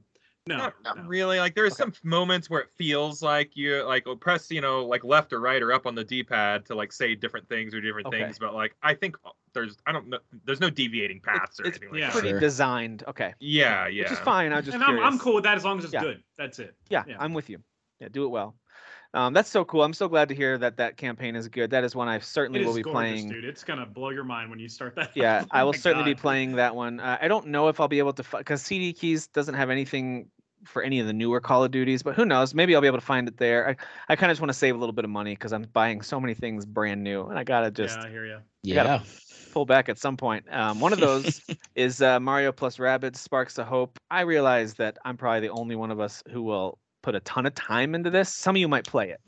S3: No,
S2: Not
S3: no.
S2: really. Like there's
S4: Okay.
S2: some moments where it feels like you like oh, press, you know, like left or right or up on the D-pad to like say different things or different
S4: Okay.
S2: things. But like I think uh, there's I don't know there's no deviating paths or
S4: it's
S2: anything like
S3: yeah.
S2: that.
S4: pretty
S1: Sure.
S4: designed. Okay.
S2: Yeah, yeah.
S4: Which is fine. I was just
S3: and I'm, I'm
S4: curious.
S3: cool with that as long as it's
S4: Yeah.
S3: good. That's it.
S4: Yeah,
S3: Yeah.
S4: I'm with you. Yeah, do it well. Um, that's so cool. I'm so glad to hear that that campaign is good. That is one I
S3: It
S4: certainly
S3: is
S4: will be
S3: gorgeous,
S4: playing.
S3: dude. It's gonna blow your mind when you start that.
S4: Yeah,
S3: Oh
S4: I will
S3: my
S4: certainly be
S3: God.
S4: playing that one. Uh, I don't know if I'll be able to because CD Keys doesn't have anything for any of the newer Call of Duties, but who knows? Maybe I'll be able to find it there. I, I kind of just want to save a little bit of money because I'm buying so many things brand new, and I gotta just
S3: Yeah, I hear you.
S4: gotta pull back at some point. Um, one of those is uh, Mario plus Rabbids Sparks of Hope. I realize that I'm probably the only one of us who will put a ton of time into this. Some of you might play it,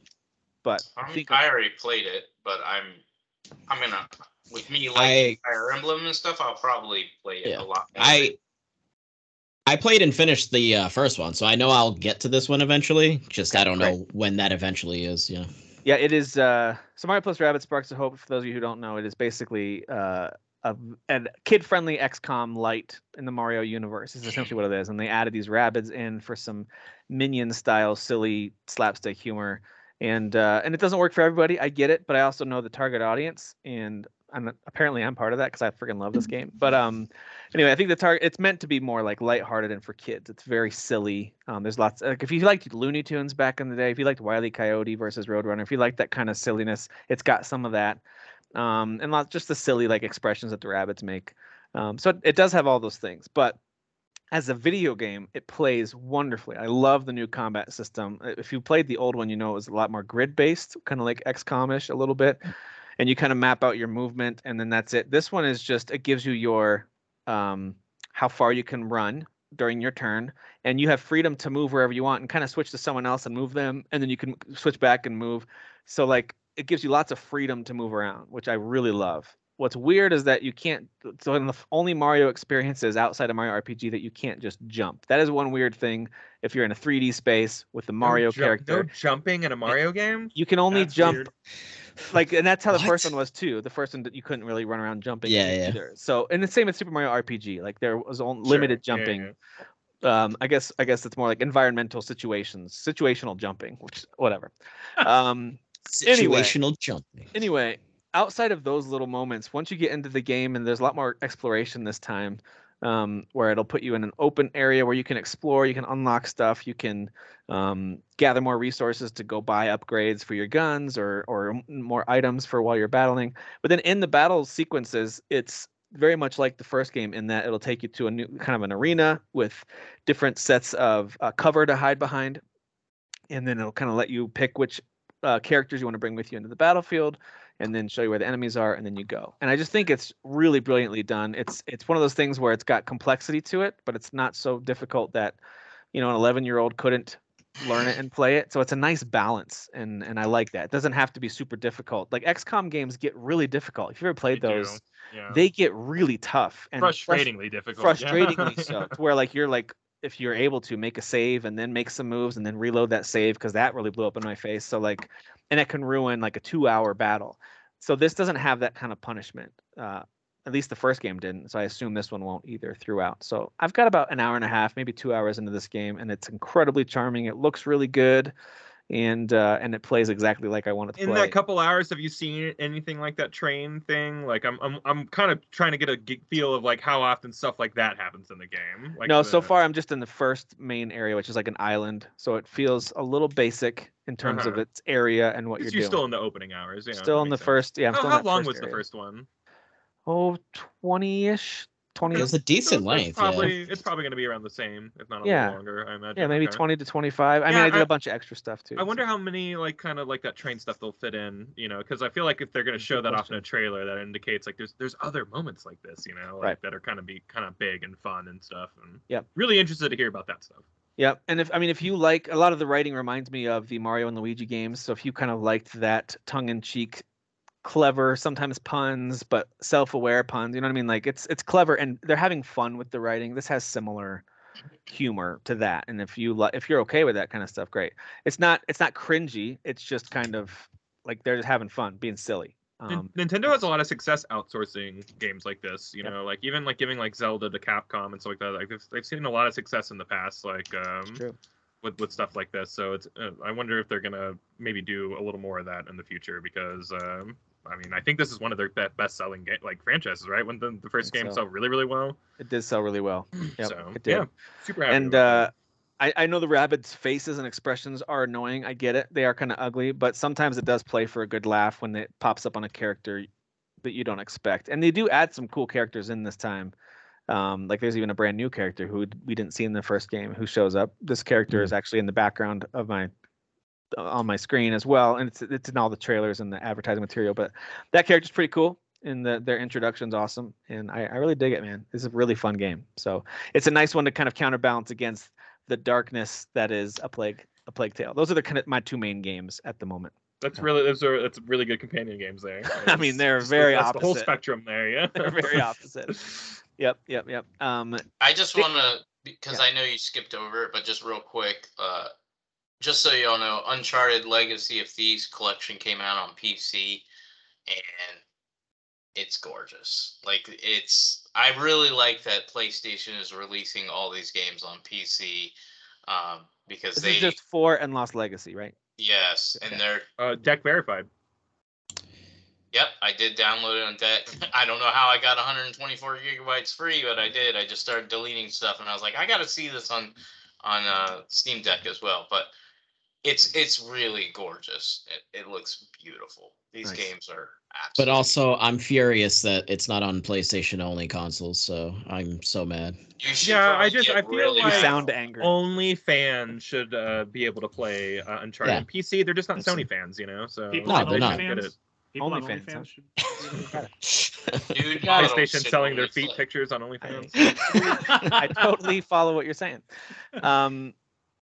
S4: but I
S5: I'm-
S4: think
S5: I already played it, but I'm I'm gonna with me like
S1: I
S5: Fire Emblem and stuff. I'll probably play it
S1: Yeah.
S5: a lot. more.
S1: I I played and finished the uh, first one, so I know I'll get to this one eventually. Just I don't know when that eventually is. Yeah.
S4: yeah, it is. Uh, so Mario plus Rabbids Sparks of Hope. For those of you who don't know, it is basically uh, a, a kid-friendly XCOM light in the Mario universe. Is essentially what it is, and they added these Rabbids in for some minion-style, silly slapstick humor. And uh, and it doesn't work for everybody. I get it, but I also know the target audience, and I'm apparently I'm part of that because I freaking love this game. But um, anyway, I think the target it's meant to be more like lighthearted and for kids. It's very silly. Um, there's lots like if you liked Looney Tunes back in the day, if you liked Wile E. Coyote versus Roadrunner, if you like that kind of silliness, it's got some of that. Um, and lots just the silly like expressions that the rabbits make. Um, so it, it does have all those things, but as a video game, it plays wonderfully. I love the new combat system. Uh, If you played the old one, you know it was a lot more grid based, kind of like XCOM ish a little bit. And you kind of map out your movement, and then that's it. This one is just it gives you your um, how far you can run during your turn, and you have freedom to move wherever you want and kind of switch to someone else and move them, and then you can switch back and move. So like it gives you lots of freedom to move around, which I really love. What's weird is that you can't. So in the f- only Mario experiences outside of Mario RPG that you can't just jump. That is one weird thing. If you're in a 3D space with the Mario
S2: no ju-
S4: character,
S2: No jumping in a Mario game?
S4: you can only
S3: That's
S4: jump
S3: weird.
S4: like and that's how the first
S1: What?
S4: one was too the first one that you couldn't really run around jumping
S1: Yeah,
S4: in
S1: yeah.
S4: either so and the same with super mario rpg like there was only
S2: Sure,
S4: limited
S2: yeah,
S4: jumping
S2: yeah.
S4: um i guess i guess it's more like environmental situations situational jumping which whatever um Anyway.
S1: Situational jumping.
S4: anyway, outside of those little moments, once you get into the game and there's a lot more exploration this time, um, where it'll put you in an open area where you can explore, you can unlock stuff, you can um, gather more resources to go buy upgrades for your guns or or m- more items for while you're battling. But then in the battle sequences, it's very much like the first game in that it'll take you to a new kind of an arena with different sets of uh, cover to hide behind, and then it'll kind of let you pick which uh, characters you want to bring with you into the battlefield and then show you where the enemies are and then you go and i just think it's really brilliantly done it's it's one of those things where it's got complexity to it but it's not so difficult that you know an 11 year old couldn't learn it and play it so it's a nice balance and and i like that it doesn't have to be super difficult like xcom games get really difficult if you ever played
S2: They do,
S4: those
S2: yeah.
S4: they get really tough and frust-
S2: frustratingly difficult. yeah.
S4: frustratingly so to where like you're like if you're able to make a save and then make some moves and then reload that save because that really blew up in my face so like and it can ruin like a two hour battle so this doesn't have that kind of punishment uh, at least the first game didn't so i assume this one won't either throughout so i've got about an hour and a half maybe two hours into this game and it's incredibly charming it looks really good and uh, and it plays exactly like i want it to
S2: in
S4: play
S2: that couple hours have you seen anything like that train thing like i'm i'm, I'm kind of trying to get a g- feel of like how often stuff like that happens in the game like
S4: no,
S2: the-
S4: so far I'm just in the first main area, which is like an island. So it feels a little basic in terms of
S2: Uh-huh.
S4: its area and what
S2: because
S4: you're,
S2: you're
S4: doing.
S2: still in the opening hours yeah
S4: Still
S2: that
S4: in the
S2: makes sense.
S4: first. Yeah, I'm
S2: Oh,
S4: still in
S2: how
S4: that
S2: long
S4: first
S2: was the
S4: area.
S2: first one
S4: Oh, 20 ish. 20.
S1: It was a decent
S2: So it's-
S1: length.
S2: it's
S1: Yeah.
S2: probably it's probably going to be around the same if not a
S4: Yeah.
S2: little longer i imagine
S4: Yeah, maybe
S2: Okay.
S4: 20 to 25. I mean,
S2: Yeah,
S4: I did
S2: I-
S4: a bunch of extra stuff too.
S2: I wonder how many like kind of like that train stuff they'll fit in, you know, because I feel like if they're going to
S4: Good
S2: show that off in
S4: question.
S2: a trailer, that indicates like there's there's other moments like this, you know, like
S4: Right.
S2: that are kind of be kind of big and fun and stuff. And
S4: Yep.
S2: really interested to hear about that stuff.
S4: Yep. And if I mean if you like a lot of the writing reminds me of the Mario and Luigi games, so if you kind of liked that tongue in cheek clever sometimes puns but self-aware puns you know what i mean like it's it's clever and they're having fun with the writing this has similar humor to that and if you li- if you're okay with that kind of stuff great it's not it's not cringy it's just kind of like they're just having fun being silly
S2: Nin-
S4: um
S2: Nintendo has a lot of success outsourcing games like this, you
S4: Yep.
S2: know, like even like giving like Zelda to Capcom and stuff like that. Like they've, they've seen a lot of success in the past, like um,
S4: true.
S2: with with stuff like this. So it's uh, I wonder if they're gonna maybe do a little more of that in the future because um, I mean I think this is one of their be- best selling ga- like franchises, right? When the, the first
S4: think
S2: game
S4: so.
S2: sold really really well.
S4: it did sell really well Yep,
S2: so
S4: it did.
S2: yeah, super happy.
S4: and uh,
S2: about
S4: I, I know the rabbits' faces and expressions are annoying. I get it; they are kind of ugly, but sometimes it does play for a good laugh when it pops up on a character that you don't expect. And they do add some cool characters in this time. Um, like there's even a brand new character who we didn't see in the first game who shows up. This character is actually in the background of my uh, on my screen as well, and it's it's in all the trailers and the advertising material. But that character's pretty cool, and the, their introduction's awesome, and I, I really dig it, man. It's a really fun game. So it's a nice one to kind of counterbalance against the darkness that is a plague a plague tale. Those are the kind of my two main games at the moment.
S2: that. that's really those are that's really good companion games there.
S4: I mean, they're
S2: Just-
S4: very
S2: that's The whole
S4: opposite.
S2: spectrum there, yeah.
S4: They're very opposite. Yep, yep, yep. Um,
S5: I just
S4: Thi-
S5: want to, because I know you skipped over it, but just real quick, uh, just so y'all know, Uncharted Legacy of Thieves collection came out on PC, and it's gorgeous. Like it's, I really like that PlayStation is releasing all these games on PC, um, because
S4: this
S5: they,
S4: is just four and Lost Legacy, right?
S5: yes,
S4: Okay.
S5: and they're
S2: Uh, deck verified.
S5: Yep, I did download it on deck. I don't know how I got 124 gigabytes free, but I did. I just started deleting stuff, and I was like, I got to see this on on uh, Steam Deck as well. But it's it's really gorgeous. It, it looks beautiful. These
S4: Nice.
S5: games are
S1: But
S5: absolutely.
S1: also, I'm furious that it's not on PlayStation only consoles. So I'm so mad.
S5: you should
S2: Yeah, I
S5: probably
S2: just-
S5: get
S2: I feel
S5: really
S4: You
S2: Right.
S4: sound angry.
S5: Oh
S2: Only fans should uh, be able to play uh, Uncharted
S1: Yeah.
S2: PC. They're just not
S1: That's-
S2: Sony fans, you know. So
S3: People
S1: No,
S3: on
S1: they're not.
S2: Get it.
S3: OnlyFans. People on
S4: OnlyFans, huh?
S3: OnlyFans should. should-
S5: dude models
S2: PlayStation
S5: should
S2: selling their
S5: release,
S2: feet
S5: like-
S2: pictures on OnlyFans.
S4: I totally follow what you're saying. Um,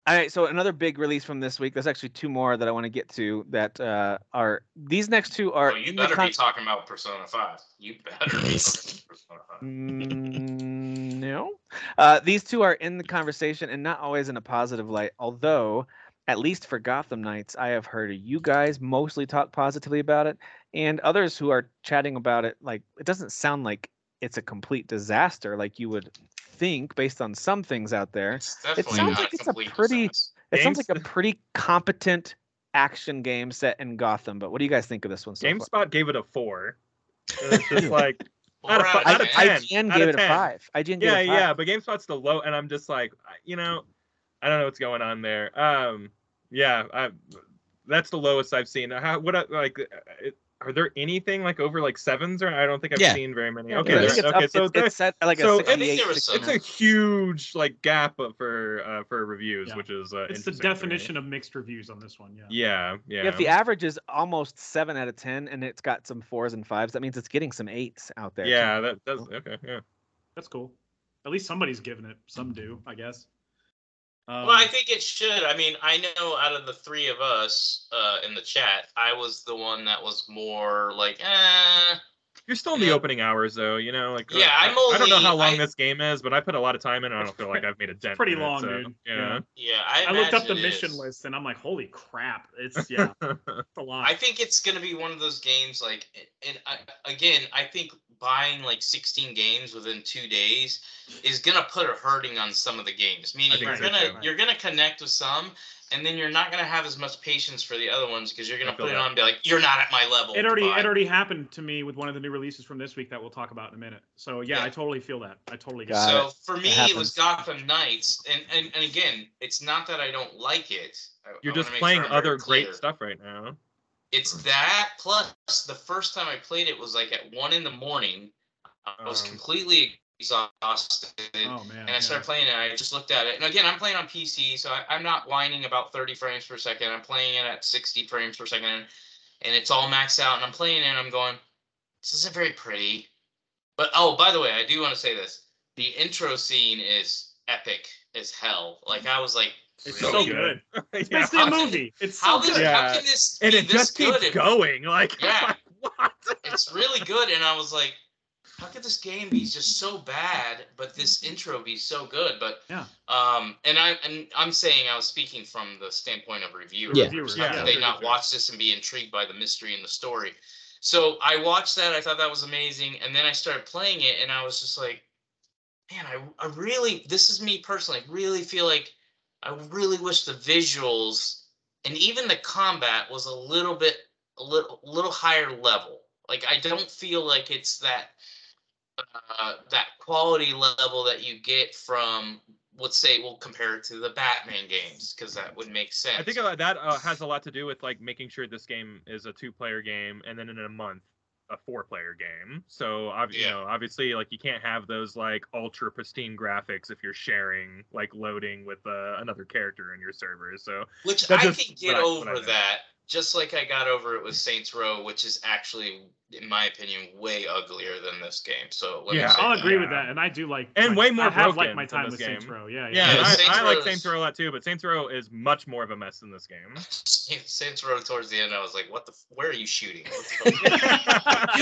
S4: all right, so another big release from this week. There's actually two more that I want to get to that uh, are these next two are
S5: Oh, you
S4: in the
S5: better
S4: con-
S5: be talking about Persona 5. You better be talking about Persona 5.
S4: Mm, no. Uh, these two are in the conversation and not always in a positive light. Although, at least for Gotham Knights, I have heard you guys mostly talk positively about it, and others who are chatting about it, like, it doesn't sound like it's a complete disaster, like you would think based on some things out there.
S5: It's definitely
S4: sounds
S5: not
S4: like
S5: a
S4: it's a
S5: complete
S4: pretty-
S5: disaster.
S4: It sounds
S2: Games-
S4: like a pretty competent action game set in Gotham, but what do you guys think of this one so far?
S2: GameSpot gave it a four. It was just like
S5: Four
S2: Out of
S5: out
S2: fi-
S5: of
S2: out of
S5: ten.
S2: ten.
S4: IGN
S2: out
S4: gave
S2: of
S4: it a
S2: 10.
S4: five. IGN gave
S2: yeah,
S4: it a five.
S2: yeah, but GameSpot's the low, and I'm just like, I- you know, I don't know what's going on there. Um, yeah, I, that's the lowest I've seen. How, what I- like, uh, it, are there anything like over like sevens? Or I don't think I've
S1: Yeah.
S2: seen very many.
S4: Yeah,
S2: Okay,
S4: I
S2: there-
S4: think it's,
S2: okay,
S4: up,
S2: so
S4: it's,
S2: there-
S4: it's set at like
S2: so-
S4: a
S2: I think
S4: 68.
S5: there was some-
S2: it's a huge like gap for uh, for reviews,
S3: Yeah.
S2: which is uh,
S3: It's
S2: interesting for
S3: the
S2: me.
S3: definition of mixed reviews on this one. Yeah.
S2: Yeah, yeah.
S4: If the average is almost seven out of ten, and it's got some fours and fives, that means it's getting some eights out there. too.
S2: yeah, that does okay. Yeah.
S3: That's cool. At least somebody's giving it. Some do,
S2: Mm-hmm.
S3: I guess. Um,
S5: Well, I think it should. I mean, I know out of the three of us uh, in the chat, I was the one that was more like, eh.
S2: You're still in the
S5: Yeah.
S2: opening hours though, you know. Like,
S5: Yeah,
S2: I,
S5: I'm
S2: I don't know
S5: only-
S2: how long
S5: I-
S2: this game is, but I put a lot of time in. and I don't feel like I've made a dent.
S3: pretty
S2: in it,
S3: long,
S2: so,
S3: dude.
S2: Yeah.
S5: Yeah, I,
S3: I looked up the
S5: imagine it
S3: mission
S5: is.
S3: list and I'm like, holy crap! It's yeah, it's a lot.
S5: I think it's going to be one of those games. Like, and I, again, I think buying like 16 games within two days is going to put a hurting on some of the games. Meaning
S2: think
S5: you're
S2: so,
S5: going to
S2: too.
S5: you're going to connect with some, and then you're not going to have as much patience for the other ones because you're going
S2: I
S5: to
S2: feel
S5: put it
S2: that.
S5: on and be like, you're not at my level.
S3: it already
S5: Goodbye."
S3: it already happened to me with one of the new releases from this week that we'll talk about in a minute. So yeah,
S5: Yeah.
S3: I totally feel that. I totally get
S4: Got
S3: that.
S5: so for me, it, was
S4: happens.
S5: Gotham Knights, and, and and again, it's not that I don't like it. I- I
S2: You're
S5: wanna
S2: just
S5: make sure
S2: playing
S5: I'm very
S2: other great
S5: clear.
S2: stuff right now.
S5: It's that plus the first time I played it was like at one in the morning. I was
S2: Um.
S5: completely exhausted,
S3: Oh man.
S5: and I started playing it. I just looked at it, and again, I'm playing on PC, so I, I'm not whining about 30 frames per second. I'm playing it at 60 frames per second, and it's all maxed out. And I'm playing it, and I'm going, this isn't very pretty. But oh, by the way, I do want to say this: the intro scene is epic as hell. Like I was like,
S3: It's
S5: really?
S3: so good. It's
S2: Yeah.
S3: basically
S5: How
S3: a
S5: can-
S3: movie. It's so
S5: How, did,
S3: good.
S5: how
S2: Yeah.
S5: can this
S2: and
S5: be
S2: it
S5: this
S2: just
S5: good?
S2: keeps
S5: It-
S2: going. Like, I'm
S5: Yeah.
S2: like, what?
S5: It's really good, and I was like, how could this game be just so bad, but this intro be so good? But
S3: Yeah.
S5: um, and I and I'm saying I was speaking from the standpoint of reviewers.
S1: Yeah.
S3: Reviewers,
S5: How
S2: Yeah.
S5: could
S3: yeah.
S5: they not watch this and be intrigued by the mystery and the story? So I watched that. I thought that was amazing, and then I started playing it, and I was just like, man, I I really this is me personally. I really feel like I really wish the visuals and even the combat was a little bit a little little higher level. Like I don't feel like it's that uh, that quality level that you get from let's say we'll compare it to the Batman games because that would make sense.
S2: I think uh, that uh, has a lot to do with like making sure this game is a two-player game, and then in a month, a four-player game. So obviously,
S5: Yeah.
S2: you know, obviously, like you can't have those like ultra pristine graphics if you're sharing like loading with uh, another character in your server. So
S5: Which
S2: That's
S5: I
S2: just
S5: can get
S2: what I- what I
S5: over
S2: meant.
S5: that, just like I got over it with Saints Row, which is actually, in my opinion, way uglier than this game. So let me
S2: Yeah.
S5: say
S3: I'll
S5: that.
S3: agree with
S2: Yeah.
S3: that, and I do like
S2: And
S3: my-
S2: way more
S3: I have
S2: broken
S3: like my
S2: than
S3: time
S2: this
S3: with Saints
S2: game.
S3: Row. Yeah,
S2: yeah,
S3: yeah.
S2: and
S5: Saints
S2: I, I like
S5: Row's-
S2: Saints Row a lot too, but Saints Row is much more of a mess than this game.
S5: Saints Row towards the end, I was like, "What the? f- Where are you shooting?" What the fuck?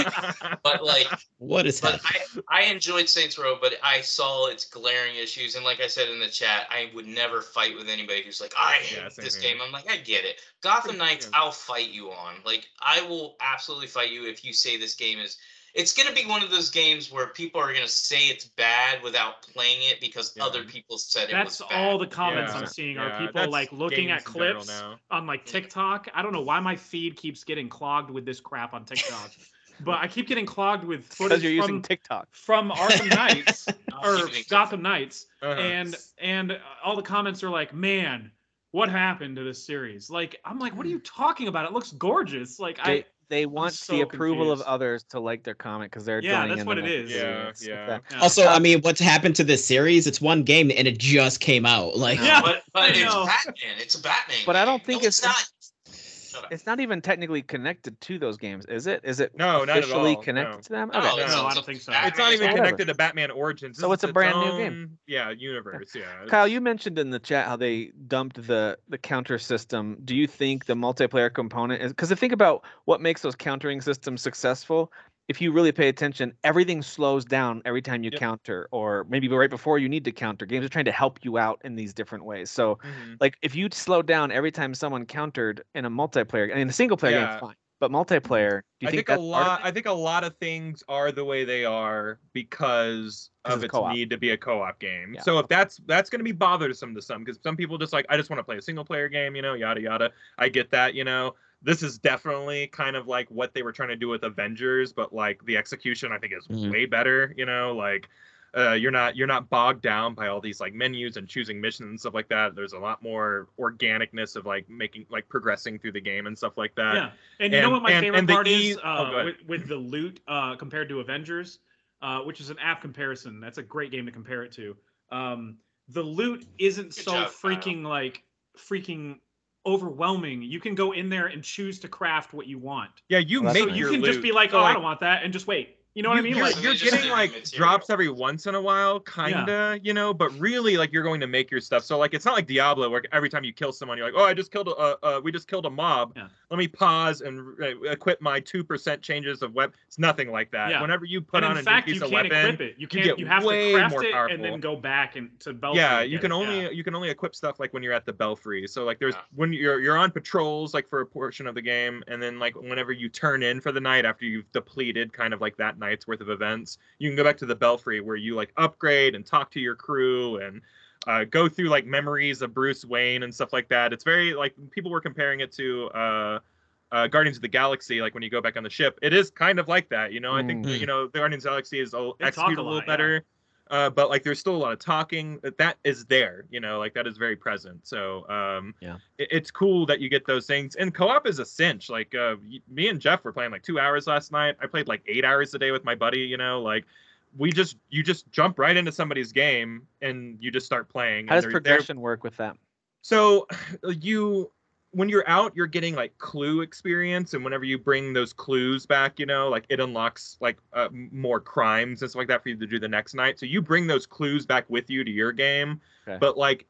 S5: but like,
S1: What is
S5: but
S1: happening?
S5: I I enjoyed Saints Row, but I saw its glaring issues, and like I said in the chat, I would never fight with anybody who's like, "I hate
S2: Yeah, same
S5: this
S2: here.
S5: game." I'm like, I get it. Gotham Knights,
S2: Yeah.
S5: I'll fight you on. Like, I will absolutely fight you if you say this game is. It's gonna be one of those games where people are gonna say it's bad without playing it because
S2: Yeah.
S5: other people said it
S3: That's
S5: was bad.
S3: all the comments
S2: Yeah.
S3: I'm seeing
S2: Yeah,
S3: are people
S2: that's
S3: like looking at
S2: games in general
S3: clips
S2: now.
S3: on like TikTok. I don't know why my feed keeps getting clogged with this crap on TikTok, but I keep getting clogged with footage
S4: because you're using
S3: from,
S4: TikTok.
S3: from Arkham Knights
S5: I'll
S3: or
S5: keep it in-
S3: Gotham Knights,
S2: Uh-huh.
S3: and and all the comments are like, "Man, what happened to this series?" Like, I'm like, "What are
S5: Mm.
S3: you talking about? It looks gorgeous." Like, I
S4: They, they want the
S3: so
S4: approval of
S3: confused.
S4: others to like their comment because they're
S3: Yeah,
S4: joining
S3: that's
S4: in
S3: what
S4: on
S3: it
S4: that
S3: is.
S2: Yeah,
S4: experience with
S2: yeah.
S4: that.
S3: yeah.
S1: Also, I mean, what's happened to this series? It's one game and it just came out. Like,
S3: Yeah,
S5: but,
S3: I
S5: but it's
S3: know.
S5: Batman. It's a Batman.
S4: But I
S5: game.
S4: don't think
S5: No,
S4: it's-
S5: not. Shut up.
S4: It's not even technically connected to those games, is it? Is it
S2: No, not at
S4: officially
S2: all,
S4: connected
S2: no.
S4: to them?
S5: No,
S4: Okay.
S5: it's-
S3: No, I
S5: it's
S3: don't
S5: a
S3: think so.
S5: Batman
S2: It's not even
S5: game.
S4: Whatever.
S2: connected to Batman Origins.
S4: So
S2: This
S4: it's a
S2: is its
S4: brand new game.
S2: own, Yeah, universe. Yeah.
S4: Kyle, you mentioned in the chat how they dumped the the counter system. Do you think the multiplayer component is because think about what makes those countering systems successful? If you really pay attention, everything slows down every time you
S2: Yep.
S4: counter, or maybe right before you need to counter. Games are trying to help you out in these different ways. So,
S2: Mhm.
S4: like, if you slow down every time someone countered in a multiplayer, I mean, a single player game,
S2: Yeah.
S4: it's fine, but multiplayer, do you
S2: I
S4: think,
S2: think,
S4: that's
S2: a
S4: part of
S2: lot. I think a lot of things are the way they are because
S4: 'Cause
S2: of
S4: it's
S2: its
S4: co-op.
S2: need to be a co-op game.
S4: Yeah.
S2: So if that's that's going to be bothersome to some because some people just like I just want to play a single player game, you know, yada yada. I get that, you know. this is definitely kind of like what they were trying to do with Avengers, but like the execution I think is
S4: Mm-hmm.
S1: Mhm.
S2: way better. You know, like uh, you're not you're not bogged down by all these like menus and choosing missions and stuff like that. There's a lot more organicness of like making like progressing through the game and stuff like that.
S3: yeah, and you know
S2: and-
S3: what my
S2: and-
S3: favorite
S2: and the
S3: part
S2: ease-
S3: is
S2: oh,
S3: uh,
S2: go ahead.
S3: with, with the loot uh, compared to Avengers, uh, which is an app comparison. That's a great game to compare it to. Um, the loot isn't so
S5: job, Kyle.
S3: freaking like freaking overwhelming. You can go in there and choose to craft what you want.
S2: Yeah, you
S4: Well, that's
S2: make
S3: So
S4: nice.
S3: you
S2: your
S3: can just
S2: loot.
S3: be like,
S2: So,
S3: oh, I don't want that, and just wait. You know what I mean?
S2: You're,
S3: Like,
S5: So
S2: you're
S5: they just give
S2: getting
S5: you
S2: like
S5: material.
S2: drops every once in a while, kinda, you know, but really like you're going to make your stuff. So like it's not like Diablo where every time you kill someone, you're like, oh, I just killed a, uh, uh, we just killed a mob.
S3: Yeah.
S2: Let me pause and uh, equip my two percent changes of web. It's nothing like that.
S3: Yeah.
S2: Whenever you put
S3: but
S2: on
S3: in
S2: a
S3: fact,
S2: new
S3: you
S2: piece of
S3: can't
S2: weapon,
S3: equip it. You
S2: you
S3: can't.
S2: get
S3: You have to
S2: way more
S3: craft it
S2: powerful.
S3: and then go back and to Belfry.
S2: yeah,
S3: to
S2: you
S3: get
S2: can
S3: it.
S2: only
S3: Yeah.
S2: you can only equip stuff like when you're at the belfry. So like there's
S5: Yeah.
S2: when you're you're on patrols like for a portion of the game, and then like whenever you turn in for the night after you've depleted kind of like that night's worth of events, you can go back to the belfry where you like upgrade and talk to your crew and uh, go through like memories of Bruce Wayne and stuff like that. It's very like people were comparing it to uh, uh, Guardians of the Galaxy. Like when you go back on the ship, it is kind of like that. You know, I think
S1: Mm.
S2: you know the Guardians of the Galaxy is a-
S3: They talk
S2: executed a
S3: a
S2: little
S3: lot, yeah.
S2: better uh, but like there's still a lot of talking that- that is there you know like that is very present so um
S4: Yeah.
S2: it- it's cool that you get those things and co-op is a cinch like uh y- me and jeff were playing like two hours last night i played like eight hours a day with my buddy you know like we just you just jump right into somebody's game and you just start playing
S4: How
S2: and
S4: does
S2: they're- they're-
S4: progression work with that?
S2: so you when you're out you're getting like clue experience and whenever you bring those clues back you know like it unlocks like uh, m- more crimes and stuff like that for you to do the next night so you bring those clues back with you to your game
S4: Okay.
S2: but like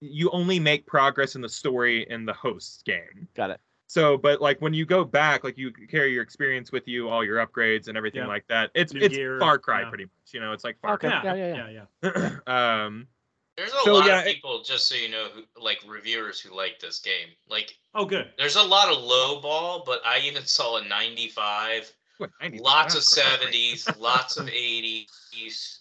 S2: you only make progress in the story in the host's game
S4: Got it.
S2: so but like when you go back like you carry your experience with you all your upgrades and everything
S3: Yeah.
S2: like that it's
S3: New
S2: it's
S3: gear,
S2: far cry
S3: yeah.
S2: pretty much you know it's like far
S4: Okay.
S3: Yeah,
S4: Yeah,
S3: yeah,
S4: yeah,
S3: yeah,
S4: yeah.
S3: yeah.
S2: cry um
S5: There's a
S2: So,
S5: lot
S2: yeah,
S5: of
S2: it-
S5: people, just so you know, who like reviewers who like this game. Like,
S3: Oh, good.
S5: there's a lot of low ball, but I even saw a 95,
S2: what, 90?
S5: lots of
S2: That's crazy.
S5: 70s, lots of 80s,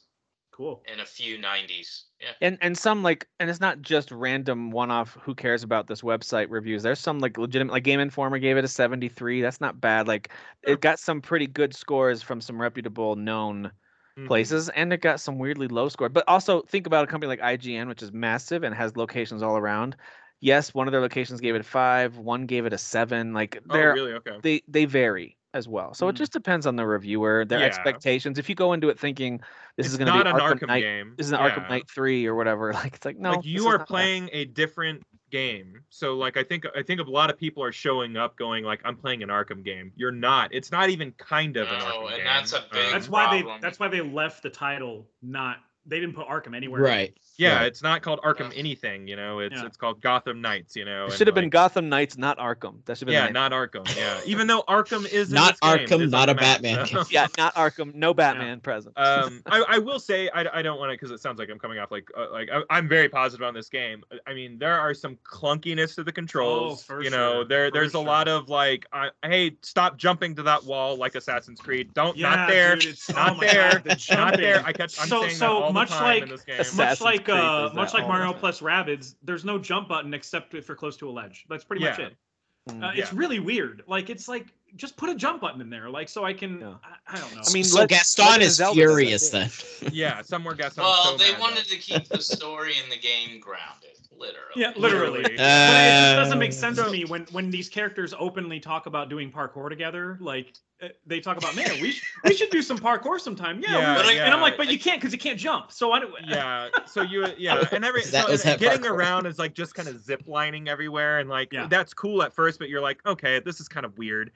S3: Cool.
S5: and a few 90s. Yeah.
S4: And and some like and it's not just random one off who cares about this website reviews. There's some like legitimate like Game Informer gave it a 73. That's not bad. Like it got some pretty good scores from some reputable known
S2: Mhm.
S4: places and it got some weirdly low score. But also think about a company like IGN which is massive and has locations all around. Yes, one of their locations gave it a 5, one gave it a 7. Like
S2: oh
S4: they're
S2: really okay
S4: they they vary as well. So it
S3: Mm.
S4: just depends on the reviewer, their
S2: Yeah.
S4: expectations. If you go into it thinking this
S2: It's
S4: is going to be
S2: not an Arkham
S4: Knight,
S2: game.
S4: this is an Arkham
S2: Yeah.
S4: Knight three or whatever, like it's like no,
S2: like
S4: this
S2: you
S4: is
S2: are
S4: not that.
S2: playing a different game. So like I think I think a lot of people are showing up going like I'm playing an Arkham game. You're not. It's not even kind of an
S5: No,
S2: Arkham
S5: and
S2: game.
S5: that's a big-
S3: That's
S5: Um,
S3: why they.
S5: problem.
S3: That's why they left the title. Not they didn't put Arkham anywhere.
S1: Right.
S2: yeah,
S1: Right.
S2: it's not called Arkham
S5: Yeah.
S2: anything, you know. It's
S3: Yeah.
S2: it's called Gotham Knights, you know.
S4: It
S2: and,
S4: should have been
S2: like-
S4: Gotham Knights, not Arkham. That should have
S2: Yeah,
S4: been
S2: not Arkham. Yeah. Even though Arkham is in
S1: Not
S2: this game, it's
S1: Arkham,
S2: on
S1: not
S2: the
S1: a
S2: map,
S1: Batman
S2: so-
S1: game.
S4: yeah, not Arkham, no Batman present.
S2: um I, I will say I, I don't want to because it sounds like i'm coming off like uh, like I, i'm very positive on this game Uh, I- i mean there are some clunkiness to the controls
S3: Oh, for
S2: you know
S3: sure,
S2: there
S3: for
S2: there's
S3: sure.
S2: a lot of like I, hey stop jumping to that wall like assassin's creed don't
S3: Yeah,
S2: not there
S3: dude, it's,
S2: not
S3: oh my
S2: there,
S3: God, the
S2: not
S3: jumping.
S2: there i catch i'm
S3: So-
S2: saying
S3: so
S2: that all
S3: much
S2: the time
S3: like
S2: in this game
S4: Assassin's
S3: much like
S4: Creed
S3: uh,
S4: does that
S3: much like
S4: all
S3: Mario
S4: the time.
S3: plus Rabbids, there's no jump button except if you're close to a ledge. That's pretty much
S2: Yeah.
S3: it.
S4: Mm.
S3: Uh, It's
S2: Yeah.
S3: really weird. Like it's like just put a jump button in there, like so I can.
S4: Yeah.
S3: I, I don't know.
S4: I mean,
S1: so
S4: Leg-
S1: Gaston
S4: Legend of
S1: is
S4: Zelda does that
S1: furious
S4: too.
S1: then.
S2: yeah somewhere got something
S5: Well,
S2: so
S5: they
S2: mad
S5: wanted
S2: though.
S5: to keep the story and the game grounded, literally.
S3: yeah, literally.
S2: Literally.
S3: But it just
S1: Uh,
S3: doesn't make sense to me when when these characters openly talk about doing parkour together. Like uh, they talk about, man, we sh- we should do some parkour sometime. Yeah,
S2: Yeah,
S3: we should." and I'm
S2: yeah.
S3: like, but you can't because you can't jump. So I don't.
S2: yeah so you yeah and every
S1: That
S2: so
S1: was
S2: and
S1: that
S2: getting
S1: parkour.
S2: around is like just kind of zip lining everywhere and like
S3: Yeah.
S2: that's cool at first but you're like okay this is kind of weird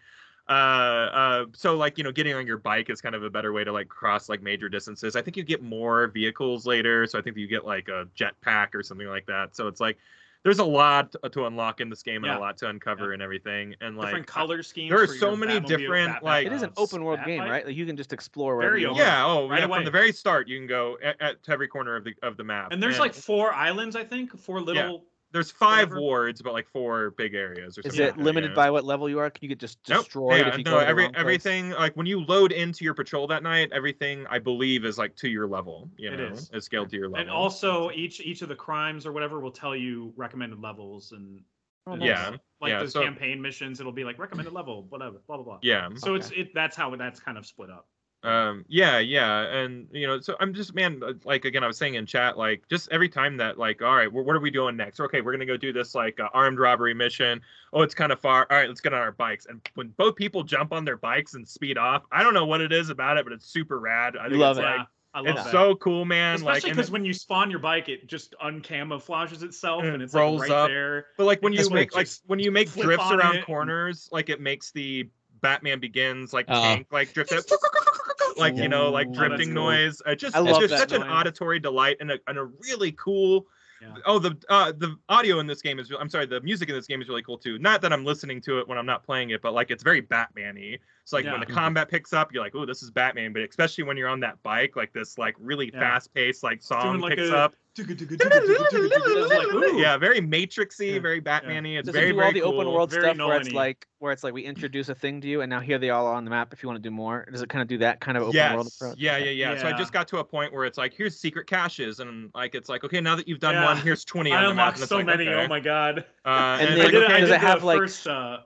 S2: uh uh so like you know getting on your bike is kind of a better way to like cross like major distances i think you get more vehicles later so i think you get like a jet pack or something like that so it's like there's a lot to- to unlock in this game and
S3: Yeah.
S2: a lot to uncover and everything and like
S3: different color schemes.
S2: there are
S3: for your
S2: so many
S3: Batmobile,
S2: different,
S3: Batman
S2: like-
S4: It is an
S3: gloves,
S4: open world
S3: Batmite.
S4: game, right? Like you can just explore where
S3: Very
S4: you
S3: open.
S4: want.
S2: yeah oh
S3: Right
S2: yeah
S3: away.
S2: from the very start you can go at, at, to every corner of the of the map
S3: And there's like four islands, I think, four little.
S2: there's five
S3: Whatever.
S2: wards, but like four big areas or
S4: Is
S2: something.
S4: it
S2: like that,
S4: limited
S2: yeah.
S4: by what level you are? Can you get just
S2: Nope.
S4: destroyed
S2: Yeah,
S4: if you
S2: no,
S4: go to the
S2: every,
S4: wrong place?
S2: everything like when you load into your patrol that night, everything I believe is like to your level. You
S3: It
S2: know,
S3: is.
S2: scaled to your level.
S3: And also, each each of the crimes or whatever will tell you recommended levels and
S4: Oh, nice.
S2: Yeah,
S3: Like
S2: Yeah,
S3: those
S2: so-
S3: campaign missions, it'll be like recommended level, whatever, blah blah blah.
S2: yeah.
S3: So it's it that's how that's kind of split up.
S2: um yeah yeah and you know so i'm just man uh, like again i was saying in chat like just every time that like all right wh- what are we doing next okay we're gonna go do this like uh, armed robbery mission oh it's kind of far all right let's get on our bikes and when both people jump on their bikes and speed off i don't know what it is about it but it's super rad i think
S4: Love
S2: it's
S4: it.
S3: yeah,
S2: like
S3: I love
S2: it's
S3: that.
S2: so cool man
S3: Especially
S2: like and
S3: because when you spawn your bike, it just uncamouflages itself
S2: And
S3: and it's
S2: rolls
S3: like right
S2: up.
S3: there.
S2: But like when you
S3: Because we
S2: make like
S3: just
S2: when you make
S3: flip
S2: drifts
S3: on
S2: around
S3: it.
S2: corners, like it makes the Batman Begins like
S3: Uh-huh.
S1: Oh.
S2: tank like drift out, like you know like
S4: Ooh.
S2: drifting
S3: Oh, that's cool.
S2: noise. Uh, just
S4: I
S2: it's
S4: love
S2: just
S4: that
S2: such an
S3: noise.
S2: auditory delight and a and a really cool.
S3: Yeah.
S2: Oh the uh the audio in this game is I'm sorry the music in this game is really cool too. Not that I'm listening to it when I'm not playing it, but like it's very Batman-y. So like when
S3: Yeah.
S2: the combat picks up, you're like, oh this is Batman. But especially when you're on that bike, like this like really
S3: Yeah.
S2: fast paced like song
S3: doing like
S2: picks
S3: a-
S2: up.
S3: Like, ooh.
S2: yeah, very Matrixy,
S3: Yeah.
S2: very Batman-y. It's
S4: Does
S2: very
S4: it do
S2: very
S4: all the
S2: cool.
S4: open world
S3: very
S4: stuff where it's
S3: Nolan-y.
S4: like where it's like we introduce a thing to you and now here they all are on the map if you want to do more? Does it kind of do that kind of open
S2: yes.
S4: world approach?
S2: Yeah, yeah,
S4: Okay.
S2: yeah, So I
S3: Yeah.
S2: just got to a point where it's like, here's secret caches, and like it's like, okay, now that you've done
S3: Yeah.
S2: one, here's twenty.
S3: I
S2: on the map,
S3: unlocked
S2: and it's
S3: so
S2: like,
S3: many.
S2: okay.
S3: Oh my god.
S2: Uh, and
S4: And
S3: I
S2: it's
S4: then-
S2: like,
S3: did it, I
S2: okay,
S4: does
S3: did
S4: it have,
S3: the
S4: like-
S3: first uh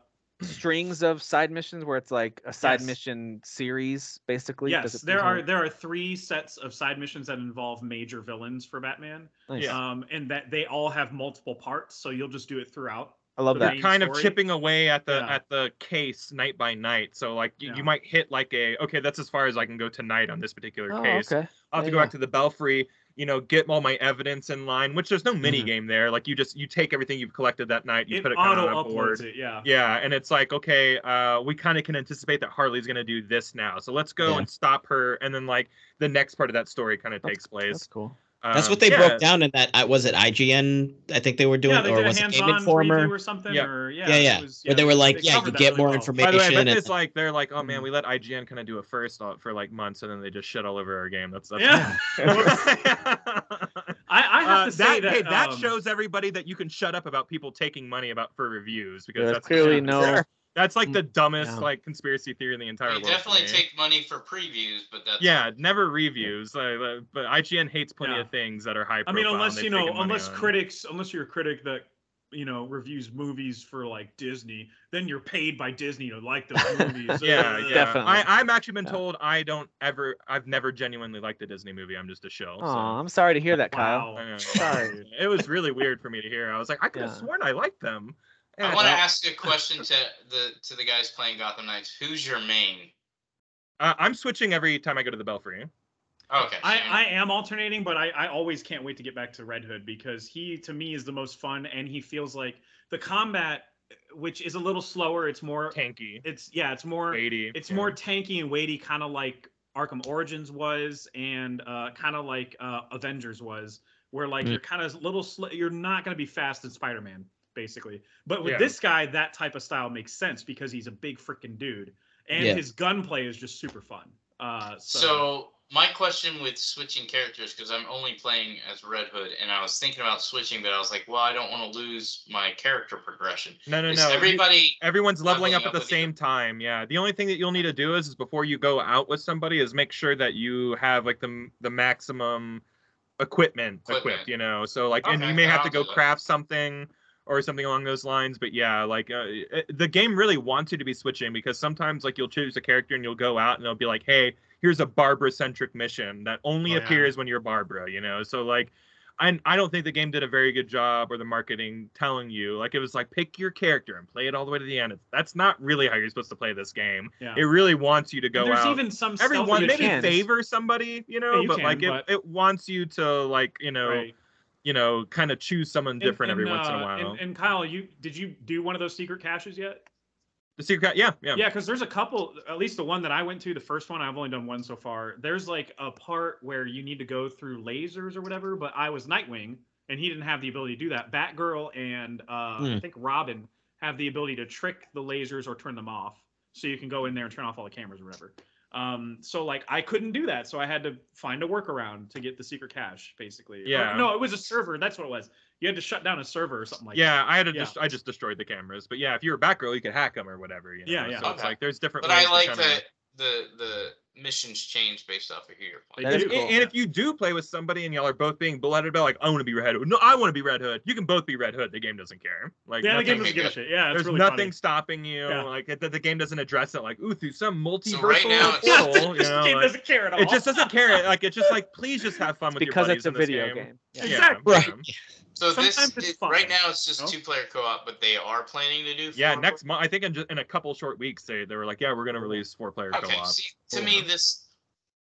S4: Strings of side missions where it's like a side
S3: Yes.
S4: mission series, basically. Does
S3: Yes,
S4: it do
S3: there
S4: something
S3: are
S4: like-
S3: there are three sets of side missions that involve major villains for Batman.
S4: Nice.
S2: Yeah.
S3: Um and that they all have multiple parts, so you'll just do it throughout.
S4: I love
S3: the
S4: that.
S3: main
S2: kind of
S3: story.
S2: chipping away at the
S3: Yeah.
S2: at the case night by night. So like you,
S3: Yeah.
S2: you might hit like a okay, that's as far as I can go tonight on this particular
S4: Oh,
S2: case.
S4: okay.
S2: I'll have to
S4: Yeah,
S2: go
S4: yeah.
S2: back to the Belfry, you know, get all my evidence in line. Which there's no mini game there. Like you just you take everything you've collected that night, you
S3: It
S2: put it kind of on a
S3: auto
S2: board.
S3: uploads it, yeah.
S2: Yeah, and it's like, okay, uh, we kind of can anticipate that Harley's gonna do this now, so let's go
S1: Yeah.
S2: and stop her, and then like the next part of that story kind of
S4: That's-
S2: takes place.
S4: That's cool.
S1: That's
S2: Um,
S1: what they
S2: yeah,
S1: broke down in that. uh, Was it IGN? I think they were doing,
S3: yeah, they
S1: or
S3: did a
S1: was it Game
S3: hands-on
S1: Informer?
S3: review or something,
S2: Yeah.
S3: or yeah,
S1: Yeah,
S3: it
S1: yeah,
S3: was-
S1: where they were like,
S3: they
S1: yeah, you
S3: covered that
S1: get
S3: really
S1: more
S3: well.
S1: information.
S2: By the way, I bet
S1: and-
S2: it's like they're like, oh man, we let IGN kind of do it first uh, for like months, and then they just shit all over our game. That's, that's
S3: Yeah, I, I have
S2: Uh,
S3: to
S2: that,
S3: say that
S2: hey, that
S3: um,
S2: shows everybody that you can shut up about people taking money about for reviews because
S4: There's
S2: that's
S4: clearly
S3: yeah,
S4: no.
S1: sure.
S2: that's like the dumbest
S4: Yeah.
S2: like conspiracy theory in the entire
S5: They
S2: world. to
S5: definitely
S2: me.
S5: take money for previews, but that's
S2: Yeah, never reviews. Uh, but IGN hates plenty
S3: Yeah.
S2: of things that are high.
S3: I mean,
S2: profile and
S3: unless
S2: they've
S3: you know,
S2: taken money
S3: unless
S2: on.
S3: critics, unless you're a critic that you know reviews movies for like Disney, then you're paid by Disney to like those movies.
S2: Yeah, yeah.
S4: Definitely.
S2: I, I've actually been
S4: Yeah.
S2: told I don't ever. I've never genuinely liked a Disney movie. I'm just a shell. so-
S4: Aw, I'm sorry to hear that, Kyle.
S2: I know.
S3: Wow.
S4: Sorry.
S2: it was really weird for me to hear. I was like, I could have
S4: Yeah.
S2: sworn I liked them.
S5: I
S2: Yeah.
S5: want to ask a question to the to the guys playing Gotham Knights. Who's your main?
S2: Uh, I'm switching every time I go to the Belfry.
S5: Okay.
S3: I,
S5: so-
S3: I am alternating, but I, I always can't wait to get back to Red Hood because he to me is the most fun and he feels like the combat, which is a little slower. It's more
S2: Tanky,
S3: it's yeah, it's more
S2: eighty.
S3: it's
S2: yeah.
S3: more tanky and weighty, kind of like Arkham Origins was, and uh, kind of like uh, Avengers was, where like
S1: Mm.
S3: you're kind of little, sl- you're not going to be fast in Spider Man, basically. But with
S2: Yeah.
S3: this guy, that type of style makes sense because he's a big freaking dude, and
S1: Yeah.
S3: his gunplay is just super fun. Uh, so,
S5: So my question with switching characters, because I'm only playing as Red Hood, and I was thinking about switching, but I was like, well, I don't want to lose my character progression.
S2: No, no,
S5: Is
S2: no.
S5: everybody?
S2: Everyone's leveling up at
S5: Leveling up
S2: the
S5: with you.
S2: same time. Yeah. The only thing that you'll need to do is, is before you go out with somebody is make sure that you have like the the maximum equipment,
S5: Equipment.
S2: equipped. You know, so like, and
S5: Okay,
S2: you may have
S5: I'll
S2: to go
S5: do that.
S2: craft something or something along those lines. But yeah, like uh, it- the game really wants you to be switching because sometimes like you'll choose a character and you'll go out and they'll be like, hey, here's a Barbara centric mission that only
S3: Oh, yeah.
S2: appears when you're Barbara. You know, so like. I, I don't think the game did a very good job or the marketing telling you like it was like pick your character and play it all the way to the end. It's, that's not really how you're supposed to play this game.
S3: yeah.
S2: It really wants you to
S3: And
S2: go
S3: there's
S2: out.
S3: even some stealthy
S2: Everyone
S4: you
S2: maybe
S4: can.
S2: favor somebody, you know,
S3: Yeah, you
S2: but
S3: can,
S2: like it,
S3: but-
S2: it wants you to like you know
S3: right.
S2: you know kind of choose someone
S3: And-
S2: different every
S3: and,
S2: once in a
S3: uh,
S2: while.
S3: And, and Kyle, you did you do one of those secret caches yet?
S2: the secret, yeah, yeah,
S3: Yeah, because there's a couple, at least the one that I went to, the first one, I've only done one so far. There's like a part where you need to go through lasers or whatever, but I was Nightwing and he didn't have the ability to do that. Batgirl and uh, I
S1: Hmm.
S3: think Robin have the ability to trick the lasers or turn them off. So you can go in there and turn off all the cameras or whatever. Um, so like I couldn't do that. So I had to find a workaround to get the secret cache, basically. Or-
S2: Yeah.
S3: no, it was a server. That's what it was. You had to shut down a server or something like that.
S2: yeah, I had to
S3: yeah.
S2: just I just destroyed the cameras, but yeah, if you were Batgirl, you could hack them or whatever. You know?
S3: Yeah, yeah.
S2: So it's
S5: Okay.
S2: like there's different.
S5: But
S2: ways
S5: I
S2: to
S5: like
S2: kinda-
S5: the the the missions change based off of who you're
S3: They
S5: playing.
S4: That is
S3: do.
S2: And- And if you do play with somebody and y'all are both being blooded about, like, I want to be Red Hood. No, I want to be Red Hood. You can both be Red Hood. The game doesn't care. Like,
S3: yeah, the
S2: nothing-
S3: game doesn't give a shit. Yeah, it's
S2: there's
S3: really
S2: nothing
S3: funny.
S2: stopping you.
S3: Yeah.
S2: Like, it, the game doesn't address it. Like, ooh, through some multiversal
S5: right now it's-
S3: Yeah,
S2: portal, you
S3: this
S2: know,
S3: game
S2: like,
S3: doesn't care at all.
S2: it just doesn't care. Like, it's just like, please just have fun
S4: It's
S2: with
S4: because
S2: your
S4: it's
S2: buddies
S4: a
S2: in this
S4: video game.
S2: game.
S4: Yeah.
S2: Yeah,
S3: Exactly.
S1: Right.
S2: yeah.
S5: So this
S3: Sometimes it's
S5: is, right
S3: fine,
S5: now it's just
S3: you know?
S5: two player co op, but they are planning to do.
S2: Yeah,
S5: four
S2: next month. I think in, ju- in a couple short weeks they, they were like, yeah, we're gonna release four player
S5: Okay,
S2: co-op.
S5: see, to me this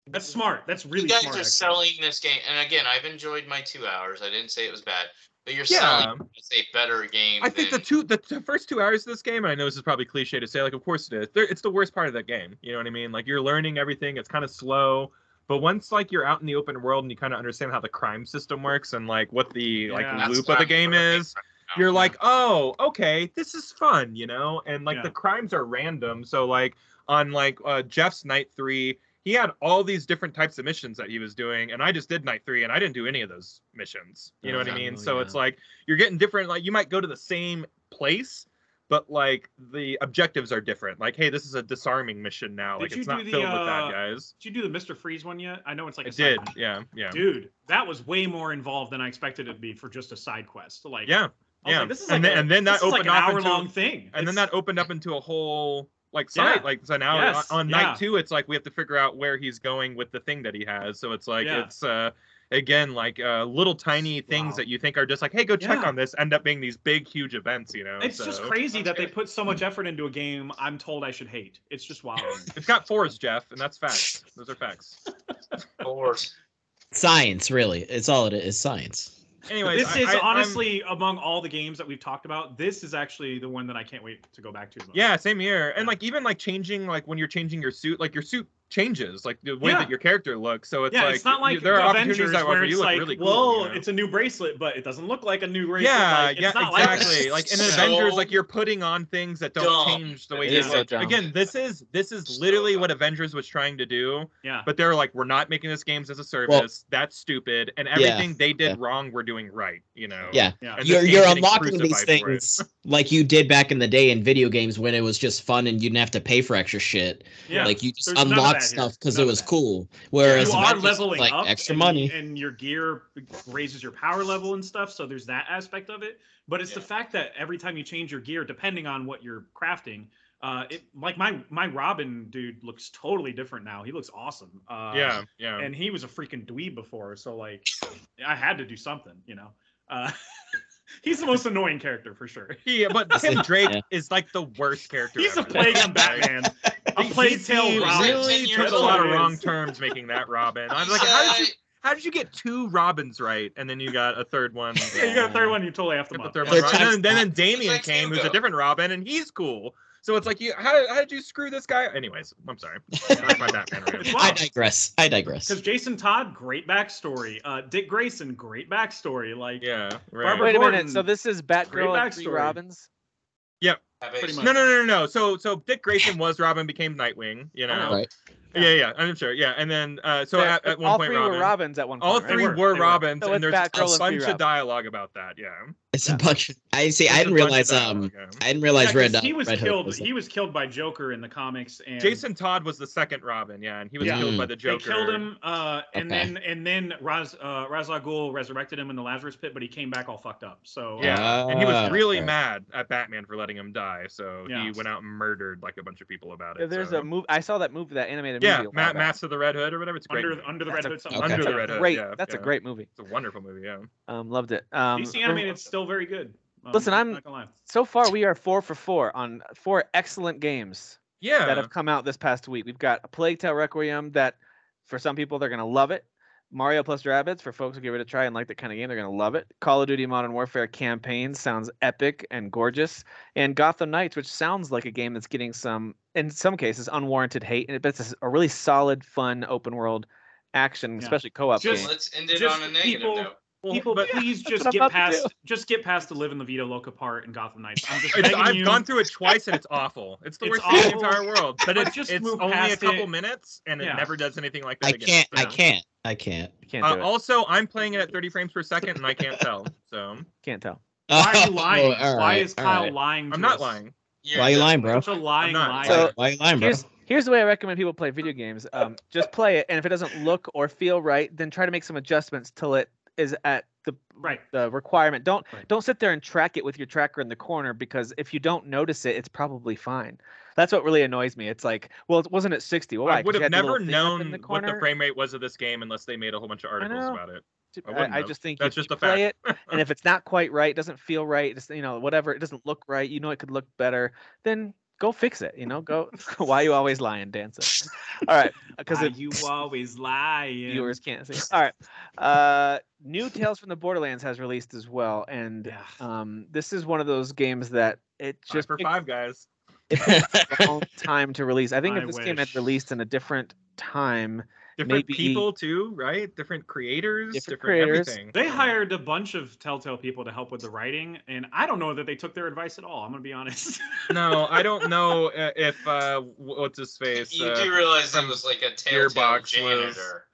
S3: That's smart. That's really
S5: you guys
S3: smart.
S5: are
S3: actually.
S5: selling this game, and again, I've enjoyed my two hours. I didn't say it was bad, but you're
S2: Yeah.
S5: selling it's a better game.
S2: I think the
S5: than-
S2: two the, the first two hours of this game, and I know this is probably cliche to say, like of course it is. They're, it's the worst part of that game. You know what I mean? Like you're learning everything. It's kind of slow, but once like you're out in the open world and you kind of understand how the crime system works and like what the
S3: Yeah.
S2: like
S5: That's
S2: loop
S5: what
S2: of the game
S5: I'm learning
S2: is,
S5: right now.
S2: you're like, oh, okay, this is fun, you know? And like
S3: Yeah.
S2: the crimes are random. So like on like uh, Jeff's night three, he had all these different types of missions that he was doing, and I just did night three, and I didn't do any of those missions. You know what I
S4: Oh,
S2: mean? So
S4: yeah.
S2: it's like you're getting different. Like you might go to the same place, but like the objectives are different. Like, hey, this is a disarming mission now.
S3: Did
S2: Like
S3: you
S2: it's not
S3: do the,
S2: filled with
S3: uh,
S2: bad guys.
S3: Did you do the Mr. Freeze one yet? I know it's like a
S2: It
S3: side
S2: did,
S3: one.
S2: yeah, yeah,
S3: Dude, that was way more involved than I expected it to be for just a side quest. Like,
S2: yeah.
S3: I was
S2: yeah.
S3: Like, this is
S2: And
S3: like
S2: then-
S3: a-
S2: and then that
S3: this is like
S2: opened
S3: an
S2: up
S3: hour
S2: into-
S3: long thing.
S2: and then
S3: It's-
S2: that opened up into a whole like
S3: Yeah.
S2: site like so now
S3: Yes.
S2: on, on
S3: Yeah.
S2: night two it's like we have to figure out where he's going with the thing that he has so it's like
S3: Yeah.
S2: it's uh again like uh little tiny things
S3: Wow.
S2: that you think are just like hey go check
S3: Yeah.
S2: on this end up being these big huge events you know
S3: It's
S2: so.
S3: just crazy that
S5: That's
S3: they
S5: good.
S3: put so
S2: Hmm.
S3: much effort into a game I'm told I should hate. It's just wild.
S2: it's got fours jeff and that's facts those are facts
S5: Fours.
S1: Science, really. It's all it is. Science.
S2: anyway
S3: this is honestly among all the games that we've talked about, this is actually the one that I can't wait to go back to. the most.
S2: Yeah, same here. And
S3: Yeah.
S2: like even like changing like when you're changing your suit, like your suit changes, like the way
S3: Yeah.
S2: that your character looks. So it's
S3: yeah,
S2: like
S3: it's not like
S2: you- there are
S3: Avengers
S2: opportunities that
S3: where
S2: where you
S3: it's
S2: look
S3: like,
S2: really cool.
S3: whoa,
S2: you know?
S3: it's a new bracelet, but it doesn't look like a new bracelet.
S2: Yeah,
S3: like, it's
S2: yeah,
S3: not
S2: exactly.
S3: Like
S2: Like, in
S5: So
S2: Avengers, like you're putting on things that don't
S5: dumb.
S2: change the way
S5: It
S2: they
S4: is so
S2: look.
S4: dumb.
S2: Again, this is this is
S5: So
S2: literally
S5: dumb.
S2: what Avengers was trying to do,
S3: yeah,
S2: but they're like, we're not making this games as a service. That's stupid, and
S1: Yeah,
S2: everything they did
S1: yeah.
S2: wrong, we're doing right. You know.
S1: Yeah.
S3: yeah.
S2: And this
S1: You're
S2: game's
S1: you're
S2: getting
S1: unlocking these
S2: crucified for it.
S1: things like you did back in the day in video games when it was just fun and you didn't have to pay for extra shit.
S3: yeah.
S1: Like you just
S3: There's none of
S1: unlock
S3: that here.
S1: stuff because
S3: None
S1: it
S3: of
S1: was
S3: that.
S1: cool. Whereas
S3: you are
S1: Avengers,
S3: leveling
S1: like
S3: up
S1: extra
S3: and,
S1: money.
S3: and your gear raises your power level and stuff so there's that aspect of it but it's the
S5: Yeah.
S3: fact that every time you change your gear depending on what you're crafting uh it like my my robin dude looks totally different now he looks awesome uh
S2: Yeah, yeah.
S3: and he was a freaking dweeb before so like i had to do something you know uh he's the most annoying character for sure
S2: yeah, but Tim Drake is like the worst character.
S3: he's a
S2: ever.
S3: plague on batman a
S2: He-
S3: plague
S2: he
S3: tale robin
S2: Really
S5: Ten
S2: took
S5: years
S2: a lot
S3: old.
S2: of wrong turns making that Robin. I'm like, how did you how did you get two Robins right, and then you got a third one?
S3: yeah, you got a third one you totally have to
S2: Get the
S3: up.
S2: third one
S1: They're
S2: right.
S1: trying
S2: And then,
S1: to-
S2: then Damien
S5: like
S2: came, who's a
S5: Hugo.
S2: different Robin, and he's cool. So it's like you how, how did you screw this guy? Anyways, I'm sorry. Back my Batman rant.
S3: It's
S1: I
S3: wild.
S1: digress. I digress.
S3: Because Jason Todd, great backstory. Uh, Dick Grayson, great backstory. Like,
S2: Yeah, right.
S3: Barbara
S4: Wait a
S3: Gordon.
S4: minute. So this is Batgirl and Three
S3: backstory.
S4: Robins.
S3: pretty
S2: no,
S3: much.
S2: no, no, no, no. So so Dick Grayson was Robin, became Nightwing. You know.
S1: Right.
S2: Yeah, yeah. I'm sure. Yeah, and then uh, so
S4: They're-
S2: at, at one
S4: all
S2: point
S4: three
S2: Robin.
S4: were Robins at one point.
S2: all
S4: right?
S2: three
S3: were,
S2: were,
S3: they were.
S2: Robins,
S4: So
S2: and
S4: it's
S2: there's a
S4: Batgirl and three
S2: bunch of
S4: Robins.
S2: dialogue about that. Yeah.
S1: It's a bunch. Of, I see. I
S2: There's a bunch
S1: didn't
S2: of
S1: realize. Um,
S2: dialogue, yeah.
S1: I didn't realize
S3: Yeah, 'cause
S1: Red.
S3: he was
S1: Red Hood
S3: killed.
S1: was-
S3: He was killed by Joker in the comics, and
S2: Jason Todd was the second Robin, yeah, and he was
S3: Yeah.
S2: killed by the
S3: they
S2: Joker.
S3: killed him. Uh, and
S1: Okay.
S3: then and then Raz uh, Ra's al Ghul resurrected him in the Lazarus Pit, but he came back all fucked up. So
S2: Yeah, and he
S1: Ah,
S2: was really
S1: okay.
S2: mad at Batman for letting him die, so
S3: Yeah.
S2: he went out and murdered like a bunch of people about
S4: Yeah,
S2: it.
S4: There's
S2: so.
S4: a move. I saw that movie, that animated
S2: yeah,
S4: movie. a while
S2: Ma-
S4: back.
S2: Master of the Red Hood or whatever. It's a great.
S3: under
S2: movie.
S3: under the red
S4: That's a-
S3: hood, something.
S1: okay.
S2: Under
S4: That's
S2: the
S4: a
S2: Red Hood,
S4: Great.
S2: yeah,
S4: That's a
S2: yeah.
S4: great movie.
S2: It's a wonderful movie. Yeah.
S4: Um, loved it. Um,
S3: DC
S4: rem-
S3: animated's still very good. Um,
S4: Listen, I'm-
S3: not gonna lie.
S4: So far, we are four for four on four excellent games
S2: Yeah.
S4: that have come out this past week. We've got a Plague Tale Requiem that, for some people, they're gonna love it. Mario plus Rabbids for folks who give it a try and like that kind of game, they're gonna love it. Call of Duty Modern Warfare campaign sounds epic and gorgeous, and Gotham Knights, which sounds like a game that's getting some, in some cases, unwarranted hate, and but it's a really solid, fun open world action,
S3: Yeah.
S4: especially co-op
S3: Just-
S4: game.
S5: Let's end it
S3: Just
S5: on a negative
S3: people-
S5: note.
S2: Well,
S3: People,
S2: but
S3: please just
S4: what I'm
S3: get
S4: about to do.
S3: past just get past the live in La Vida Loca part in Gotham Knights. I'm just
S2: it's,
S3: begging
S2: I've
S3: you.
S2: gone through it twice, and it's awful. It's the
S3: It's
S2: worst thing in
S3: awful.
S2: the entire world. But
S3: But
S2: it's
S3: just
S2: just it's
S3: move
S2: only a
S3: past
S2: couple
S3: it.
S2: minutes, and
S3: Yeah.
S2: it never does anything like that.
S1: I
S2: again.
S1: can't. I
S2: Yeah.
S1: can't. I can't.
S4: Can't do
S2: Uh,
S4: it.
S3: oh.
S2: also, I'm playing it at 30 frames per second, and I can't tell. So
S4: Can't tell.
S3: Why are you
S1: Oh,
S3: lying?
S1: all
S3: Why
S1: right,
S3: is
S1: all
S3: Kyle
S1: right.
S3: lying? To
S2: I'm not
S3: us?
S2: lying.
S5: You're
S1: Why are you lying, bro?
S3: Such a lying
S2: I'm not.
S3: liar.
S4: So-
S1: Why are you lying, bro?
S4: Here's Here's the way I recommend people play video games. Um, just play it, and if it doesn't look or feel right, then try to make some adjustments till it is at the
S3: Right.
S4: the requirement. Don't
S3: Right.
S4: don't sit there and track it with your tracker in the corner because if you don't notice it, it's probably fine. That's what really annoys me. It's like, well, it wasn't at 60. Well, why?
S2: I
S4: 'Cause
S2: would
S4: you
S2: have
S4: had the
S2: never
S4: little thing up in
S2: known what the
S4: corner?
S2: frame rate was of this game unless they made a whole bunch of articles
S4: know.
S2: about it. I wouldn't
S4: I, I
S2: have.
S4: just think
S2: That's
S4: if you
S2: just a
S4: play it, and if it's not quite right, doesn't feel right, just you know, whatever, it doesn't look right. You know, it could look better. Then go fix it. You know, go. why you always lying, Dancer? All right, because
S3: Why Uh, you always lying.
S4: viewers can't see. All right, uh, new Tales from the Borderlands has released as well, and
S3: Yeah.
S4: um, this is one of those games that it
S2: Five
S4: just
S2: for
S4: picked
S2: five guys.
S4: the wrong time to release. I think
S3: I
S4: if this game had
S3: wish.
S4: released in a different time,
S2: Different
S4: Maybe-
S2: people too, right? Different creators,
S4: Different
S2: different,
S4: creators.
S2: everything.
S3: They hired a bunch of Telltale people to help with the writing, and I don't know that they took their advice at all. I'm gonna be honest.
S2: No, I don't know uh, if uh, what's his face.
S5: you
S2: Uh,
S5: do realize that was like a telltale
S2: Gearbox was-
S5: janitor.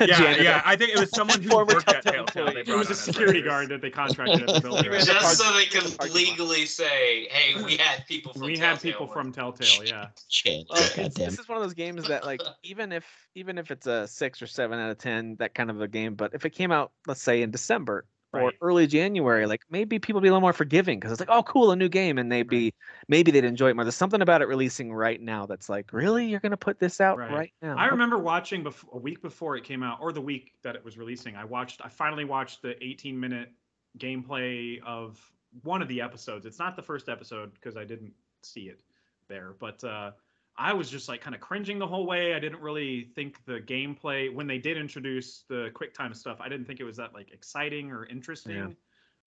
S2: yeah,
S4: Janitor.
S2: yeah. I think it was someone who
S4: Former
S2: worked at
S4: Telltale
S2: Telltale. They
S4: employee.
S3: it
S2: brought
S3: was a
S2: on as
S3: security
S2: writers.
S3: guard that they contracted at the building.
S4: was a
S3: right?
S5: Just so they could
S4: parking lot.
S5: legally say, "Hey, we had people from
S3: we had
S5: Telltale
S3: people
S5: working
S3: from Telltale. Yeah.
S1: Shit.
S4: Well, it's-
S1: Goddamn.
S4: "Oh, this is one of those games that, like, even if even if it's a six or seven out of ten, that kind of a game, but if it came out, let's say in December or
S3: Right.
S4: early January, like maybe people be a little more forgiving because it's like, oh, cool, a new game, and they'd be maybe they'd enjoy it more. There's something about it releasing right now that's like, really, you're gonna put this out right,
S3: Right.
S4: now?
S3: I remember watching bef- a week before it came out, or the week that it was releasing. I watched. I finally watched the 18 minute gameplay of one of the episodes. It's not the first episode because I didn't see it there, but uh, I was just like kind of cringing the whole way. I didn't really think the gameplay when they did introduce the QuickTime stuff. I didn't think it was that like exciting or interesting.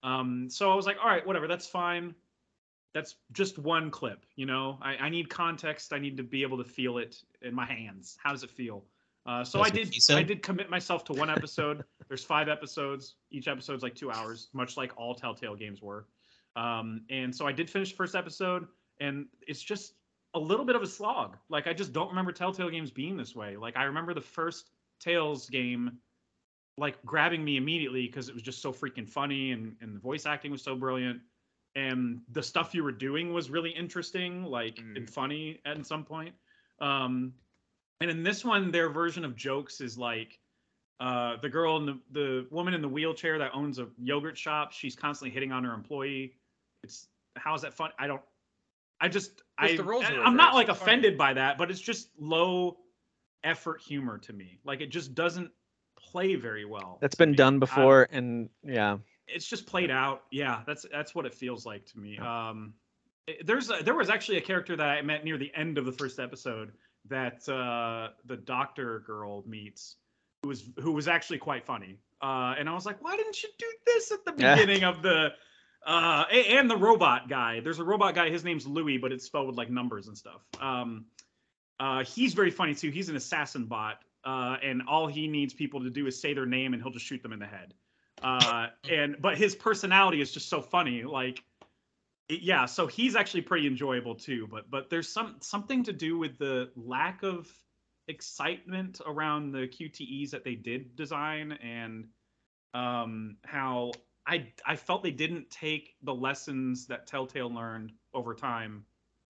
S3: Um, so I was like, all right, whatever, that's fine. That's just one clip, you know. I, I need context. I need to be able to feel it in my hands. How does it feel? Uh, so I
S1: That's what
S3: did.
S1: she said.
S3: I did commit myself to one episode. There's five episodes. Each episode's like two hours, much like all Telltale games were. Um, and so I did finish the first episode, and it's just a little bit of a slog. Like I just don't remember Telltale games being this way. Like I remember the first Tales game like grabbing me immediately because it was just so freaking funny and, and the voice acting was so brilliant and the stuff you were doing was really interesting like
S2: Mm.
S3: and funny at some point um and in this one their version of jokes is like uh the girl and the, the woman in the wheelchair that owns a yogurt shop she's constantly hitting on her employee it's how's that fun i don't i just
S2: Just
S3: i
S2: the roles
S3: and
S2: are
S3: i'm not
S2: reversed.
S3: like
S2: It's funny.
S3: offended by that but it's just low effort humor to me like it just doesn't play very well
S4: that's
S3: to
S4: been
S3: me.
S4: done
S3: I-
S4: before, and yeah,
S3: it's just played out. Yeah, that's that's what it feels like to me. Um, it- there's a, there was actually a character that I met near the end of the first episode that uh, the doctor girl meets, who was who was actually quite funny. Uh, and I was like, why didn't you do this at the
S4: Yeah.
S3: beginning of the uh, a- and the robot guy? There's a robot guy. His name's Louis, but it's spelled with like numbers and stuff. Um, uh, he's very funny too. He's an assassin bot, uh, and all he needs people to do is say their name, and he'll just shoot them in the head. Uh, and but his personality is just so funny. Like, it- yeah, so he's actually pretty enjoyable too. But but there's some something to do with the lack of excitement around the QTEs that they did design, and um, how I I felt they didn't take the lessons that Telltale learned over time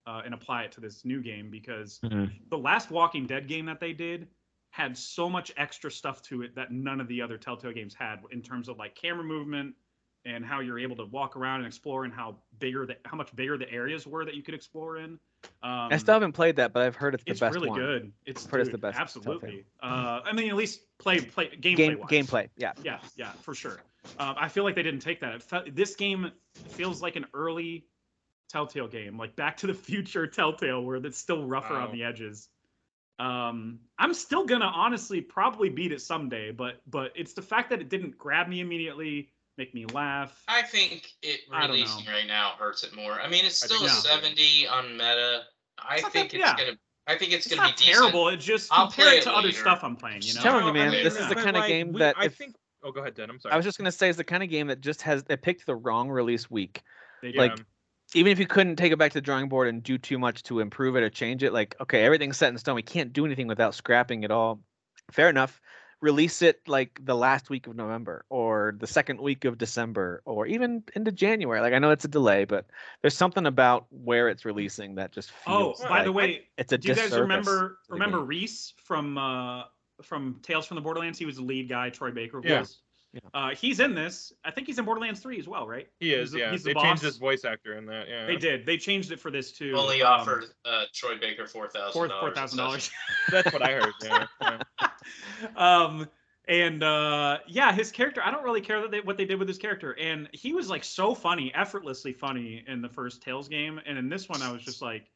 S3: uh, and apply it to this new game because
S4: Mhm.
S3: the last Walking Dead game that they did had so much extra stuff to it that none of the other Telltale games had in terms of like camera movement and how you're able to walk around and explore and how bigger the how much bigger the areas were that you could explore in. Um,
S4: I still haven't played that, but I've heard it's the
S3: it's
S4: best
S3: really
S4: one.
S3: good. It's,
S4: I've heard it's
S3: dude,
S4: the best
S3: Absolutely. Uh, I mean, at least play play gameplay
S4: Game
S3: wise.
S4: gameplay, yeah.
S3: Yeah, yeah, for sure. Um, I feel like they didn't take that. It felt, this game feels like an early Telltale game, like Back to the Future Telltale, where it's still rougher
S2: Wow.
S3: on the edges. Um, I'm still gonna honestly probably beat it someday, but but it's the fact that it didn't grab me immediately, make me laugh.
S5: I think it
S3: I don't
S5: releasing
S3: know.
S5: right now hurts it more. I mean, it's
S2: I
S5: still a
S2: think so.
S5: 70 on Meta. I
S3: It's not
S5: think
S3: that-
S5: it's
S3: yeah.
S5: gonna. I think it's,
S3: It's,
S5: gonna
S3: not
S5: be decent.
S3: terrible. It just
S5: I'll
S3: compare
S5: play
S3: it to
S5: it
S3: other
S5: later.
S3: stuff I'm playing. You
S5: Just
S3: know,
S4: Telling you, man,
S2: I mean,
S4: this is the
S2: but,
S4: kinda
S2: like,
S4: game
S2: we-
S4: that
S2: I
S4: if-
S2: think. Oh, go ahead, Dan. I'm sorry.
S4: I was just gonna say it's the kind of game that just has it picked the wrong release week.
S3: They
S4: like, even if you couldn't take it back to the drawing board and do too much to improve it or change it, like, okay, everything's set in stone. We can't do anything without scrapping it all. Fair enough. release it like the last week of November or the second week of December or even into January. Like I know it's a delay, but there's something about where it's releasing that just
S3: Oh,
S4: feels.
S3: by the
S4: like
S3: way,
S4: it's a
S3: do you guys
S4: disservice
S3: remember
S4: to the
S3: remember
S4: game.
S3: Reese from uh, from Tales from the Borderlands? He was the lead guy. Troy Baker
S2: Yeah.
S3: was.
S4: Yeah.
S3: Uh, he's in this. I think he's in Borderlands Three as well, right?
S2: He is,
S3: He's the-
S2: yeah.
S3: he's the
S2: they
S3: boss.
S2: changed his voice actor in that. Yeah,
S3: They did. They changed it for this too.
S5: Only
S3: um,
S5: offered uh, Troy Baker four thousand.
S3: four four thousand dollars.
S2: That's what I heard. Yeah, yeah.
S3: um and uh yeah his character i don't really care that they, what they did with his character and he was like so funny effortlessly funny in the first tails game and in this one i was just like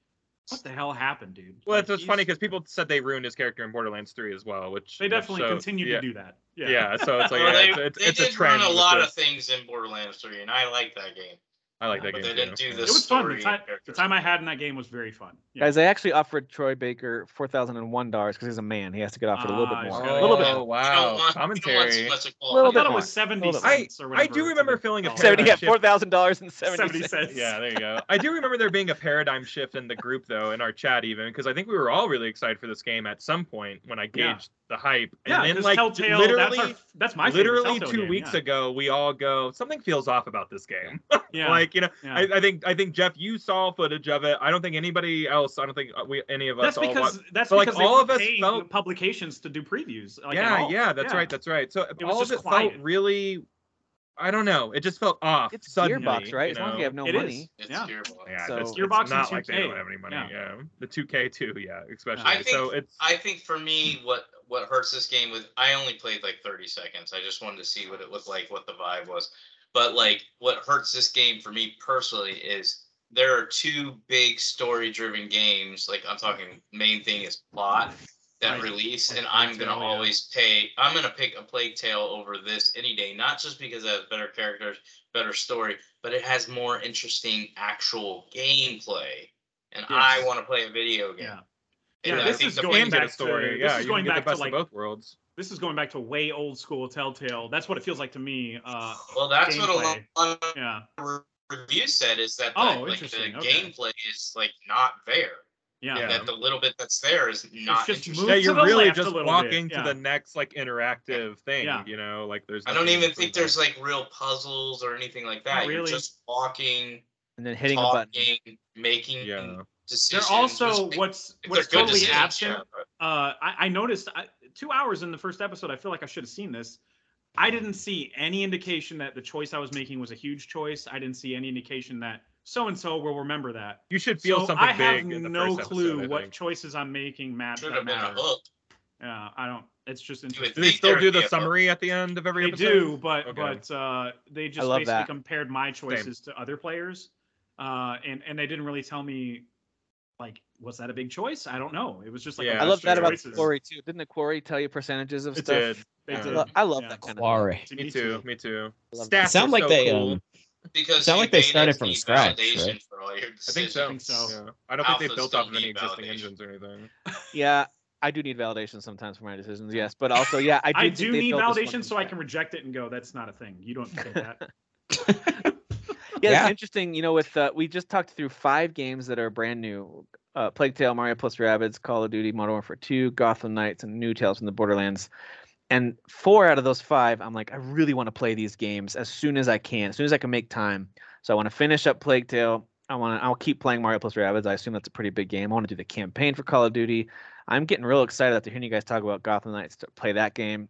S3: what the hell happened dude
S2: Well,
S3: Like,
S2: it's, it's
S3: he's-
S2: funny because people said they ruined his character in Borderlands 3 as well, which
S3: they
S2: which
S3: definitely
S2: so-
S3: continue
S2: yeah,
S3: to do that yeah
S2: Yeah. so it's like yeah,
S5: they,
S2: it's, it's,
S5: they
S2: it's
S5: did
S2: a trend.
S5: run a
S2: with
S5: lot
S2: this.
S5: of things in Borderlands 3, and I like that game.
S2: I like that
S5: but
S2: game.
S5: they didn't
S2: too.
S5: do
S2: Yeah.
S5: this.
S3: it was fun the
S5: story
S3: time, the
S5: characters.
S3: time i had in that game was very fun yeah.
S4: Guys, they actually offered Troy Baker four thousand and one dollars because he's a man. He has to get offered a little
S3: Ah,
S4: bit
S3: he's
S4: more.
S3: gotta
S4: a little
S3: get
S4: bit.
S2: Oh,
S4: more.
S5: You don't
S2: wow.
S5: want- You
S2: Commentary.
S5: don't want too much of
S4: Little
S3: i
S4: bit
S3: thought it
S4: more.
S3: was 70
S4: Little bit more.
S3: cents or
S2: I
S3: whatever
S2: do remember feeling a
S3: Oh,
S4: Seventy, yeah,
S2: paradigm
S4: four
S2: shift.
S4: thousand dollars and seventy
S3: 70
S4: cents.
S3: cents
S2: Yeah, there you go. I do remember there being a paradigm shift in the group though, in our chat even, because I think we were all really excited for this game at some point when I gauged the
S3: Yeah.
S2: hype.
S3: yeah
S2: and then
S3: 'cause
S2: like
S3: telltale that's,
S2: literally
S3: our, that's my favorite
S2: literally
S3: Telltale
S2: two
S3: game,
S2: weeks
S3: yeah.
S2: ago, we all go, something feels off about this game.
S3: yeah,
S2: like, you know,
S3: yeah.
S2: I, I think I think Jeff, you saw footage of it. I don't think anybody else. I don't think uh, we any of us.
S3: that's
S2: all wa-
S3: because that's
S2: So, like,
S3: because they
S2: all
S3: were
S2: of us
S3: paying
S2: felt-
S3: publications to do previews like, at
S2: yeah,
S3: all.
S2: yeah, that's right, that's right. So
S3: was
S2: all of
S3: just
S2: it
S3: quiet.
S2: felt really. I don't know. It just felt off.
S4: It's
S2: suddenly,
S4: Gearbox, right?
S2: You
S4: It's not like
S2: know?
S4: they have no
S3: It
S4: money.
S3: is.
S5: It's
S3: Yeah.
S5: Gearbox.
S2: Yeah,
S4: So-
S2: it's, it's
S3: Gearbox and
S2: not like they
S3: 2K,
S2: don't have any money.
S3: yeah.
S2: Yeah, the 2K too. Yeah, especially.
S5: I think-
S2: so it's
S5: I think for me, what what hurts this game was I only played like 30 seconds. I just wanted to see what it looked like, what the vibe was. But like, what hurts this game for me personally is there are two big story-driven games. Like I'm talking, main thing is plot that
S3: Right.
S5: release,
S3: Like
S5: and I'm
S3: Plague
S5: gonna
S3: Tale, yeah.
S5: always pay. I'm gonna pick a Plague Tale over this any day, not just because it has better characters, better story, but it has more interesting actual gameplay. And I
S3: Yes.
S5: want to play a video game.
S3: Yeah.
S5: And
S3: Yeah,
S5: I
S3: this
S5: think
S3: is
S5: the
S3: going
S2: and
S5: Plague
S2: get
S3: back
S2: a
S3: to-
S2: story.
S3: this
S2: yeah,
S3: is
S2: you
S3: going
S2: can get
S3: back to,
S2: the best
S3: like-
S2: of both worlds.
S3: this is going back to way old school Telltale. That's what it feels like to me. Uh,
S5: Well, that's what
S3: gameplay.
S5: a lot of
S3: yeah,
S5: review said is that the,
S3: Oh,
S5: like the
S3: interesting, okay.
S5: gameplay is like not there.
S3: yeah,
S2: Yeah.
S5: That the little bit that's there is not
S3: just
S5: interesting.
S3: Move
S2: yeah,
S3: to
S2: you're
S3: the
S2: really
S3: left a
S2: just
S3: little bit,
S2: walking
S3: yeah.
S2: to the next like interactive thing.
S3: Yeah.
S2: You know, like there's.
S5: I don't
S2: nothing
S5: even
S2: for
S5: think
S2: that.
S5: there's like real puzzles or anything like that. You're
S3: really.
S5: just walking,
S4: And then hitting a button.
S5: talking, making
S2: Yeah.
S3: They're
S5: decisions.
S3: also
S5: which-
S3: what's
S5: they're
S3: what's
S5: good
S3: totally
S5: decisions,
S3: absent.
S5: yeah, but-
S3: Uh, I, I noticed I, two hours in the first episode. I feel like I should have seen this. I didn't see any indication that the choice I was making was a huge choice. I didn't see any indication that so and so will remember that.
S2: You should feel
S3: so
S2: something
S3: I have
S2: big. in the
S3: no
S2: first
S3: clue
S2: episode, I
S3: what
S2: think.
S3: choices I'm making mat-
S5: Should
S3: that
S5: have been a
S3: matter.
S5: hook.
S3: Yeah, I don't. It's just
S5: You would
S3: interesting.
S2: Do they
S5: think
S2: still
S5: there'd
S2: do
S5: be
S2: the
S5: a hook.
S2: summary at the end of every
S3: They
S2: episode?
S3: do, but
S2: Okay.
S3: but uh, they just
S4: love
S3: basically
S4: that.
S3: compared my choices to other players, uh, and and they didn't really tell me like was that a big choice? I don't know. It was just like a
S2: Yeah,
S4: I
S3: bunch
S4: love
S3: of
S4: that about
S3: choices.
S4: the quarry too. Didn't the quarry tell you percentages of
S2: It
S4: stuff?
S2: did.
S3: They
S2: Yeah.
S3: did.
S4: Lo- I love
S3: Yeah.
S4: that kind
S1: Quarry.
S3: To
S2: Me too. Me too.
S4: of stuff.
S1: It
S2: Staff
S1: sounded
S2: was
S1: like
S2: so
S1: they
S2: cool.
S1: um,
S5: Because
S1: Sound
S5: you
S1: like they
S5: betas
S1: started from
S5: need
S1: scratch,
S5: validation
S1: right?
S5: for all your
S2: I think
S5: decisions.
S2: so.
S3: think so.
S2: Yeah. I don't think they
S5: Alphas
S2: built
S5: don't
S2: off of any
S5: need
S2: existing
S5: validation.
S2: engines or anything.
S4: Yeah, I do need validation sometimes for my decisions. Yes, but also yeah, I do,
S3: I
S4: think
S3: do
S4: they
S3: need
S4: built this one
S3: validation so
S4: from
S3: I can reject it and go. That's not a thing. You don't say that.
S4: scratch. Yeah,
S1: Yeah.
S4: it's interesting. You know, with uh, we just talked through five games that are brand new: uh, Plague Tale, Mario plus Rabbids, Call of Duty, Modern Warfare 2, Gotham Knights, and New Tales from the Borderlands. And four out of those five, I'm like, I really want to play these games as soon as I can, as soon as I can make time. So I want to finish up Plague Tale. I want to. I'll keep playing Mario plus Rabbids. I assume that's a pretty big game. I want to do the campaign for Call of Duty. I'm getting real excited after hearing you guys talk about Gotham Knights to play that game.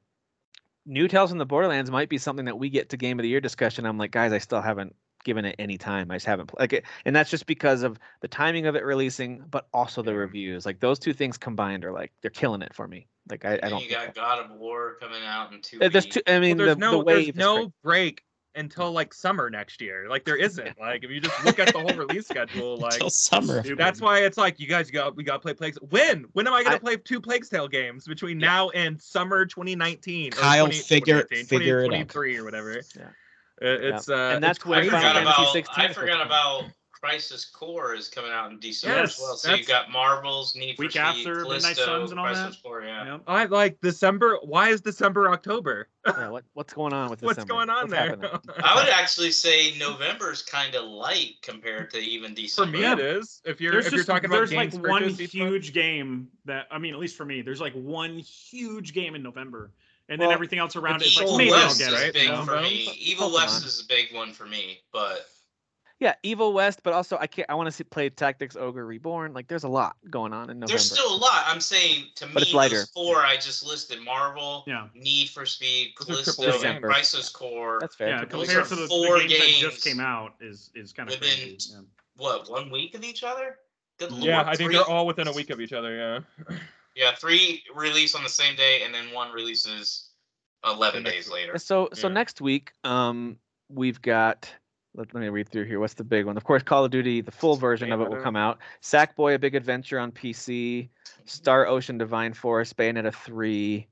S4: New Tales from the Borderlands might be something that we get to Game of the Year discussion. I'm like, guys, I still haven't given it any time. I just haven't pl- like it, and that's just because of the timing of it releasing, but also the
S2: Yeah.
S4: reviews. Like those two things combined are like they're killing it for me. Like I, I
S5: And
S4: don't.
S5: you
S4: think I-
S5: got God of War coming out in two
S4: uh, There's
S5: weeks.
S4: two. I mean,
S2: well, there's
S4: the,
S2: no
S4: the wave.
S2: there's
S4: is
S2: no
S4: crazy.
S2: break until like summer next year. Like there isn't. Like if you just look at the whole release schedule, like
S1: till summer.
S3: Stupid.
S2: that's why it's like you guys got we got to play plagues. When when am I gonna
S4: I-
S2: play two Plagues Tale games between
S4: Yeah.
S2: now and summer 2019? or
S1: Kyle,
S2: 20
S1: figure-
S2: 2019,
S1: figure it out.
S2: 2023 or whatever.
S4: Yeah.
S2: It- it's uh,
S4: And that's
S2: it's
S4: where
S5: I
S2: crazy.
S4: Final
S5: forgot
S4: Fantasy
S5: about
S4: 16
S5: I
S4: is
S5: forgot
S4: like-
S5: about Crisis Core is coming out in December
S2: Yes,
S5: as well. So you've
S2: that's-
S5: got Marvel's Need for
S3: Week
S5: Speed,
S3: after Midnight
S5: Callisto,
S3: Suns and all
S5: Crisis
S3: that?
S5: Core, yeah.
S3: Yeah.
S2: I like December. Why is December October?
S4: Yeah, what, what's going on with
S2: What's
S4: December?
S2: going on
S4: What's
S2: there?
S4: happening?
S5: I would actually say November's kind of light compared to even
S2: For
S5: December.
S2: me, it is. If you're
S3: There's
S2: if
S3: just
S2: you're talking about
S3: there's like
S2: games
S3: one
S2: purchased each month.
S3: huge game that I mean, at least for me, there's like one huge game in November and
S4: Well,
S3: then everything else around it it's is like so
S5: Evil
S3: maybe I'll
S5: West
S3: get
S5: is
S3: it.
S5: big
S3: you know?
S5: for me. Evil
S4: Pokemon.
S5: West is a big one for me, but
S4: Yeah, Evil West, but also I can't. I want to see play Tactics Ogre Reborn. Like, there's a lot going on in November.
S5: there's still a lot. I'm saying to me,
S4: But it's lighter.
S5: those four I just listed: Marvel,
S3: Yeah.
S5: Need for Speed,
S2: Those are triple
S5: Callisto, and
S4: December.
S5: Crisis Core.
S4: That's fair.
S3: Yeah,
S4: Triple-
S5: those
S3: compared
S5: are
S3: to the,
S5: four
S3: the games, that
S5: games
S3: just came out is is kind of
S5: within-
S3: crazy. Yeah.
S5: What one week of each other? Good lord!
S2: Yeah, I think
S5: three-
S2: they're all within a week of each other. Yeah.
S5: Yeah, three release on the same day, and then one releases eleven
S2: The
S5: days
S2: next
S5: later.
S4: So so
S2: Yeah.
S4: next week, um, we've got. Let, let me read through here. What's the big one? Of course, Call of Duty. The full version of it will
S2: Bayonetta.
S4: come out. Sackboy: A Big Adventure on PC. Star Ocean: Divine Force. Bayonetta three.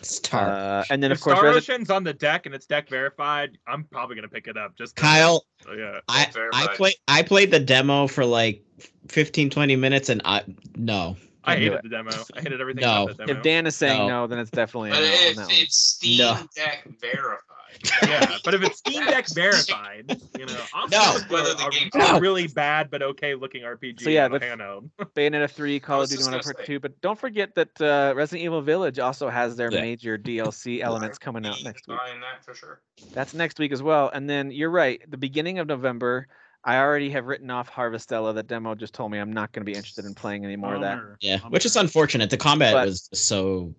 S1: Star.
S4: Uh, and then
S2: If
S4: of course,
S2: Star
S4: Resi-
S2: Ocean's on the deck and it's deck verified, I'm probably gonna pick it up. Just 'cause-
S1: Kyle,
S2: So, yeah.
S1: I I
S5: Verified.
S1: play I played the demo for like 15 20 minutes and I no.
S2: I
S4: do
S2: hated
S4: it.
S2: the demo. I hated everything
S1: No.
S2: about that demo.
S4: if Dan is saying
S1: No.
S4: no, then it's definitely a
S5: But
S4: no on
S5: if
S4: that one.
S5: it's Steam
S1: No.
S5: Deck verified,
S2: yeah, but if it's Steam Deck verified, you know, I'll
S1: No.
S2: stick
S5: Whether
S2: with
S5: the
S2: a,
S5: game-
S2: a
S1: No.
S2: really bad but okay looking RPG.
S4: So, yeah,
S2: that'll
S4: that's-
S2: pan out.
S4: Bayonetta 3, Call of
S5: was
S4: Duty
S5: just
S4: Modern
S5: gonna
S4: Warfare
S5: say.
S4: 2, but don't forget that uh, Resident Evil Village also has their
S1: Yeah.
S4: major DLC elements coming out next week.
S5: Buying that for sure.
S4: That's next week as well. And then you're right, the beginning of November, I already have written off Harvestella. The demo just told me I'm not going to be interested in playing anymore of that.
S3: Bummer,
S1: Yeah,
S2: Oh,
S3: bummer.
S1: which is unfortunate. The combat
S4: But-
S1: was just so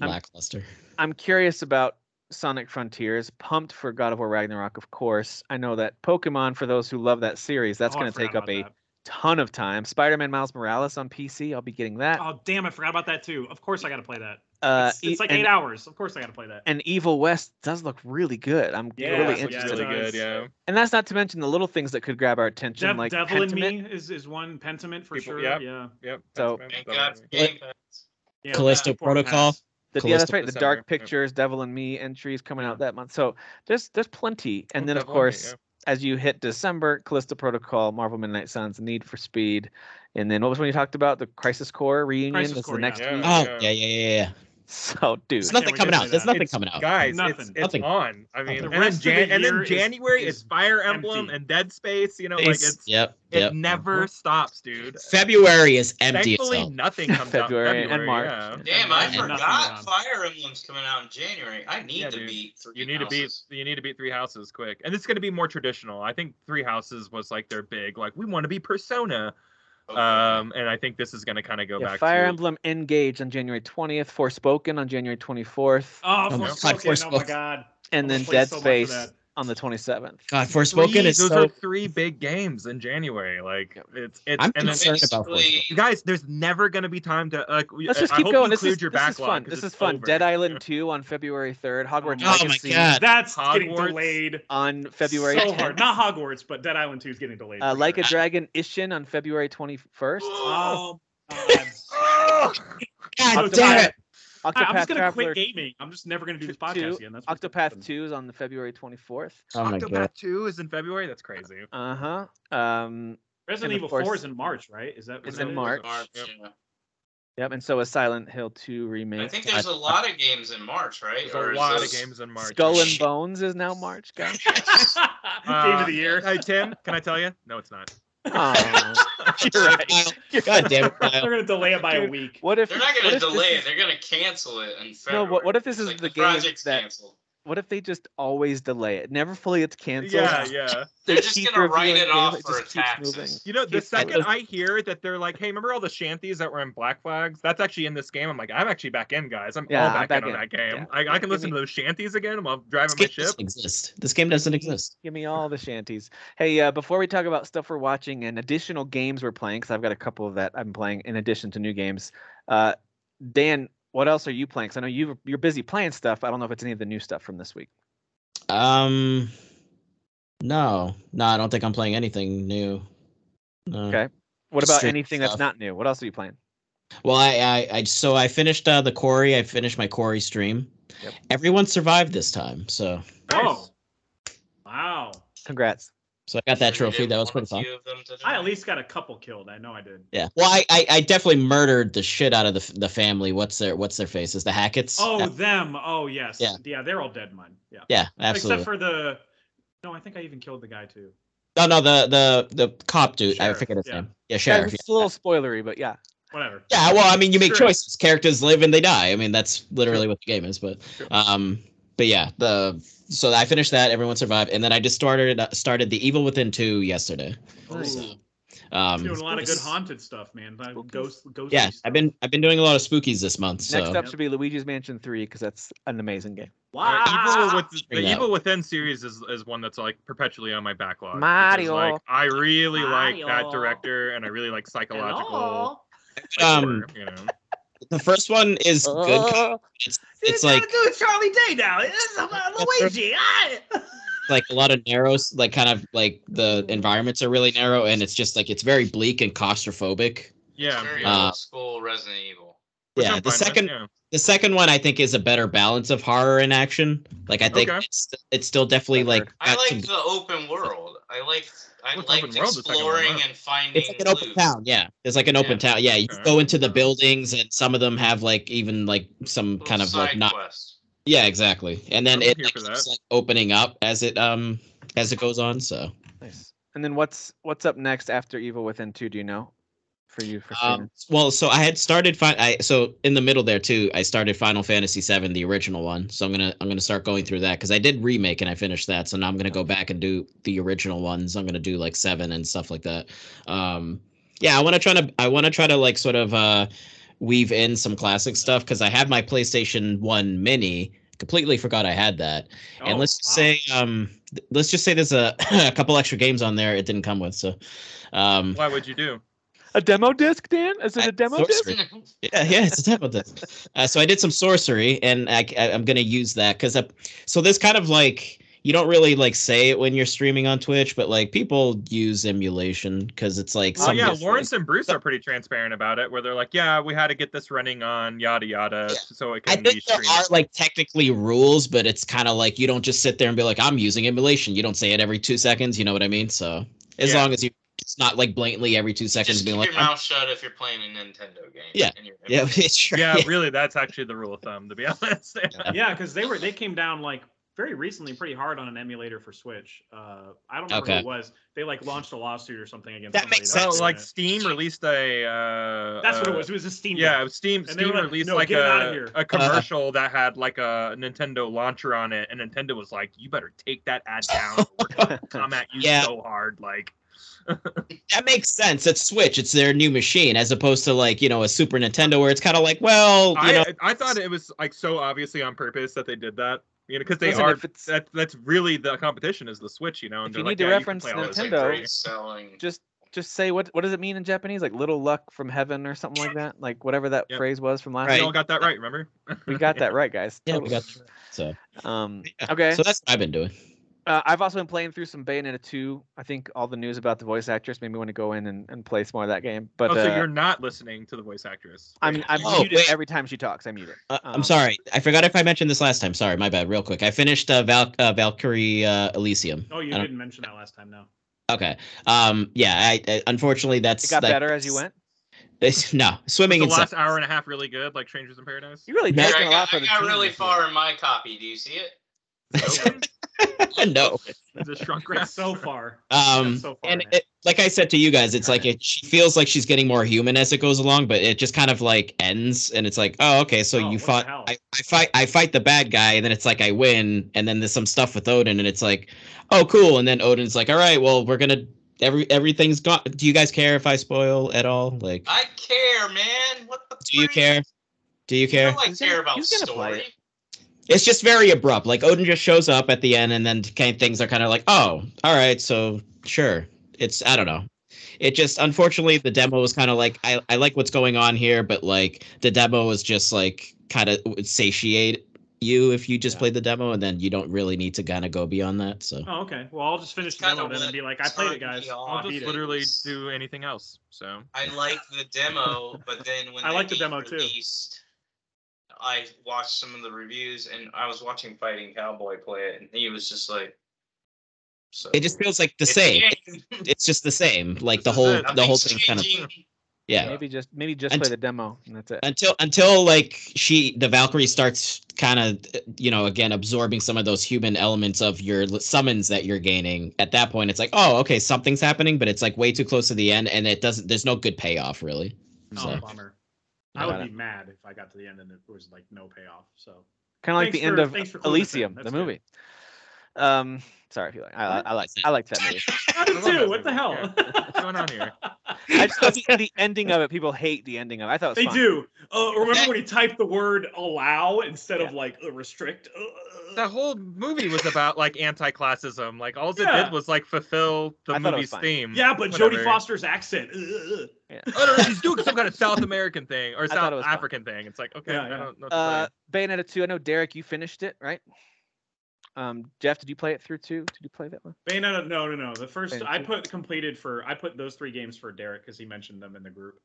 S4: I'm-
S1: lackluster.
S4: I'm curious about Sonic Frontiers, pumped for God of War Ragnarok, of course. I know that Pokemon, for those who love that series, that's
S3: Oh, I
S4: going to
S3: forgot
S4: take up
S3: about
S4: a
S3: that.
S4: ton of time. Spider Man Miles Morales on PC, I'll be getting that.
S3: Oh damn! I forgot about that too. Of course, I got to play that.
S4: Uh,
S3: it's, it's
S4: e-
S3: like
S4: and-
S3: eight hours. Of course, I got to play that.
S4: and Evil West does look really good. I'm
S3: Yeah,
S4: really
S2: it looks
S4: interested.
S2: Really
S3: it does.
S2: good. Yeah.
S4: And that's not to mention the little things that could grab our attention,
S3: Dev,
S4: like
S3: Devil
S4: Pentiment.
S3: in Me is, is one Pentiment for
S2: People-
S3: sure.
S2: yep.
S3: Yeah.
S2: Yep.
S4: So-
S2: that's
S5: Thank
S2: fine.
S5: God for
S1: Well,
S5: Game Pass.
S3: yeah.
S1: Callisto
S3: Platform
S1: Protocol.
S3: pass.
S4: The, yeah, that's
S1: Callisto
S4: right. The
S2: December,
S4: Dark
S2: yeah.
S4: Pictures, Devil and Me entries coming out that month. So there's there's plenty. And
S2: Oh,
S4: then of
S2: Devil in Me,
S4: course, as you hit December, Callisto Protocol, Marvel Midnight Suns, Need for Speed, and then what was when you talked about the Crisis Core reunion?
S3: Crisis
S4: that's
S3: Core,
S4: the
S3: yeah.
S4: next
S2: Yeah.
S4: week.
S1: Oh, yeah, yeah, yeah, yeah.
S4: So dude,
S1: There's
S3: can't
S1: nothing
S3: wait to
S1: coming
S3: play
S1: out. There's
S3: that.
S1: nothing coming out.
S2: Guys,
S3: Nothing.
S2: it's it's
S1: Nothing.
S2: on. I mean,
S3: The
S2: and then,
S3: rest of the
S2: Jan- and then
S3: year is-
S2: January
S3: is
S2: it's Fire Emblem
S3: empty.
S2: and Dead Space. You know, like
S1: It's-
S2: it's
S1: yep,
S2: it
S1: yep. Uh-huh.
S2: never stops, dude.
S1: February is empty. as
S2: Thankfully,
S1: hell.
S2: nothing comes out.
S4: February
S2: in
S4: and
S2: February,
S4: March.
S2: Yeah.
S5: Damn, I
S1: And nothing
S5: forgot
S3: on.
S5: Fire Emblem's coming out in January. I need
S2: Yeah,
S5: to
S2: dude.
S5: beat three
S2: You need
S5: houses.
S2: to beat you need to beat three houses quick, and it's going to be more traditional. I think three houses was like their big like we want to be Persona,
S5: Okay.
S2: um, and I think this is going to kind of go
S4: yeah,
S2: back.
S4: Fire
S2: to,
S4: Emblem Engage on January 20th, Forspoken on January 24th,
S3: Oh,
S1: Oh my
S3: Forspoken,
S1: God,
S3: oh my
S1: Forspoken.
S3: god.
S4: and
S3: I
S4: then
S3: played
S4: Dead
S3: so much of
S4: Space
S3: that.
S4: on the 27th.
S1: God, Forspoken
S2: three-
S1: is
S2: those
S1: so.
S2: are three big games in January. Like it's it's
S1: I'm
S2: and then,
S1: concerned about
S5: Basically,
S2: you guys, there's never going to be time to like. we-
S4: Let's just
S2: I
S4: keep
S2: hope
S4: going.
S2: You
S4: This
S2: cleared
S4: is,
S2: your
S4: this is
S2: backlog
S4: fun.
S2: 'cause
S4: This is
S2: it's
S4: fun.
S2: over.
S4: Dead Island 2 on February 3rd. Hogwarts
S1: Oh my
S4: Legacy
S1: god.
S3: That's getting
S2: Hogwarts.
S3: delayed.
S4: on February
S3: so
S4: 10th.
S3: hard. Not Hogwarts, but Dead Island 2 is getting delayed.
S4: Uh,
S3: for
S4: like a
S3: sure.
S4: Dragon Ishin on February 21st.
S3: Oh, God.
S2: Oh!
S1: God
S4: Octopath
S1: damn it.
S3: I,
S4: Octopath
S3: am just gonna
S4: Traveler
S3: quit gaming. I'm just never gonna do this
S4: Two-
S3: podcast again. That's what's
S4: Octopath
S3: happened.
S4: 2 is on the February 24th.
S1: Oh my god.
S2: Octopath Two is in February. That's crazy.
S4: Uh-huh. Um, and
S3: Resident
S4: of
S3: Evil
S4: course-
S3: 4 is in March, right? Is that what
S4: It's
S3: that
S4: in
S3: is?
S4: March.
S5: yeah.
S4: yep, and so is Silent Hill 2
S5: I
S4: remake. Uh,
S5: think there's a lot of games in March, right?
S2: There's
S5: Or
S2: a
S5: is
S2: lot of
S5: this-
S2: games in March.
S4: Skull and Bones is now March, guys.
S3: Game of the year.
S2: Hey Tim, can I tell you? No, it's not.
S4: Oh, you're right. You're
S1: God damn it.
S4: right.
S1: Kyle.
S3: They're gonna delay it by a
S4: Dude,
S3: week.
S4: What if
S5: They're not
S4: what
S5: going to
S4: if this
S5: delay
S4: is-
S5: it. They're going to cancel it in
S4: No,
S5: February.
S4: what- what if this
S5: It's
S4: is
S5: like
S4: the game
S5: project's
S4: that-
S5: canceled?
S4: What if they just always delay it? Never fully it's canceled.
S2: Yeah, yeah.
S4: They
S5: They're just
S4: keep
S5: gonna write
S4: reviewing
S5: it
S4: games,
S5: off
S4: just
S5: for
S4: keeps
S5: taxes.
S4: moving.
S2: You know, the
S4: Keeps moving.
S2: second I hear that they're like, "Hey, remember all the shanties that were in Black Flags? That's actually in this game." I'm like, "I'm actually back in, guys. I'm
S4: Yeah,
S2: all
S4: I'm
S2: back,
S4: back
S2: in,
S4: in.
S2: on that game.
S4: Yeah.
S2: I,
S4: Yeah,
S2: I can
S4: give
S2: listen
S4: me-
S2: to those shanties again while I'm
S1: This
S2: driving my
S1: game
S2: ship."
S1: doesn't exist. This game doesn't exist.
S4: Give me all the shanties. Hey, uh, before we talk about stuff we're watching and additional games we're playing, because I've got a couple of that I'm playing in addition to new games. Uh, Dan, what else are you playing? 'Cause I know you you're busy playing stuff. I don't know if it's any of the new stuff from this week.
S1: Um, no, no, I don't think I'm playing anything new. No.
S4: Okay. What about
S1: Streaming
S4: anything that's
S1: stuff.
S4: not new? What else are you playing?
S1: Well, I, I, I so I finished uh, the Corey. I finished my Corey stream.
S4: Yep.
S1: Everyone survived this time, so
S3: Oh. Wow.
S4: Congrats.
S1: so I got that
S5: Sure you
S1: trophy.
S5: did
S1: That was
S5: one
S1: pretty fun.
S5: or few of them today.
S3: I at least got a couple killed. I know I did.
S1: Yeah. Well, I, I, I definitely murdered the shit out of the f- the family. What's their What's their faces? The Hacketts.
S3: Oh,
S1: Ab-
S3: them. Oh, yes.
S1: Yeah.
S3: they're all dead. Mine. Yeah.
S1: yeah, absolutely.
S3: Except for the. No, I think I even killed the guy too.
S1: no, no, the the the cop dude. I
S3: Sheriff,
S1: forget his
S3: yeah.
S1: name. Yeah,
S4: Guys,
S1: sheriff.
S4: it's a little spoilery, but yeah.
S3: whatever.
S1: Yeah, well, I mean, you make
S3: Sure.
S1: choices. Characters live and they die. I mean, that's literally what the game is. But,
S2: Sure.
S1: um, but yeah, the so I finished that. Everyone survived, and then I just started uh, started the Evil Within two yesterday.
S5: Ooh.
S1: Um,
S3: Doing a lot of good
S1: Spookies.
S3: haunted stuff, man. Like
S4: Spookies.
S3: Ghost, ghost.
S1: yeah, I've been I've been doing a lot of spookies this month. So
S4: Next up should be Luigi's Mansion Three because that's an amazing game.
S3: Wow.
S4: Ah!
S2: Evil with, the
S1: Bring that
S2: Evil Within series is, is one that's like perpetually on my backlog. because,
S4: Mario.
S2: Like, I really like that
S6: Mario.
S2: director, and I really like psychological.
S6: Hello.
S2: like,
S1: Um,
S2: horror, you know.
S1: the first one is good. It's it's
S6: gotta
S1: like
S6: do Charlie Day now. It's about Luigi. I...
S1: like a lot of narrow, s- like kind of like the environments are really narrow, and it's just like it's very bleak and claustrophobic.
S2: Yeah.
S5: Very
S1: Uh,
S5: old school Resident Evil.
S2: Which
S1: yeah,
S2: I'm
S1: the
S2: fine with,
S1: second
S2: yeah.
S1: The second one I think is a better balance of horror and action. Like I think
S2: Okay.
S1: it's, it's still definitely
S4: Better.
S1: like
S5: I
S1: got some-
S5: liked the open world. I liked I
S2: What's
S5: liked
S2: open world? The second one,
S5: exploring
S2: huh?
S5: and finding.
S1: it's like an open
S5: clues.
S1: town, yeah. It's like an open
S5: Yeah.
S1: town, yeah. You
S2: Okay.
S1: go into the buildings, and some of them have like even like some
S5: Little
S1: kind of like
S5: side
S1: not,
S5: quest.
S1: yeah, exactly. And then
S2: I'm
S1: it
S2: here
S1: like,
S2: for
S1: keeps,
S2: that.
S1: like opening up as it um as it goes on. So
S4: Nice. And then what's what's up next after Evil Within Two? Do you know? For you, for sure.
S1: um well, so I had started fi- I so in the middle there too. I started Final Fantasy VII, the original one. So I'm gonna I'm gonna start going through that because I did remake and I finished that. So now I'm gonna go back and do the original ones. I'm gonna do like seven and stuff like that. um yeah i want to try to i want to try to like sort of uh weave in some classic stuff because i have my playstation 1 mini completely forgot i had that and
S3: Oh,
S1: let's just
S3: wow.
S1: say um th- let's just say there's a, a couple extra games on there it didn't come with so um
S2: Why would you do?
S4: A demo disc, Dan? Is it
S1: I-
S4: a demo
S1: sorcery.
S4: disc?
S1: yeah, yeah, it's a demo disc. Uh, so I did some sorcery, and I, am going to use that because so there's kind of like you don't really like say it when you're streaming on Twitch, but like people use emulation because it's like
S4: Oh,
S2: Oh
S1: some
S2: yeah,
S4: just,
S2: Lawrence and Bruce are pretty transparent about it, where they're like, "Yeah, we had to get this running on yada yada,
S1: Yeah.
S2: so it
S1: I
S2: can be
S1: think there
S2: streamed."
S1: are like technically rules, but it's kind of like you don't just sit there and be like, "I'm using emulation." You don't say it every two seconds. You know what I mean? So as
S2: Yeah.
S1: long as you, it's not like blatantly every two seconds
S5: Just keep
S1: being like,
S5: your
S1: "I'm-"
S5: mouth shut if you're playing a Nintendo game.
S1: Yeah.
S5: and you're-
S1: "Yeah, it's right.
S2: yeah, really, that's actually the rule of thumb, to be honest.
S3: Oh, yeah, because they were they came down like very recently, pretty hard on an emulator for Switch. Uh, I don't remember
S1: Okay.
S3: who it was. They like launched a lawsuit or something against.
S1: That
S3: somebody
S1: makes
S2: So
S1: sense.
S3: was
S2: like
S3: doing it.
S2: Steam released a
S6: Oh,
S2: uh
S3: that's what it
S2: uh,
S3: was. It was a Steam.
S2: Yeah,
S3: Deck.
S2: Steam
S3: they
S2: Steam
S3: were like,
S2: released
S3: "No,
S2: like
S3: get it outta here."
S2: a, a commercial that had like a Nintendo launcher on it, and Nintendo was like, "You better take that ad down. We're gonna come at you
S1: Yeah.
S2: so hard." Like,
S1: that makes sense." It's Switch. It's their new machine, as opposed to like you know a Super Nintendo where it's kind of like, well, you
S2: I
S1: know,
S2: I thought it was like so obviously on purpose that they did that, you know, because they
S4: Listen,
S2: are.
S4: if it's-
S2: That, that's really the competition is the Switch, you know. And
S4: If
S2: they're
S4: you
S2: like,
S4: need to
S2: "Yeah,
S4: reference
S2: can play all this
S5: It's
S2: for
S5: a
S4: Nintendo,
S2: free."
S5: great selling.
S4: just just say what what does it mean in Japanese? Like little luck from heaven or something like that. Like whatever that
S2: Yep.
S4: phrase was from last.
S1: Right.
S2: We all
S4: week.
S2: got that right, remember?
S4: We got that right, guys.
S1: yeah, we
S4: Totally.
S1: got so
S4: Um,
S1: Yeah.
S4: okay.
S1: so that's what I've been doing.
S4: Uh, I've also been playing through some Bayonetta 2. I think all the news about the voice actress made me want to go in and, and play some more of that game. But
S2: oh, so
S4: uh,
S2: you're not listening to the voice actress.
S4: I'm I'm
S1: Oh,
S4: muted
S1: wait.
S4: every time she talks. I mute it.
S1: Uh, I'm
S4: Um,
S1: sorry. I forgot if I mentioned this last time. Sorry, my bad. Real quick, I finished uh, Val- uh, Valkyrie uh, Elysium.
S3: Oh, you
S1: I don't-
S3: didn't mention that last time. No.
S1: Okay. Um. Yeah. I, I unfortunately that's
S4: It got
S1: that-
S4: better as you went.
S1: It's, no
S2: Was
S1: swimming
S2: the
S1: in
S2: last
S1: sex.
S2: hour and a half really good, like Strangers in Paradise.
S4: You really
S1: Yeah,
S5: Here,
S4: taking
S5: I
S4: a lot
S5: got,
S4: for
S5: I
S4: the
S5: got
S4: team
S5: really
S4: this year.
S5: far in my copy. Do you see it?
S1: no.
S2: It's a shrunk
S3: It's
S2: wrap.
S3: so far.
S1: Um.
S3: so far
S1: And
S3: in it.
S1: it, like I said to you guys, it's like it, she feels like she's getting more human as it goes along, but it just kind of like ends, and it's like, oh, okay, so
S3: Oh, what
S1: you
S3: the
S1: fought.
S3: hell?
S1: I, I fight. I fight the bad guy, and then it's like I win, and then there's some stuff with Odin, and it's like, oh, cool, and then Odin's like, all right, well, we're gonna every everything's gone. Do you guys care if I spoil at all? Like,
S5: I care, man. What the?
S1: do you
S5: freak?
S1: care? Do you
S5: I
S1: care?
S5: don't like
S4: He's
S5: care
S4: gonna-
S5: about
S4: he's gonna play
S5: story.
S4: it.
S1: it's just very abrupt. Like Odin just shows up at the end, and then kind of things are kind of like, oh, all right, so sure. It's I don't know. It just unfortunately the demo was kind of like I I like what's going on here, but like the demo was just like kind of satiate you if you just
S4: Yeah.
S1: played the demo, and then you don't really need to kind of go beyond that. So
S3: Oh, okay. Well, I'll just finish
S5: It's
S3: the demo
S5: kinda
S3: then and
S5: what
S3: be like, I played it,
S5: turned me
S3: guys.
S5: on.
S3: I'll
S2: I'll
S3: beat
S2: just
S3: it.
S2: literally
S5: Yes.
S2: do anything else. So
S5: I liked the demo, but then when
S3: I
S5: they
S3: liked the demo, too.
S5: released, I watched some of the reviews, and I was watching Fighting Cowboy play it, and he was just like, "So
S1: it just feels like the
S5: it's
S1: same.
S5: game.
S1: It's just the same. Like
S2: This
S1: the
S2: is
S1: whole
S2: it.
S1: the whole
S5: Nothing's
S1: thing kind of
S5: changing.
S1: yeah.
S4: Maybe just maybe just
S1: And-
S4: play the demo and that's it.
S1: until until like she the valkyrie starts kind of you know again absorbing some of those human elements of your l- summons that you're gaining at that point it's like oh okay something's happening but it's like way too close to the end and it doesn't there's no good payoff really
S3: Oh,
S1: So,
S3: bummer.
S4: I
S3: I
S4: got
S3: would be mad if I got to the end and it was like no payoff. So
S4: Kind of like
S3: Thanks
S4: the end
S3: for-
S4: of
S3: thanks for clearing that up.
S4: Elysium, the
S3: That's good.
S4: movie. Um, sorry if you like. I, I like. I liked that movie.
S3: I
S2: I
S3: did
S2: love that
S3: too. What the
S2: movie.
S3: hell?
S2: What's going on here?
S4: I just thought the, the ending of it. People hate the ending of. it. I thought it
S3: They
S4: was fun.
S3: do. Uh, remember when he typed the word allow instead of
S4: Yeah.
S3: like uh, restrict? Uh,
S2: The whole movie was about like anti-classism. Like all it
S3: Yeah.
S2: did was like fulfill the
S4: I thought it was
S2: movie's
S4: fine.
S2: theme.
S3: yeah, but
S2: Whatever.
S3: Jodie Foster's accent. Uh, uh, uh.
S2: Oh no, no, he's doing some kind of South American thing or
S4: thought it
S2: South
S4: was fun.
S2: African thing. It's like okay,
S3: Yeah,
S2: I
S3: yeah.
S2: don't know. what to
S4: Uh, Bayonetta two. I know Derek, you finished it, right? Um, Jeff, did you play it through too? Did you play that one?
S3: Bayonetta, no, no, no. The first
S4: Bayonetta
S3: I
S4: two.
S3: put completed for I put those three games for Derek because he mentioned them in the group.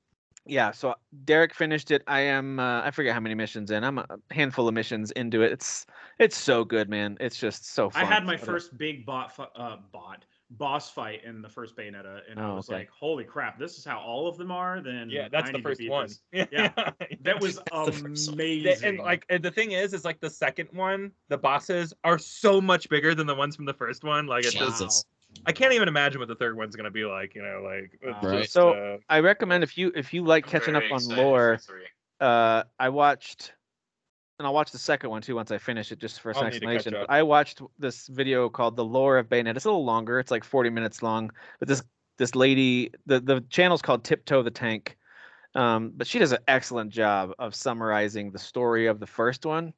S4: Yeah. So Derek finished it. I am. Uh, I forget how many missions in. I'm a handful of missions into it. It's it's so good, man. It's just so fun.
S3: I had my
S4: What a-
S3: first big bot fu- uh, bot boss fight in the first Bayonetta, and I
S4: Oh,
S3: was
S4: okay.
S3: like, "Holy crap! This is how all of them are." Then
S2: play. yeah, that's the
S3: I need to
S2: first
S3: beat
S2: one.
S3: this. That was
S1: first one.
S2: Th-
S3: amazing.
S2: and like and the thing is is like the second one the bosses are so much bigger than the ones from the first one like it's just
S1: Jesus.
S2: i can't even imagine what the third one's gonna be like you know like it's
S3: Right.
S2: just,
S4: So-
S2: uh,
S4: I recommend if you if you like
S5: I'm
S4: catching up
S5: very
S4: on
S5: excited for
S4: lore.
S5: three.
S4: uh, I watched, and I'll watch the second one too once I finish it, just for some
S2: I'll need to catch
S4: explanation. but
S2: up.
S4: I watched this video called "The Lore of Bayonetta." It's a little longer; it's like 40 minutes long. But this this lady, the the channel's called Tiptoe the Tank, um, but she does an excellent job of summarizing the story of the first one,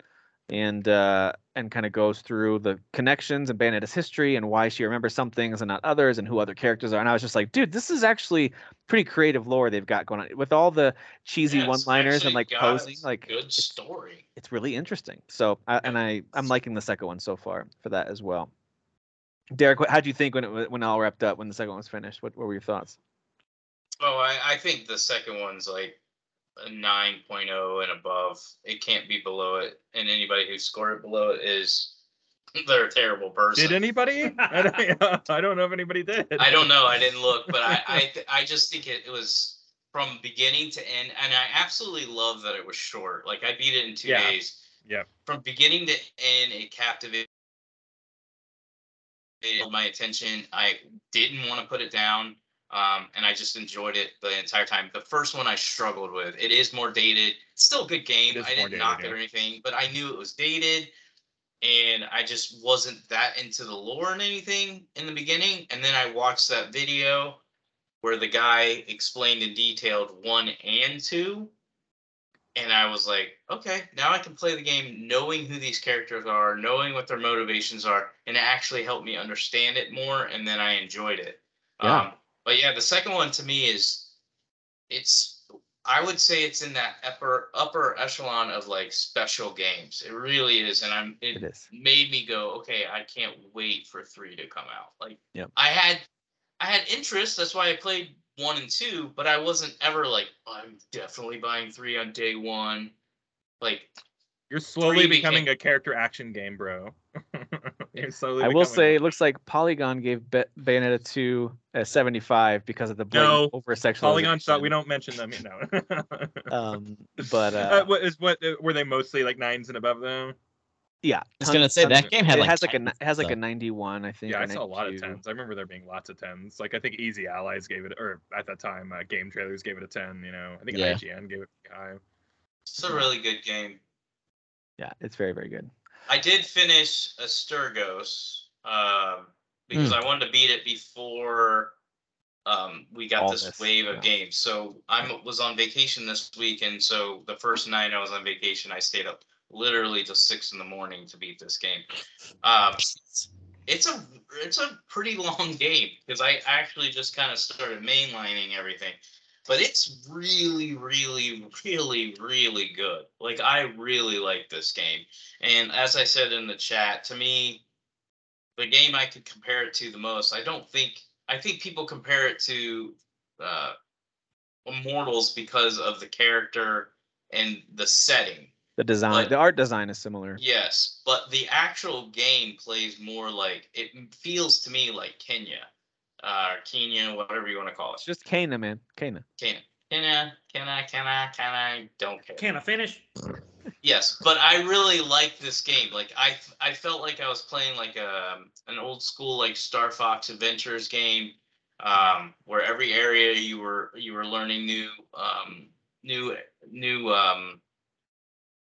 S4: and uh, and kind of goes through the connections and Bayonetta's history and why she remembers some things and not others, and who other characters are. And I was just like, dude, this is actually pretty creative lore they've got going on with all the cheesy
S5: Yeah, it's
S4: one-liners and
S5: actually
S4: like
S5: got
S4: posing.
S5: a
S4: Like
S5: good
S4: it's,
S5: story.
S4: it's really interesting. So I, and I I'm liking the second one so far for that as well. Derek, what, how'd you think when it wa- when all wrapped up when the second one was finished? What, what were your thoughts?
S5: Oh, I, I think the second one's like a 9.0 and above. It can't be below it. And anybody who scored it below it is they're a terrible person.
S2: did anybody I don't, I don't know if anybody did
S5: I don't know. I didn't look, but I I, th- I just think it, it was from beginning to end, and I absolutely love that it was short. Like I beat it in two
S2: Yeah.
S5: days.
S2: Yeah.
S5: From beginning to end, it captivated my attention. I didn't want to put it down, um, and I just enjoyed it the entire time. The first one I struggled with. It is more dated. It's still a good game.
S2: It is more
S5: I didn't
S2: dated,
S5: knock it
S2: yeah.
S5: or anything, but I knew it was dated and I just wasn't that into the lore and anything in the beginning. And then I watched that video where the guy explained and detailed one and two. And I was like, okay, now I can play the game knowing who these characters are, knowing what their motivations are, and it actually helped me understand it more. And then I enjoyed it.
S4: Yeah.
S5: Um, but yeah, the second one to me is it's I would say it's in that upper upper echelon of like special games. It really is, and I'm
S4: It
S5: it,
S4: is.
S5: made me go, okay, I can't wait for three to come out. Like
S4: Yep.
S5: I had I had interest, that's why I played one and two, but I wasn't ever like, I'm definitely buying three on day one. Like
S2: you're slowly
S5: Three
S2: becoming
S5: became-
S2: a character action game bro you're slowly
S4: I will
S2: becoming-
S4: say it looks like Polygon gave Ba- Bayonetta 2 a 75 because of the
S2: No.
S4: blatant over sexualization.
S2: Polygon shot. We don't mention them, you know.
S4: Um, but uh,
S2: uh, what is what were they mostly like nines and above them?
S4: yeah,
S1: I was gonna say
S4: tons-
S1: that game had
S4: it
S1: like
S4: has like a
S1: titans
S4: ni- it has like a
S1: and
S4: 91, I think.
S2: Yeah,
S4: or
S2: I saw a lot of
S4: 92.
S2: tens. I remember there being lots of tens. Like I think Easy Allies gave it, or at that time, uh, Game Trailers gave it a ten. You know, I think
S1: Yeah.
S2: IGN gave it high.
S5: it's a really good game.
S4: Yeah, it's very very good.
S5: I did finish Asturgos um, because
S4: Hmm.
S5: I wanted to beat it before um, we got
S4: All
S5: this,
S4: this,
S5: wave of
S4: yeah.
S5: games. So I was on vacation this week, and so the first night I was on vacation, I stayed up literally till six in the morning to beat this game. Um,
S1: stuff.
S5: it's a it's a pretty long game because I actually just kind of started mainlining everything. But it's really, really, really, really good. Like I really like this game. And as I said in the chat, to me, the game I could compare it to the most, I don't think I think people compare it to uh Immortals because of the character and the setting.
S4: The design,
S5: But-
S4: the art design is similar.
S5: Yes, but the actual game plays more like it feels to me like Kenya, uh, Kenya, whatever you want to call
S4: It's
S5: it.
S4: just Kana, man. Kana.
S5: Kenya, Kenya, Kenya, Kenya, Kenya. Don't care.
S3: Can I finish?
S5: Yes, but I really like this game. Like I, I felt like I was playing like a an old school like Star Fox Adventures game, um, where every area you were you were learning new um, new new um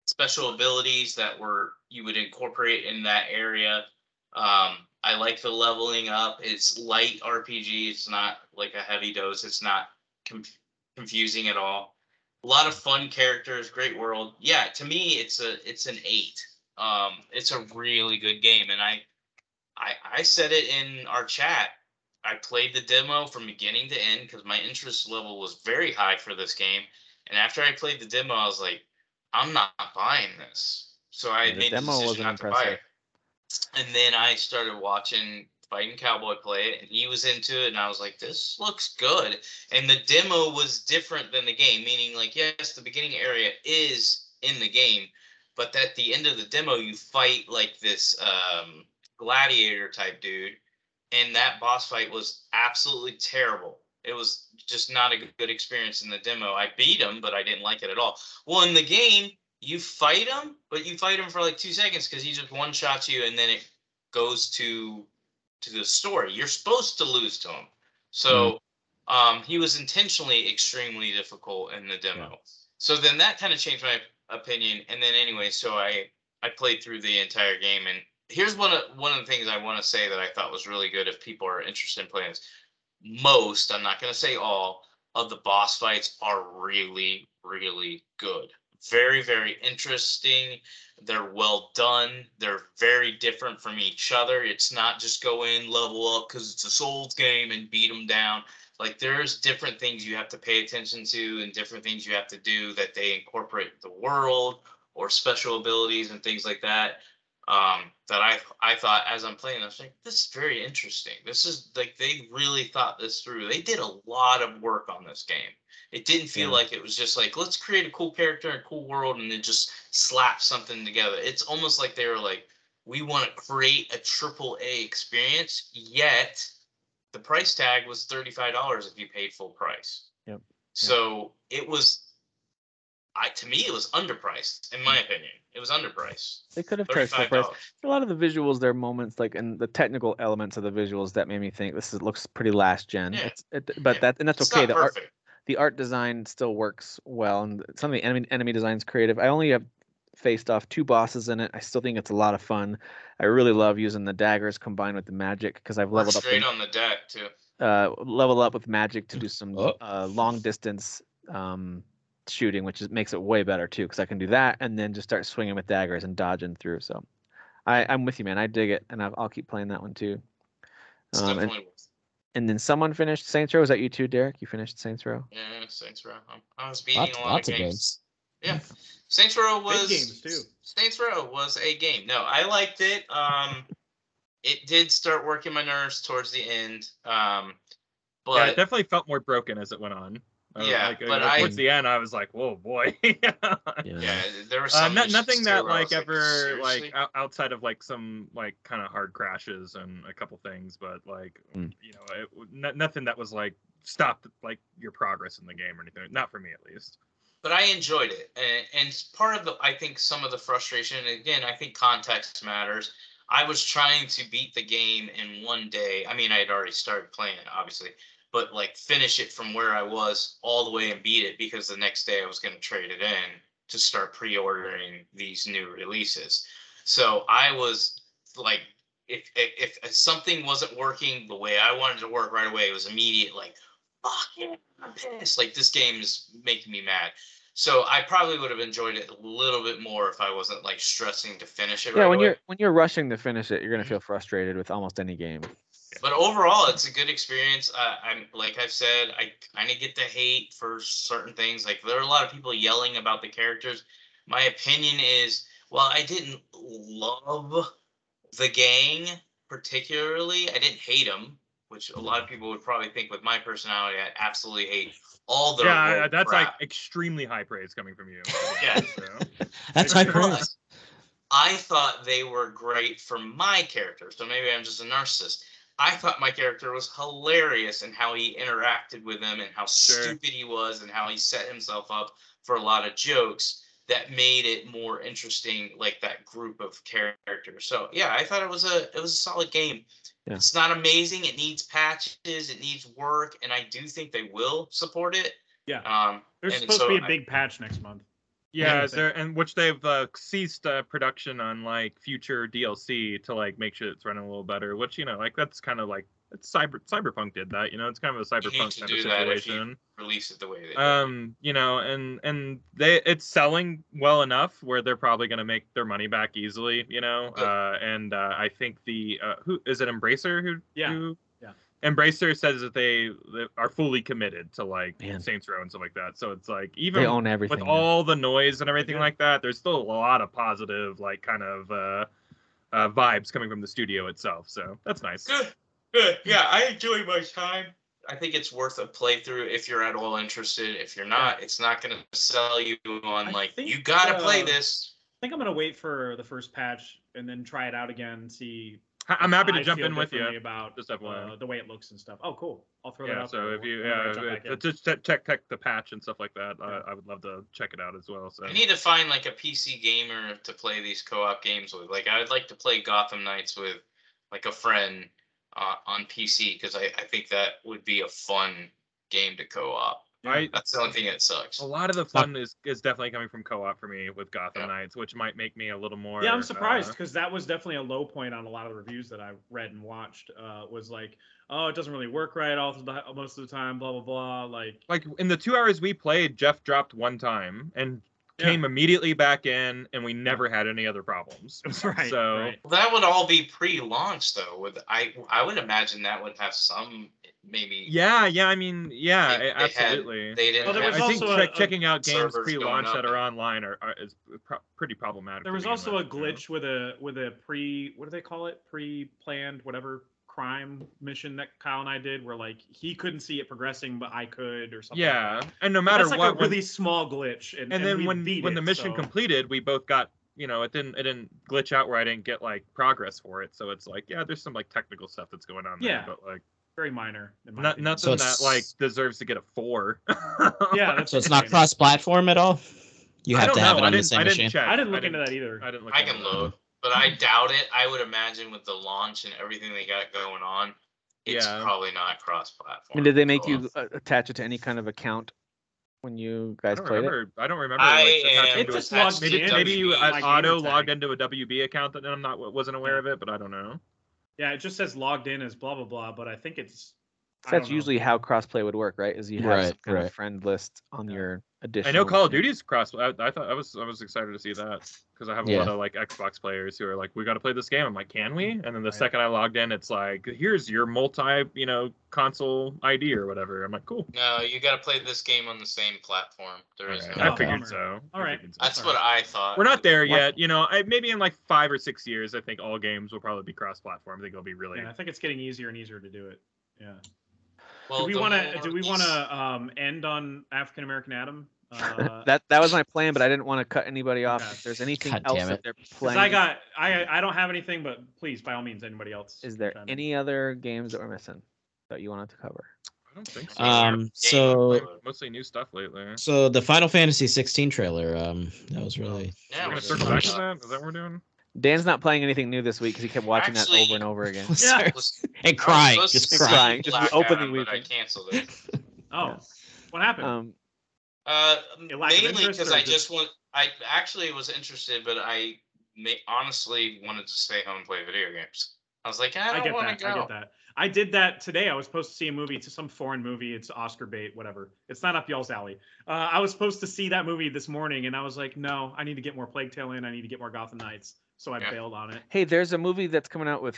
S5: special abilities that were you would incorporate in that area. Um, I like the leveling up. It's light RPG. It's not like a heavy dose. It's not conf- confusing at all. A lot of fun characters. Great world. Yeah, to me, it's a it's an eight. Um, it's a really good game, and I I I said it in our chat. I played the demo from beginning to end because my interest level was very high for this game. And after I played the demo, I was like, I'm not buying this. So I
S4: Yeah, the
S5: made the
S4: demo
S5: decision
S4: wasn't
S5: not to buy
S4: impressive.
S5: it. And then I started watching Fighting Cowboy play it, and he was into it, and I was like, this looks good. And the demo was different than the game, meaning, like, yes, the beginning area is in the game, but at the end of the demo, you fight like this um, gladiator type dude, and that boss fight was absolutely terrible. It was just not a good experience in the demo. I beat him, but I didn't like it at all. Well, in the game, you fight him, but you fight him for like two seconds because he just one shots you, and then it goes to to the story. You're supposed to lose to him, so um, he was intentionally extremely difficult in the demo. So then that kind of changed my opinion. And then anyway, so I I played through the entire game, and here's one of one of the things I want to say that I thought was really good. If people are interested in playing this, most I'm not going to say all of the boss fights are really really good. Very very interesting. They're well done. They're very different from each other. It's not just go in level up because it's a Souls game and beat them down like there's different things you have to pay attention to and different things you have to do that they incorporate the world or special abilities and things like that um, that I I thought as I'm playing I was like this is very interesting this is like they really thought this through they did a lot of work on this game it didn't feel
S4: Yeah.
S5: like it was just like let's create a cool character and a cool world and then just slap something together it's almost like they were like we want to create a triple A experience yet the price tag was $35 if you paid full price.
S4: Yep.
S5: So it was I to me it was underpriced in my opinion. It was underpriced.
S4: They could have priced for
S5: $35.
S4: price. A lot of the visuals, there are moments like and the technical elements of the visuals that made me think this is, looks pretty last gen.
S5: Yeah.
S4: It's, it, but
S5: Yeah.
S4: that and that's
S5: It's
S4: okay. The
S5: not
S4: art,
S5: perfect.
S4: the art design still works well, and some of the enemy enemy design's creative. I only have faced off two bosses in it. I still think it's a lot of fun. I really love using the daggers combined with the magic because I've leveled up the
S5: Straight on the deck too.
S4: uh, level up with magic to do some
S1: Oh.
S4: uh, long distance um, shooting, which is, makes it way better too, because I can do that and then just start swinging with daggers and dodging through. So I, I'm with you, man. I dig it, and I'll, I'll keep playing that one too.
S5: It's
S4: Um, and,
S5: definitely worth
S4: and then someone finished Saints Row. Was that you too, Derek? You finished Saints Row?
S5: it. Yeah, Saints Row. I'm- I was beating
S1: Lots-
S5: a lot
S1: lots
S5: of
S1: of
S5: games. Yeah. Saints Row was
S3: games, too.
S5: Saints Row was a game. No, I liked it. Um it did start working my nerves towards the end.
S2: yeah,
S5: Um
S2: it
S5: but
S2: definitely felt more broken as it went on. I was
S5: Yeah,
S2: like, uh,
S5: but I-
S2: towards the end, I was like, "Whoa, boy!"
S5: Yeah, there was
S2: Uh,
S5: some
S2: no,
S5: issues
S2: nothing
S5: there
S2: that
S5: where I was
S2: like ever
S5: seriously?
S2: like uh, out- outside of like some like kind of hard crashes and a couple things, but like
S4: Mm.
S2: you know, it, n- nothing that was like stopped like your progress in the game or anything. Not for me at least.
S5: but I enjoyed it, and, and it's part of the I think some of the frustration. and Again, I think context matters. I was trying to beat the game in one day. I mean, I had already started playing it, obviously, but like finish it from where I was all the way and beat it because the next day I was going to trade it in to start pre-ordering these new releases. So I was like, if, if if something wasn't working the way I wanted it to work right away, it was immediate like, fuck yeah, I'm pissed. Like this game is making me mad. So I probably would have enjoyed it a little bit more if I wasn't like stressing to finish it.
S4: Yeah,
S5: right
S4: when
S5: away.
S4: you're when you're rushing to finish it, you're gonna
S2: Mm-hmm.
S5: Mhm.
S4: feel frustrated with almost any game.
S5: But overall, it's a good experience. I, I'm like I've said, I kind of get the hate for certain things. Like there are a lot of people yelling about the characters. My opinion is, well, I didn't love the gang particularly. I didn't hate them, which a lot of people would probably think with my personality, I absolutely hate all their.
S2: yeah, I-
S5: woke
S2: that's
S5: crap.
S2: like extremely high praise coming from you.
S5: Yeah.
S2: So.
S1: That's
S2: But-
S1: high praise.
S5: I thought they were great for my character. So maybe I'm just a narcissist. I thought my character was hilarious and how he interacted with them and how
S2: Sure.
S5: stupid he was and how he set himself up for a lot of jokes that made it more interesting, like that group of characters. So yeah, I thought it was a it was a solid game.
S4: Yeah.
S5: It's not amazing. It needs patches. It needs work, and I do think they will support it.
S3: Yeah.
S5: Um,
S3: There's
S5: And
S3: supposed
S5: so
S3: to be a
S5: I-
S3: big patch next month.
S2: Yeah, is
S3: Anything.
S2: there and which they've uh, ceased uh, production on like future DLC to like make sure it's running a little better. Which you know, like that's kind of like it's cyber cyberpunk did that. You know, it's kind of a cyberpunk
S5: to
S2: kind of
S5: do that if you-
S2: situation.
S5: Release it the way they did.
S2: Um, you know, and and they it's selling well enough where they're probably gonna make their money back easily. You know,
S5: Yeah.
S2: uh, and uh, I think the uh, who is it Embracer who
S3: Yeah,
S2: who-
S3: yeah.
S2: Embracer says that they, they are fully committed to like
S4: Man.
S2: Saints Row and stuff like that. So it's like even
S4: They own everything.
S2: with
S4: now.
S2: all the noise and everything
S3: do.
S2: like that, there's still a lot of positive, like kind of uh, uh, vibes coming from the studio itself. So that's nice.
S5: good, good. Yeah, I enjoy my time. I think it's worth a playthrough if you're at all interested. If you're not, it's not going to sell you on
S3: I
S5: like
S3: think,
S5: you got to play
S3: uh,
S5: this.
S3: I think I'm gonna wait for the first patch and then try it out again and see.
S2: I- I'm
S3: if
S2: happy to
S3: I
S2: jump
S3: feel
S2: in with
S3: differently
S2: you.
S3: about
S2: Just FYI.
S3: uh, the way it looks and stuff. Oh, cool. I'll throw that
S2: Yeah.
S3: out.
S2: so
S3: there
S2: if you
S3: when I
S2: yeah,
S3: jump back
S2: if-
S3: in.
S2: just check, check check the patch and stuff like that.
S3: Yeah.
S2: I, I would love to check it out as well. So
S5: I need to find like a PC gamer to play these co-op games with. Like I would like to play Gotham Knights with like a friend uh, on PC because I, I think that would be a fun game to uh, co-op.
S2: I
S5: That's the only thing that sucks.
S2: a lot of the
S1: not-
S2: fun is is definitely coming from co-op for me with Gotham
S5: Yeah.
S2: Knights, which might make me a little more.
S3: yeah,
S2: uh,
S3: I'm surprised because that was definitely a low point on a lot of the reviews that I read and watched. Uh, was like, oh, it doesn't really work right all the, most of the time. Blah blah blah. Like,
S2: like in the two hours we played, Jeff dropped one time and
S3: Yeah.
S2: came immediately back in, and we never had any other problems.
S3: right.
S2: so
S3: right.
S5: Well, That would all be pre-launch though. With I I would imagine that would have some maybe
S2: Yeah, yeah. I mean, yeah,
S5: They-
S2: a-
S5: they had-
S2: absolutely.
S5: they didn't.
S3: Well, there
S2: I-
S5: have
S3: was
S2: I think
S3: also
S2: check-
S3: a- a
S2: checking out games
S5: servers
S2: pre-launch
S5: going
S2: that
S5: up.
S2: are online are, are is pro- pretty problematic.
S3: There
S2: to
S3: was
S2: begin
S3: also a
S2: with, you know?
S3: glitch with a with a pre what do they call it pre planned whatever crime mission that Kyle and I did where like he couldn't see it progressing but I could or something. like
S2: Yeah,
S3: that.
S2: and no
S3: But
S2: matter
S3: that's like
S2: what,
S3: a
S2: when-
S3: really small glitch, and,
S2: and then
S3: we
S2: when
S3: beat
S2: when
S3: it,
S2: the mission
S3: so-
S2: completed, we both got you know it didn't it didn't glitch out where I didn't get like progress for it. So it's like yeah, there's some like technical stuff that's going on.
S3: Yeah.
S2: there, but like
S3: very minor. in my
S2: not,
S3: opinion.
S1: So
S2: nothing that
S1: it's-
S2: like deserves to get a four.
S3: yeah, that's
S1: So it's
S3: what I'm
S1: not
S3: saying.
S1: cross-platform at all. You
S2: I
S1: have
S2: don't
S1: to have
S2: know.
S1: it
S2: I
S1: on the
S2: didn't-
S1: same
S2: I didn't
S1: machine.
S2: check.
S3: I didn't look
S2: didn't-
S3: into that either.
S2: I didn't look.
S5: I
S2: into
S5: can
S2: that.
S5: load, but I doubt it. I would imagine with the launch and everything they got going on, it's
S2: Yeah.
S5: probably not
S4: I
S5: cross-platform.
S4: mean, did they make
S5: So,
S4: you uh, attach it to any kind of account when you
S2: I
S4: guys
S2: don't
S4: played it?
S2: remember. I don't remember.
S5: I
S2: like, attaching
S5: am
S3: It
S2: to a
S3: just
S5: attached
S3: logged
S5: to
S2: Maybe
S3: Yeah,
S2: maybe you
S3: it's
S2: uh,
S3: my gamer
S2: auto
S3: tag.
S2: logged into a WB account that I'm not wasn't aware of it, but I don't know.
S3: Yeah, it just says logged in as blah blah blah, but I think it's. I
S4: That's
S3: don't know.
S4: usually how crossplay would work, right? Is you have some
S1: Right,
S4: kind of
S1: right.
S4: friend list on
S3: Yeah.
S4: your additional.
S2: I know Call of
S4: thing.
S2: Duty's cross. I, I thought I was I was excited to see that because I have a lot
S1: Yeah.
S2: of like Xbox players who are like, "We got to play this game." I'm like, "Can we?" And then the
S3: Right.
S2: second I logged in, it's like, "Here's your multi, you know, console ID or whatever." I'm like, "Cool."
S5: No, you got to play this game on the same platform. There is
S2: Alright,
S5: no.
S2: I
S3: Oh,
S2: figured
S3: bummer.
S2: so. I
S3: Alright.
S2: figured so.
S5: That's
S3: Sorry.
S5: what I thought.
S2: We're not there
S4: What?
S2: yet, you know. I, maybe in like five or six years, I think all games will probably be cross-platform. I think it'll be really.
S3: Yeah, I think it's getting easier and easier to do it. Yeah.
S5: Well,
S3: do we
S5: the
S3: want to?
S5: more
S3: Do we
S5: these-
S3: want to um, end on African American Adam? Uh,
S4: that that was my plan, but I didn't want to cut anybody off.
S3: Okay.
S4: If there's anything
S1: God
S4: else
S1: damn
S4: that
S1: it.
S4: they're
S3: Because
S4: playing,
S3: I got, I I don't have anything, but please, by all means, anybody else.
S4: is there
S3: chime in.
S4: any other games that we're missing that you wanted to cover?
S2: I don't think so. Uh,
S1: Um,
S5: Game
S1: so-
S5: upload.
S2: mostly new stuff lately.
S1: So the Final Fantasy 16 trailer, um, that was really.
S2: We're
S5: Yeah, we're
S2: gonna circle back to
S5: circling
S2: that.
S5: up.
S2: Is that what we're doing?
S4: Dan's not playing anything new this week because he kept watching
S5: Actually-
S4: that over and over again.
S1: Sorry.
S5: Was-
S1: and
S5: I was
S1: crying,
S5: supposed to
S1: just
S5: see
S1: crying.
S4: crying, just
S5: Black
S4: openly
S5: Adam, but I
S4: weeping.
S5: canceled it.
S3: Oh,
S4: Yeah.
S3: what happened?
S4: Um,
S5: Uh,
S3: A lack of
S5: mainly
S3: interest
S5: because
S3: or
S5: I
S3: just-
S5: just want. I actually was interested, but I may, honestly wanted to stay home and play video games. I was like, I
S3: I
S5: don't
S3: get
S5: want
S3: that.
S5: to go.
S3: I get that. I did that today. I was supposed to see a movie. It's some foreign movie. It's Oscar bait, whatever. It's not up y'all's alley. Uh, I was supposed to see that movie this morning, and I was like, no, I need to get more Plague Tale in. I need to get more Gotham Knights. So I
S5: Yeah.
S3: bailed on it.
S4: hey, there's a movie that's coming out with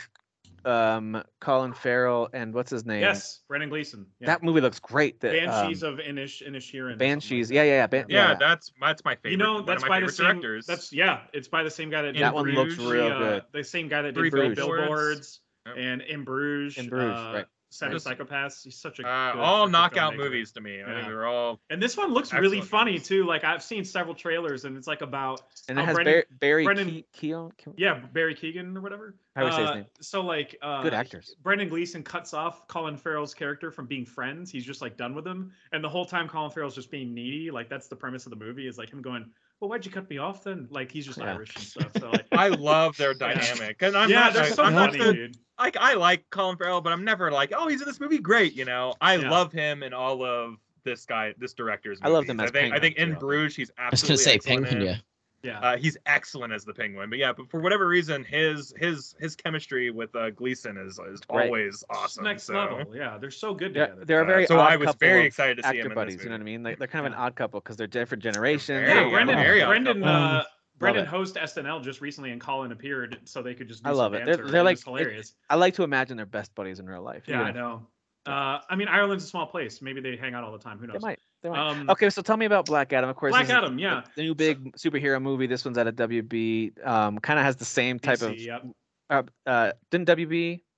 S4: um, Colin Farrell and what's his name?
S3: Yes, Brendan Gleeson. Yeah.
S4: That movie looks great. That,
S3: Banshees
S4: um,
S3: of Inish Inishirin. or something like
S4: Banshees.
S3: that.
S4: yeah, yeah, yeah. Ban-
S2: Yeah,
S4: yeah.
S2: that's that's my favorite.
S3: You know,
S2: one
S3: that's
S2: of
S3: by
S2: my
S3: the
S2: favorite
S3: same.
S2: directors.
S3: That's yeah, it's by the same guy that did
S2: That one
S4: looks
S3: Bruges,
S4: real
S3: the, uh,
S4: good.
S3: the same guy that
S2: Three
S3: did Three
S2: Billboards.
S3: Billboards
S2: Yep.
S3: and In Bruges.
S4: In Bruges,
S3: uh,
S4: right.
S3: Seven
S2: Nice.
S3: Psychopaths. He's such a
S2: uh,
S3: good
S2: all
S3: freaking
S2: knockout
S3: filmmaker.
S2: movies to me. I think
S3: Yeah.
S2: they're all.
S3: And this one looks really
S2: Excellent
S3: funny
S2: movies.
S3: too. Like I've seen several trailers, and it's like about
S4: and it
S3: Oh,
S4: has
S3: Brendan-
S4: Barry, Barry
S3: Brendan-
S4: Ke- Keogh? Ke-
S3: yeah Barry Keegan or whatever.
S4: I would say his
S3: Uh,
S4: name.
S3: So like uh,
S4: Good actors.
S3: Brendan Gleeson cuts off Colin Farrell's character from being friends. He's just like done with him, and the whole time Colin Farrell's just being needy. Like that's the premise of the movie is like him going, "Well, why'd you cut me off then?" Like he's just
S4: Yeah.
S3: Irish and stuff. So like,
S2: I love their
S3: Yeah.
S2: dynamic, and I'm
S3: yeah,
S2: not.
S3: they're
S2: I,
S3: so
S2: I'm not
S3: funny,
S2: the,
S3: dude.
S2: like I like Colin Farrell, but I'm never like, oh, he's in this movie, great. You know, I
S3: Yeah.
S2: love him in all of this guy, this director's.
S4: I love
S2: movies.
S4: them as
S2: I think, I
S4: Penguin,
S2: think in
S4: too.
S2: Bruges, he's
S1: I was
S2: absolutely.
S1: gonna say
S2: excellent
S1: Penguin.
S2: in.
S1: Yeah.
S3: Yeah.
S2: Uh, he's excellent as the penguin, but yeah, but for whatever reason, his his his chemistry with uh, Gleason is is
S4: Right.
S2: always awesome.
S3: Next
S2: so
S3: level. Yeah, they're so good
S4: They're,
S3: together.
S4: they're a
S2: uh,
S4: very
S2: so
S4: odd
S2: I was
S4: couple
S2: very
S4: of
S2: excited to see him
S4: actor
S2: in
S4: buddies.
S2: this
S4: You know
S2: movie.
S4: what I mean? Like, they're kind of an
S3: Yeah.
S4: odd couple because they're different generations.
S2: Very
S3: yeah,
S2: odd.
S3: Brendan.
S2: Very odd
S3: Brendan.
S2: couple.
S3: Uh, Brendan
S4: Mm. it.
S3: host SNL just recently, and Colin appeared so they could just. Do
S4: I love
S3: some
S4: it. They're-
S3: banter,
S4: they're
S3: and
S4: like-
S3: it's hilarious.
S4: I like to imagine they're best buddies in real life.
S3: yeah, I
S4: even if-
S3: know. Uh, I mean, Ireland's a small place. Maybe they hang out all the time. Who
S4: They
S3: knows?
S4: might. They might.
S3: Um,
S4: Okay, so tell me about Black Adam. Of course,
S3: Black
S4: this is
S3: Adam. Yeah.
S4: the new big superhero movie. This one's out of WB. Um, kind of has the same type
S3: DC,
S4: of.
S3: yep.
S4: Uh, uh, didn't WB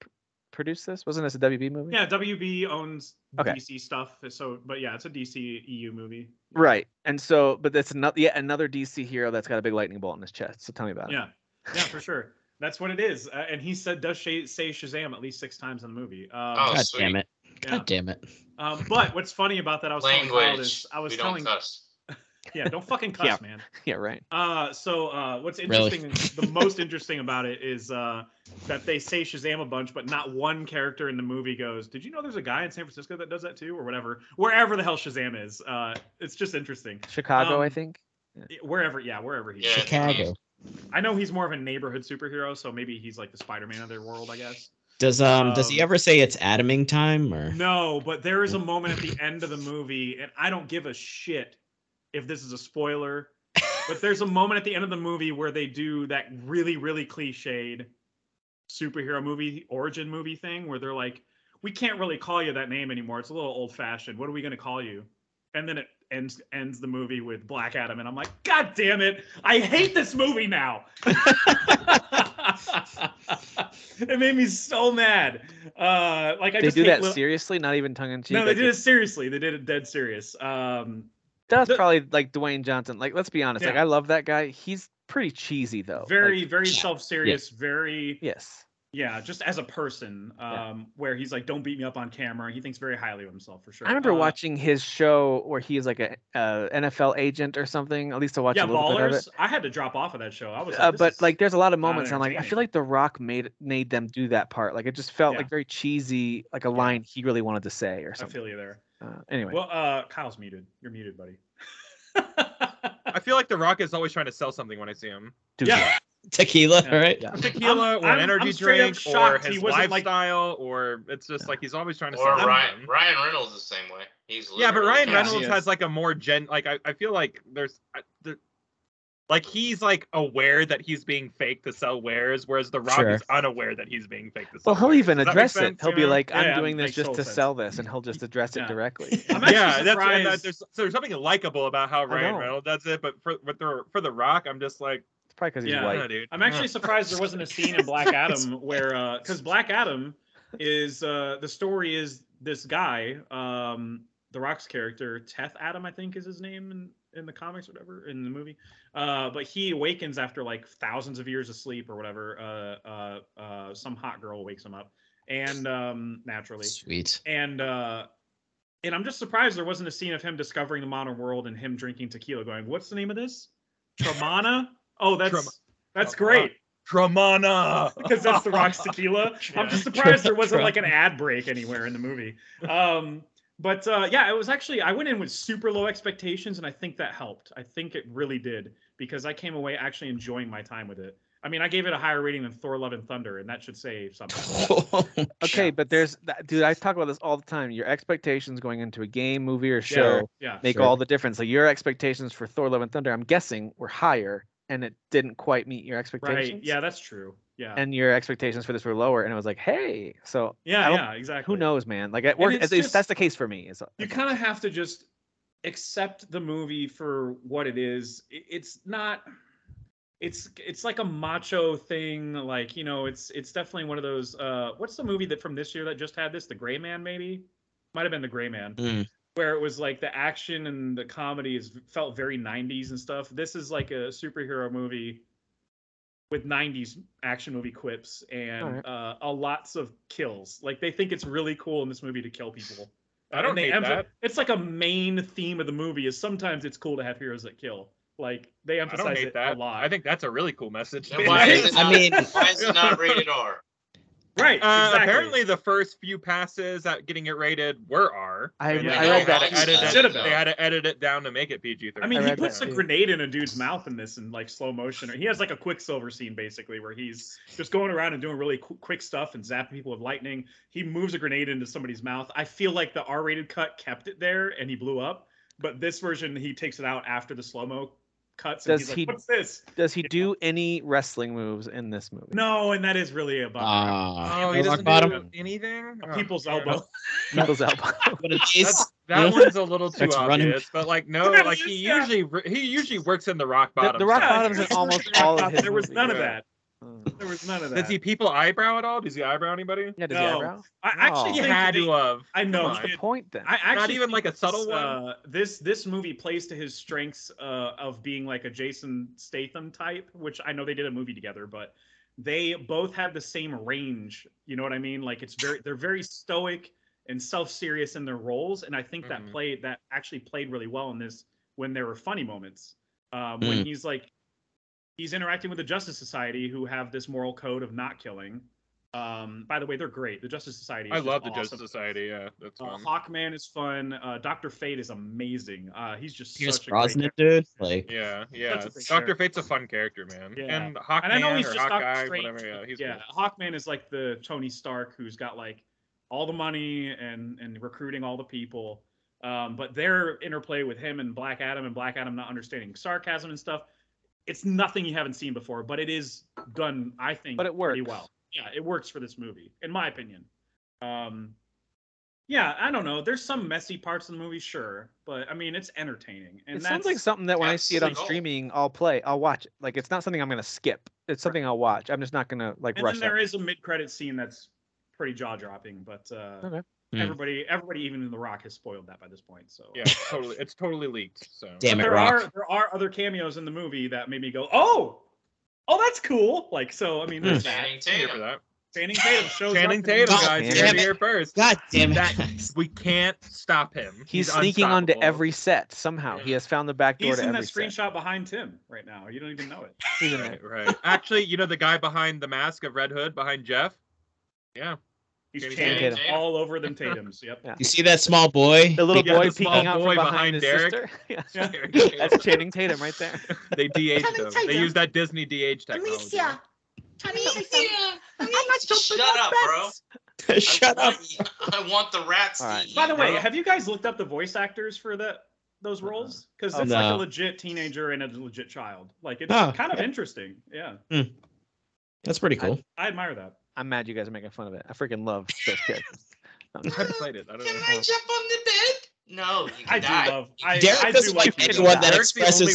S4: p- produce this? Wasn't this a WB movie?
S3: Yeah, WB owns
S4: Okay.
S3: DC stuff. So, but yeah, it's a DC EU movie.
S4: Right. And so, but that's not yet another DC hero that's got a big lightning bolt in his chest. So tell me about it.
S3: Yeah, yeah, for sure. That's what it is. Uh, and he said does sh- say Shazam at least six times in the movie. Um,
S5: Oh,
S1: God
S5: sweet.
S1: damn it.
S3: yeah.
S1: God damn it.
S3: Um, but what's funny about that, I was telling Kyle
S5: Language.
S3: this. I was
S5: we
S3: telling,
S5: don't cuss.
S3: yeah, don't fucking cuss,
S4: Yeah.
S3: man.
S4: Yeah. Right.
S3: Uh, so uh, what's
S1: Really?
S3: interesting, the most interesting about it is uh, that they say Shazam a bunch, but not one character in the movie goes, "Did you know there's a guy in San Francisco that does that too?" or whatever, wherever the hell Shazam is. Uh, it's just interesting.
S4: Chicago, I
S3: Um,
S4: think.
S3: Wherever, yeah, wherever he is.
S5: Yeah,
S1: Chicago.
S3: I know he's more of a neighborhood superhero, so maybe he's like the Spider-Man of their world, I guess.
S1: Does um, does he
S3: Um,
S1: ever say it's atoming time or
S3: No, but there is a moment at the end of the movie, and I don't give a shit if this is a spoiler. But there's a moment at the end of the movie where they do that really, really cliched superhero movie origin movie thing where they're like, "We can't really call you that name anymore. It's a little old fashioned. What are we gonna call you?" And then it ends ends the movie with Black Adam, and I'm like, "God damn it! I hate this movie now." it made me so mad. Uh, like I
S4: they
S3: just
S4: do
S3: hate
S4: that
S3: li-
S4: seriously, not even tongue in cheek.
S3: no, they did it seriously. They did it dead serious. Um,
S4: That's
S3: the-
S4: probably like Dwayne Johnson. Like, let's be honest. Like,
S3: Yeah.
S4: I love that guy. He's pretty cheesy though. Like,
S3: very, very
S1: yeah,
S3: self-serious. Very, yeah.
S4: yes.
S3: just as a person. Um,
S4: Yeah.
S3: where he's like, "Don't beat me up on camera." He thinks very highly of himself for sure.
S4: I remember
S3: Uh,
S4: watching his show where he is like a uh, NFL agent or something. At least I watched
S3: Yeah,
S4: a little bit of it.
S3: ballers. I had to drop off of that show. I was, like,
S4: Uh,
S3: "This
S4: but
S3: is-
S4: like, there's a lot of
S3: not
S4: moments. I'm like, I
S3: entertaining.
S4: feel like The Rock made made them do that part. Like, it just felt
S3: Yeah.
S4: like very cheesy, like a line he really wanted to say or
S3: I
S4: something.
S3: feel you there.
S4: Uh, anyway,
S3: Well, uh, Kyle's muted. You're muted, buddy.
S2: I feel like The Rock is always trying to sell something when I see him.
S4: dude,
S3: yeah.
S1: tequila?
S4: Yeah.
S1: All right.
S4: Yeah.
S2: Tequila or
S3: I'm-
S2: an energy
S3: I'm straight up
S2: drink or
S3: shocked he
S2: his
S3: wasn't, like-
S2: lifestyle or it's just like he's always trying to
S5: Or
S2: sell
S5: Ryan
S2: something.
S5: Ryan Reynolds is the same way. He's
S2: Yeah, but
S5: literally
S2: Ryan
S5: just-
S2: Reynolds
S3: is.
S2: has like a more gen. Like I, I feel like there's, I- there, like he's like aware that he's being fake to sell wares, whereas The Rock
S1: Sure.
S2: is unaware that he's being fake to sell.
S4: Well, he'll
S2: wares.
S4: even
S2: Does that make
S4: address it.
S2: sense,
S4: He'll
S2: you
S4: be
S2: know?
S4: like, "I'm
S3: Yeah,
S4: doing this
S3: makes
S4: just
S3: total
S4: to
S3: sense.
S4: sell this," and he'll just address
S3: Yeah.
S4: it directly.
S3: I'm actually
S2: yeah, that's and that,
S3: surprised-
S2: there's so there's something likable about how Ryan
S4: know.
S2: Reynolds does it, but for but the, for The Rock, I'm just like,
S4: It's probably because he's
S3: Yeah.
S2: I don't
S4: white.
S2: know, dude.
S3: I'm actually surprised there wasn't a scene in Black Adam where, because Black Adam is uh, the story is this guy, um, The Rock's character, Teth Adam, I think is his name in, in the comics or whatever, in the movie. Uh, but he awakens after like thousands of years of sleep or whatever. Uh, uh, uh, some hot girl wakes him up, and um, naturally
S1: Sweet.
S3: and uh and i'm just surprised there wasn't a scene of him discovering the modern world and him drinking tequila going what's the name of this tramana oh that's
S2: Tram-
S3: that's
S2: Tramana.
S3: great
S2: Dramana.
S3: because that's the rock's tequila i'm just surprised there wasn't like an ad break anywhere in the movie um but uh yeah it was actually i went in with super low expectations and i think that helped i think it really did because i came away actually enjoying my time with it i mean i gave it a higher rating than thor love and thunder and that should say something
S4: Okay, but there's that, dude. I talk about this all the time. Your expectations going into a game, movie, or show
S1: Sure.
S3: yeah
S4: make
S1: Sure.
S4: all the difference. Like your expectations for Thor: Love and Thunder, I'm guessing, were higher, and it didn't quite meet your expectations.
S3: right yeah that's true yeah
S4: And your expectations for this were lower, and it was like, hey, so I
S3: Yeah,
S4: don't-
S3: yeah, exactly.
S4: who knows, man? Like at work,
S3: it's
S4: at least
S3: just-
S4: that's the case for me. Is uh,
S3: You kind of have to just accept the movie for what it is. I- It's not. It's it's like a macho thing. Like you know, it's it's definitely one of those. Uh, what's the movie that from this year that just had this? The Gray Man, maybe. Might have been The Gray Man,
S1: Mm.
S3: where it was like the action and the comedy is felt very '90s and stuff. This is like a superhero movie with 90s action movie quips and
S4: Alright.
S3: uh, a lots of kills. Like they think it's really cool in this movie to kill people.
S2: I don't
S3: And they
S2: hate
S3: empha-
S2: that.
S3: It's like a main theme of the movie is sometimes it's cool to have heroes that kill. Like they
S2: I
S3: emphasize
S2: don't hate
S3: it
S2: that.
S3: a lot.
S2: I think that's a really cool message.
S5: Then why is it
S1: I
S5: not,
S1: mean-
S5: why is it not rated R?
S3: Right.
S2: Uh,
S3: exactly.
S2: Apparently, the first few passes at getting it rated were R.
S4: I-
S2: and they
S4: I read
S2: had
S4: that.
S2: to edit it-
S3: Should have
S5: been.
S2: They had to edit it down to make it PG
S3: I
S2: thirteen.
S3: mean,
S4: I
S3: he
S4: read
S3: puts a
S4: that too.
S3: grenade in a dude's mouth in this in like slow motion. Or he has like a quicksilver scene basically where he's just going around and doing really qu- quick stuff and zapping people with lightning. He moves a grenade into somebody's mouth. I feel like the R-rated cut kept it there and he blew up, but this version he takes it out after the slow mo cuts. And
S4: Does
S3: he's like,
S4: he-
S3: What's this?
S4: Does he do any wrestling moves in this movie?
S3: No, and that is really about
S1: Ah,
S2: oh, he
S1: rock
S2: doesn't do
S1: bottom.
S2: anything.
S3: a
S2: Oh,
S3: people's
S2: man.
S3: elbow.
S4: People's elbow.
S1: But it
S2: That's-
S1: is.
S2: that one's a little too
S1: That's running.
S2: obvious, but like no,
S3: Yeah,
S2: like he
S3: yeah.
S2: usually he usually works in the rock
S4: The,
S2: bottom.
S4: the rock
S2: stuff.
S3: Yeah,
S4: bottoms in
S3: it's-
S4: almost all of his
S3: there was
S4: movies.
S3: none of
S2: yeah.
S3: that.
S4: Mm.
S3: There was none of
S2: Does
S3: that.
S2: he people eyebrow at all? Does he eyebrow anybody?
S4: Yeah, does
S3: No.
S4: he eyebrow?
S3: I actually
S4: No.
S2: He
S3: think
S2: had
S3: that
S2: to
S3: they-
S2: have.
S3: I
S2: Come
S3: know. he
S2: on.
S4: What's
S3: did.
S4: the point then?
S3: I actually
S2: Not even
S3: think
S2: like a subtle
S3: this,
S2: one.
S3: Uh, this this movie plays to his strengths uh, of being like a Jason Statham type, which I know they did a movie together, but they both have the same range. You know what I mean? Like it's very they're very stoic and self serious in their roles, and I think
S2: Mhm.
S3: that played that actually played really well in this when there were funny moments. Um,
S2: Mm.
S3: When he's like he's interacting with the Justice Society, who have this moral code of not killing. Um, by the way, they're great. The Justice Society. Is
S2: I
S3: just
S2: love the
S3: awesome.
S2: Justice Society. Yeah, that's
S3: Uh,
S2: fun.
S3: Hawkman is fun. Uh, Doctor Fate is amazing. Uh, he's just
S1: Pierce
S3: such a great
S1: Brosnan,
S3: character.
S1: dude. Like,
S2: Yeah, yeah.
S3: a great
S2: Doctor
S3: character.
S2: Fate's a fun character, man.
S3: Yeah.
S2: And Hawkman
S3: And I know he's
S2: or
S3: just
S2: Hawkeye,
S3: Doctor Strange.
S2: whatever. Yeah,
S3: but
S2: he's
S3: yeah,
S2: cool.
S3: Hawkman is like the Tony Stark who's got like all the money and and recruiting all the people. Um, but their interplay with him and Black Adam and Black Adam not understanding sarcasm and stuff, it's nothing you haven't seen before. But it is done, I think,
S4: But it
S3: pretty
S4: works.
S3: well. Yeah, it works for this movie, in my opinion. Um, yeah, I don't know. There's some messy parts in the movie, sure, but I mean, it's entertaining. And
S4: it
S3: that's,
S4: sounds like something that when I
S5: that's
S4: see it
S5: the
S4: on
S5: goal.
S4: streaming, I'll play. I'll watch it. Like it's not something I'm gonna skip. It's something I'll watch. I'm just not gonna like
S3: and
S4: rush.
S3: then
S4: that.
S3: there is a mid-credit scene that's pretty jaw-dropping but uh
S4: Okay.
S1: Hmm.
S3: everybody everybody even in the rock has spoiled that by this point so
S2: Yeah, it's totally. It's totally leaked. So
S1: Damn
S3: But
S1: it,
S3: there
S1: Rock.
S3: are there are other cameos in the movie that made me go oh oh that's cool like so i mean there's that
S5: Channing
S2: I'm here for
S5: Tatum.
S2: that.
S3: Channing Tatum shows up
S2: Channing
S3: in-
S2: Tatum,
S1: God
S2: guys, you heard
S4: damn
S2: it
S1: it.
S2: here first.
S1: God damn it.
S2: That-
S1: guys.
S2: We can't stop him.
S4: He's, sneaking onto
S2: unstoppable.
S4: every set somehow. He
S5: Yeah.
S4: has found the back door
S3: he's
S4: to
S3: in that
S4: every set.
S3: screenshot behind tim right now you don't even know it
S4: He's in there.
S2: Right, right. Actually, you know the guy behind the mask of Red Hood, behind Jeff. Yeah.
S3: he's
S2: Channing
S3: Channing
S4: Tatum.
S5: Tatum.
S3: all over them tatums yep
S4: Yeah.
S1: You see that small boy?
S4: The little
S2: Yeah,
S4: boy
S2: the small
S4: peeking out
S2: boy
S4: from behind,
S2: behind
S4: his
S2: Derek.
S4: sister. Yeah.
S3: Yeah.
S4: That's Channing Tatum right there.
S2: they de-aged
S6: Channing
S2: him. They
S6: Tatum.
S2: use that Disney de-age technology.
S6: Alicia. Alicia.
S5: Shut up, bro.
S1: Shut
S5: I
S1: up.
S5: want- I want the rats.
S4: All right.
S5: To eat,
S3: by the way
S5: bro.
S3: have you guys looked up the voice actors for that those roles because
S1: Oh,
S3: it's like
S1: no.
S3: a legit teenager and a legit child like it's
S1: Oh,
S3: kind of
S1: yeah.
S3: interesting yeah
S1: That's pretty cool.
S3: i admire that
S4: I'm mad you guys are making fun of it. I freaking love those kids. No,
S2: I haven't played it. I don't
S5: Can
S2: know.
S5: I jump on the bed? No, you
S3: I
S5: can
S3: do
S5: die.
S3: love. I,
S1: Derek
S3: I do
S1: is
S3: love
S1: like
S3: Peter
S1: anyone that
S2: Derek.
S1: expresses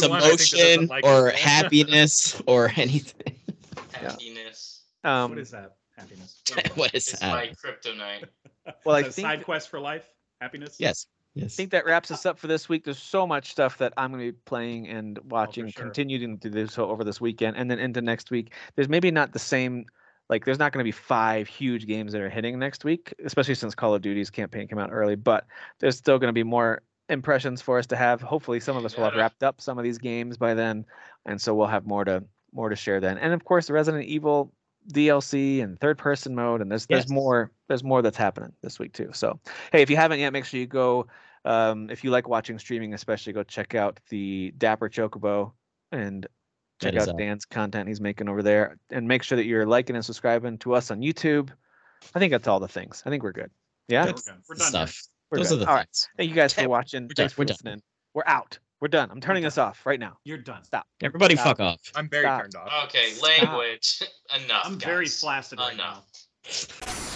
S2: Derek's the only one I think that doesn't
S1: emotion
S2: like
S1: or
S2: him.
S1: happiness or anything.
S5: Happiness.
S3: Patton.
S4: Um,
S3: what is that? Happiness.
S1: what is
S3: Uh,
S5: It's
S1: that?
S5: my kryptonite.
S4: well, I
S3: Is that
S4: think
S3: side quest for life. Happiness.
S1: Yes. Yes.
S4: think that wraps us up for this week. There's so much stuff that I'm going to be playing and watching,
S3: sure.
S4: continuing to do so over this weekend and then into next week. There's maybe not the same, like, there's not going to be five huge games that are hitting next week, especially since Call of Duty's campaign came out early, but there's still going to be more impressions for us to have. Hopefully, some of us will have
S5: Yeah.
S4: wrapped up some of these games by then. And so we'll have more to more to share then. And of course, the Resident Evil DLC and third person mode and there's there's
S1: Yes.
S4: more there's more that's happening this week too. So, hey, if you haven't yet, make sure you go um, if you like watching streaming, especially go check out the Dapper Chocobo and
S1: That
S4: check
S1: is
S4: out
S1: up.
S4: Dan's content he's making over there. And make sure that you're liking and subscribing to us on YouTube. I think that's all the things. I think we're good. Yeah.
S3: We're
S1: Good
S3: done. We're done.
S1: stuff.
S4: We're
S1: Those
S4: good.
S1: are the
S4: all right.
S1: things.
S4: Thank you guys
S1: Okay,
S4: for watching.
S1: done,
S4: Thanks for
S1: we're done.
S4: listening. We're out. We're done. I'm turning
S3: done.
S4: this off right now.
S3: You're done.
S4: Stop.
S1: Everybody
S4: Stop.
S1: fuck off.
S2: I'm very
S4: Stop.
S2: turned off.
S5: Okay,
S4: Stop.
S5: language. Enough.
S3: I'm very
S5: guys.
S3: flaccid right
S5: Enough.
S3: now.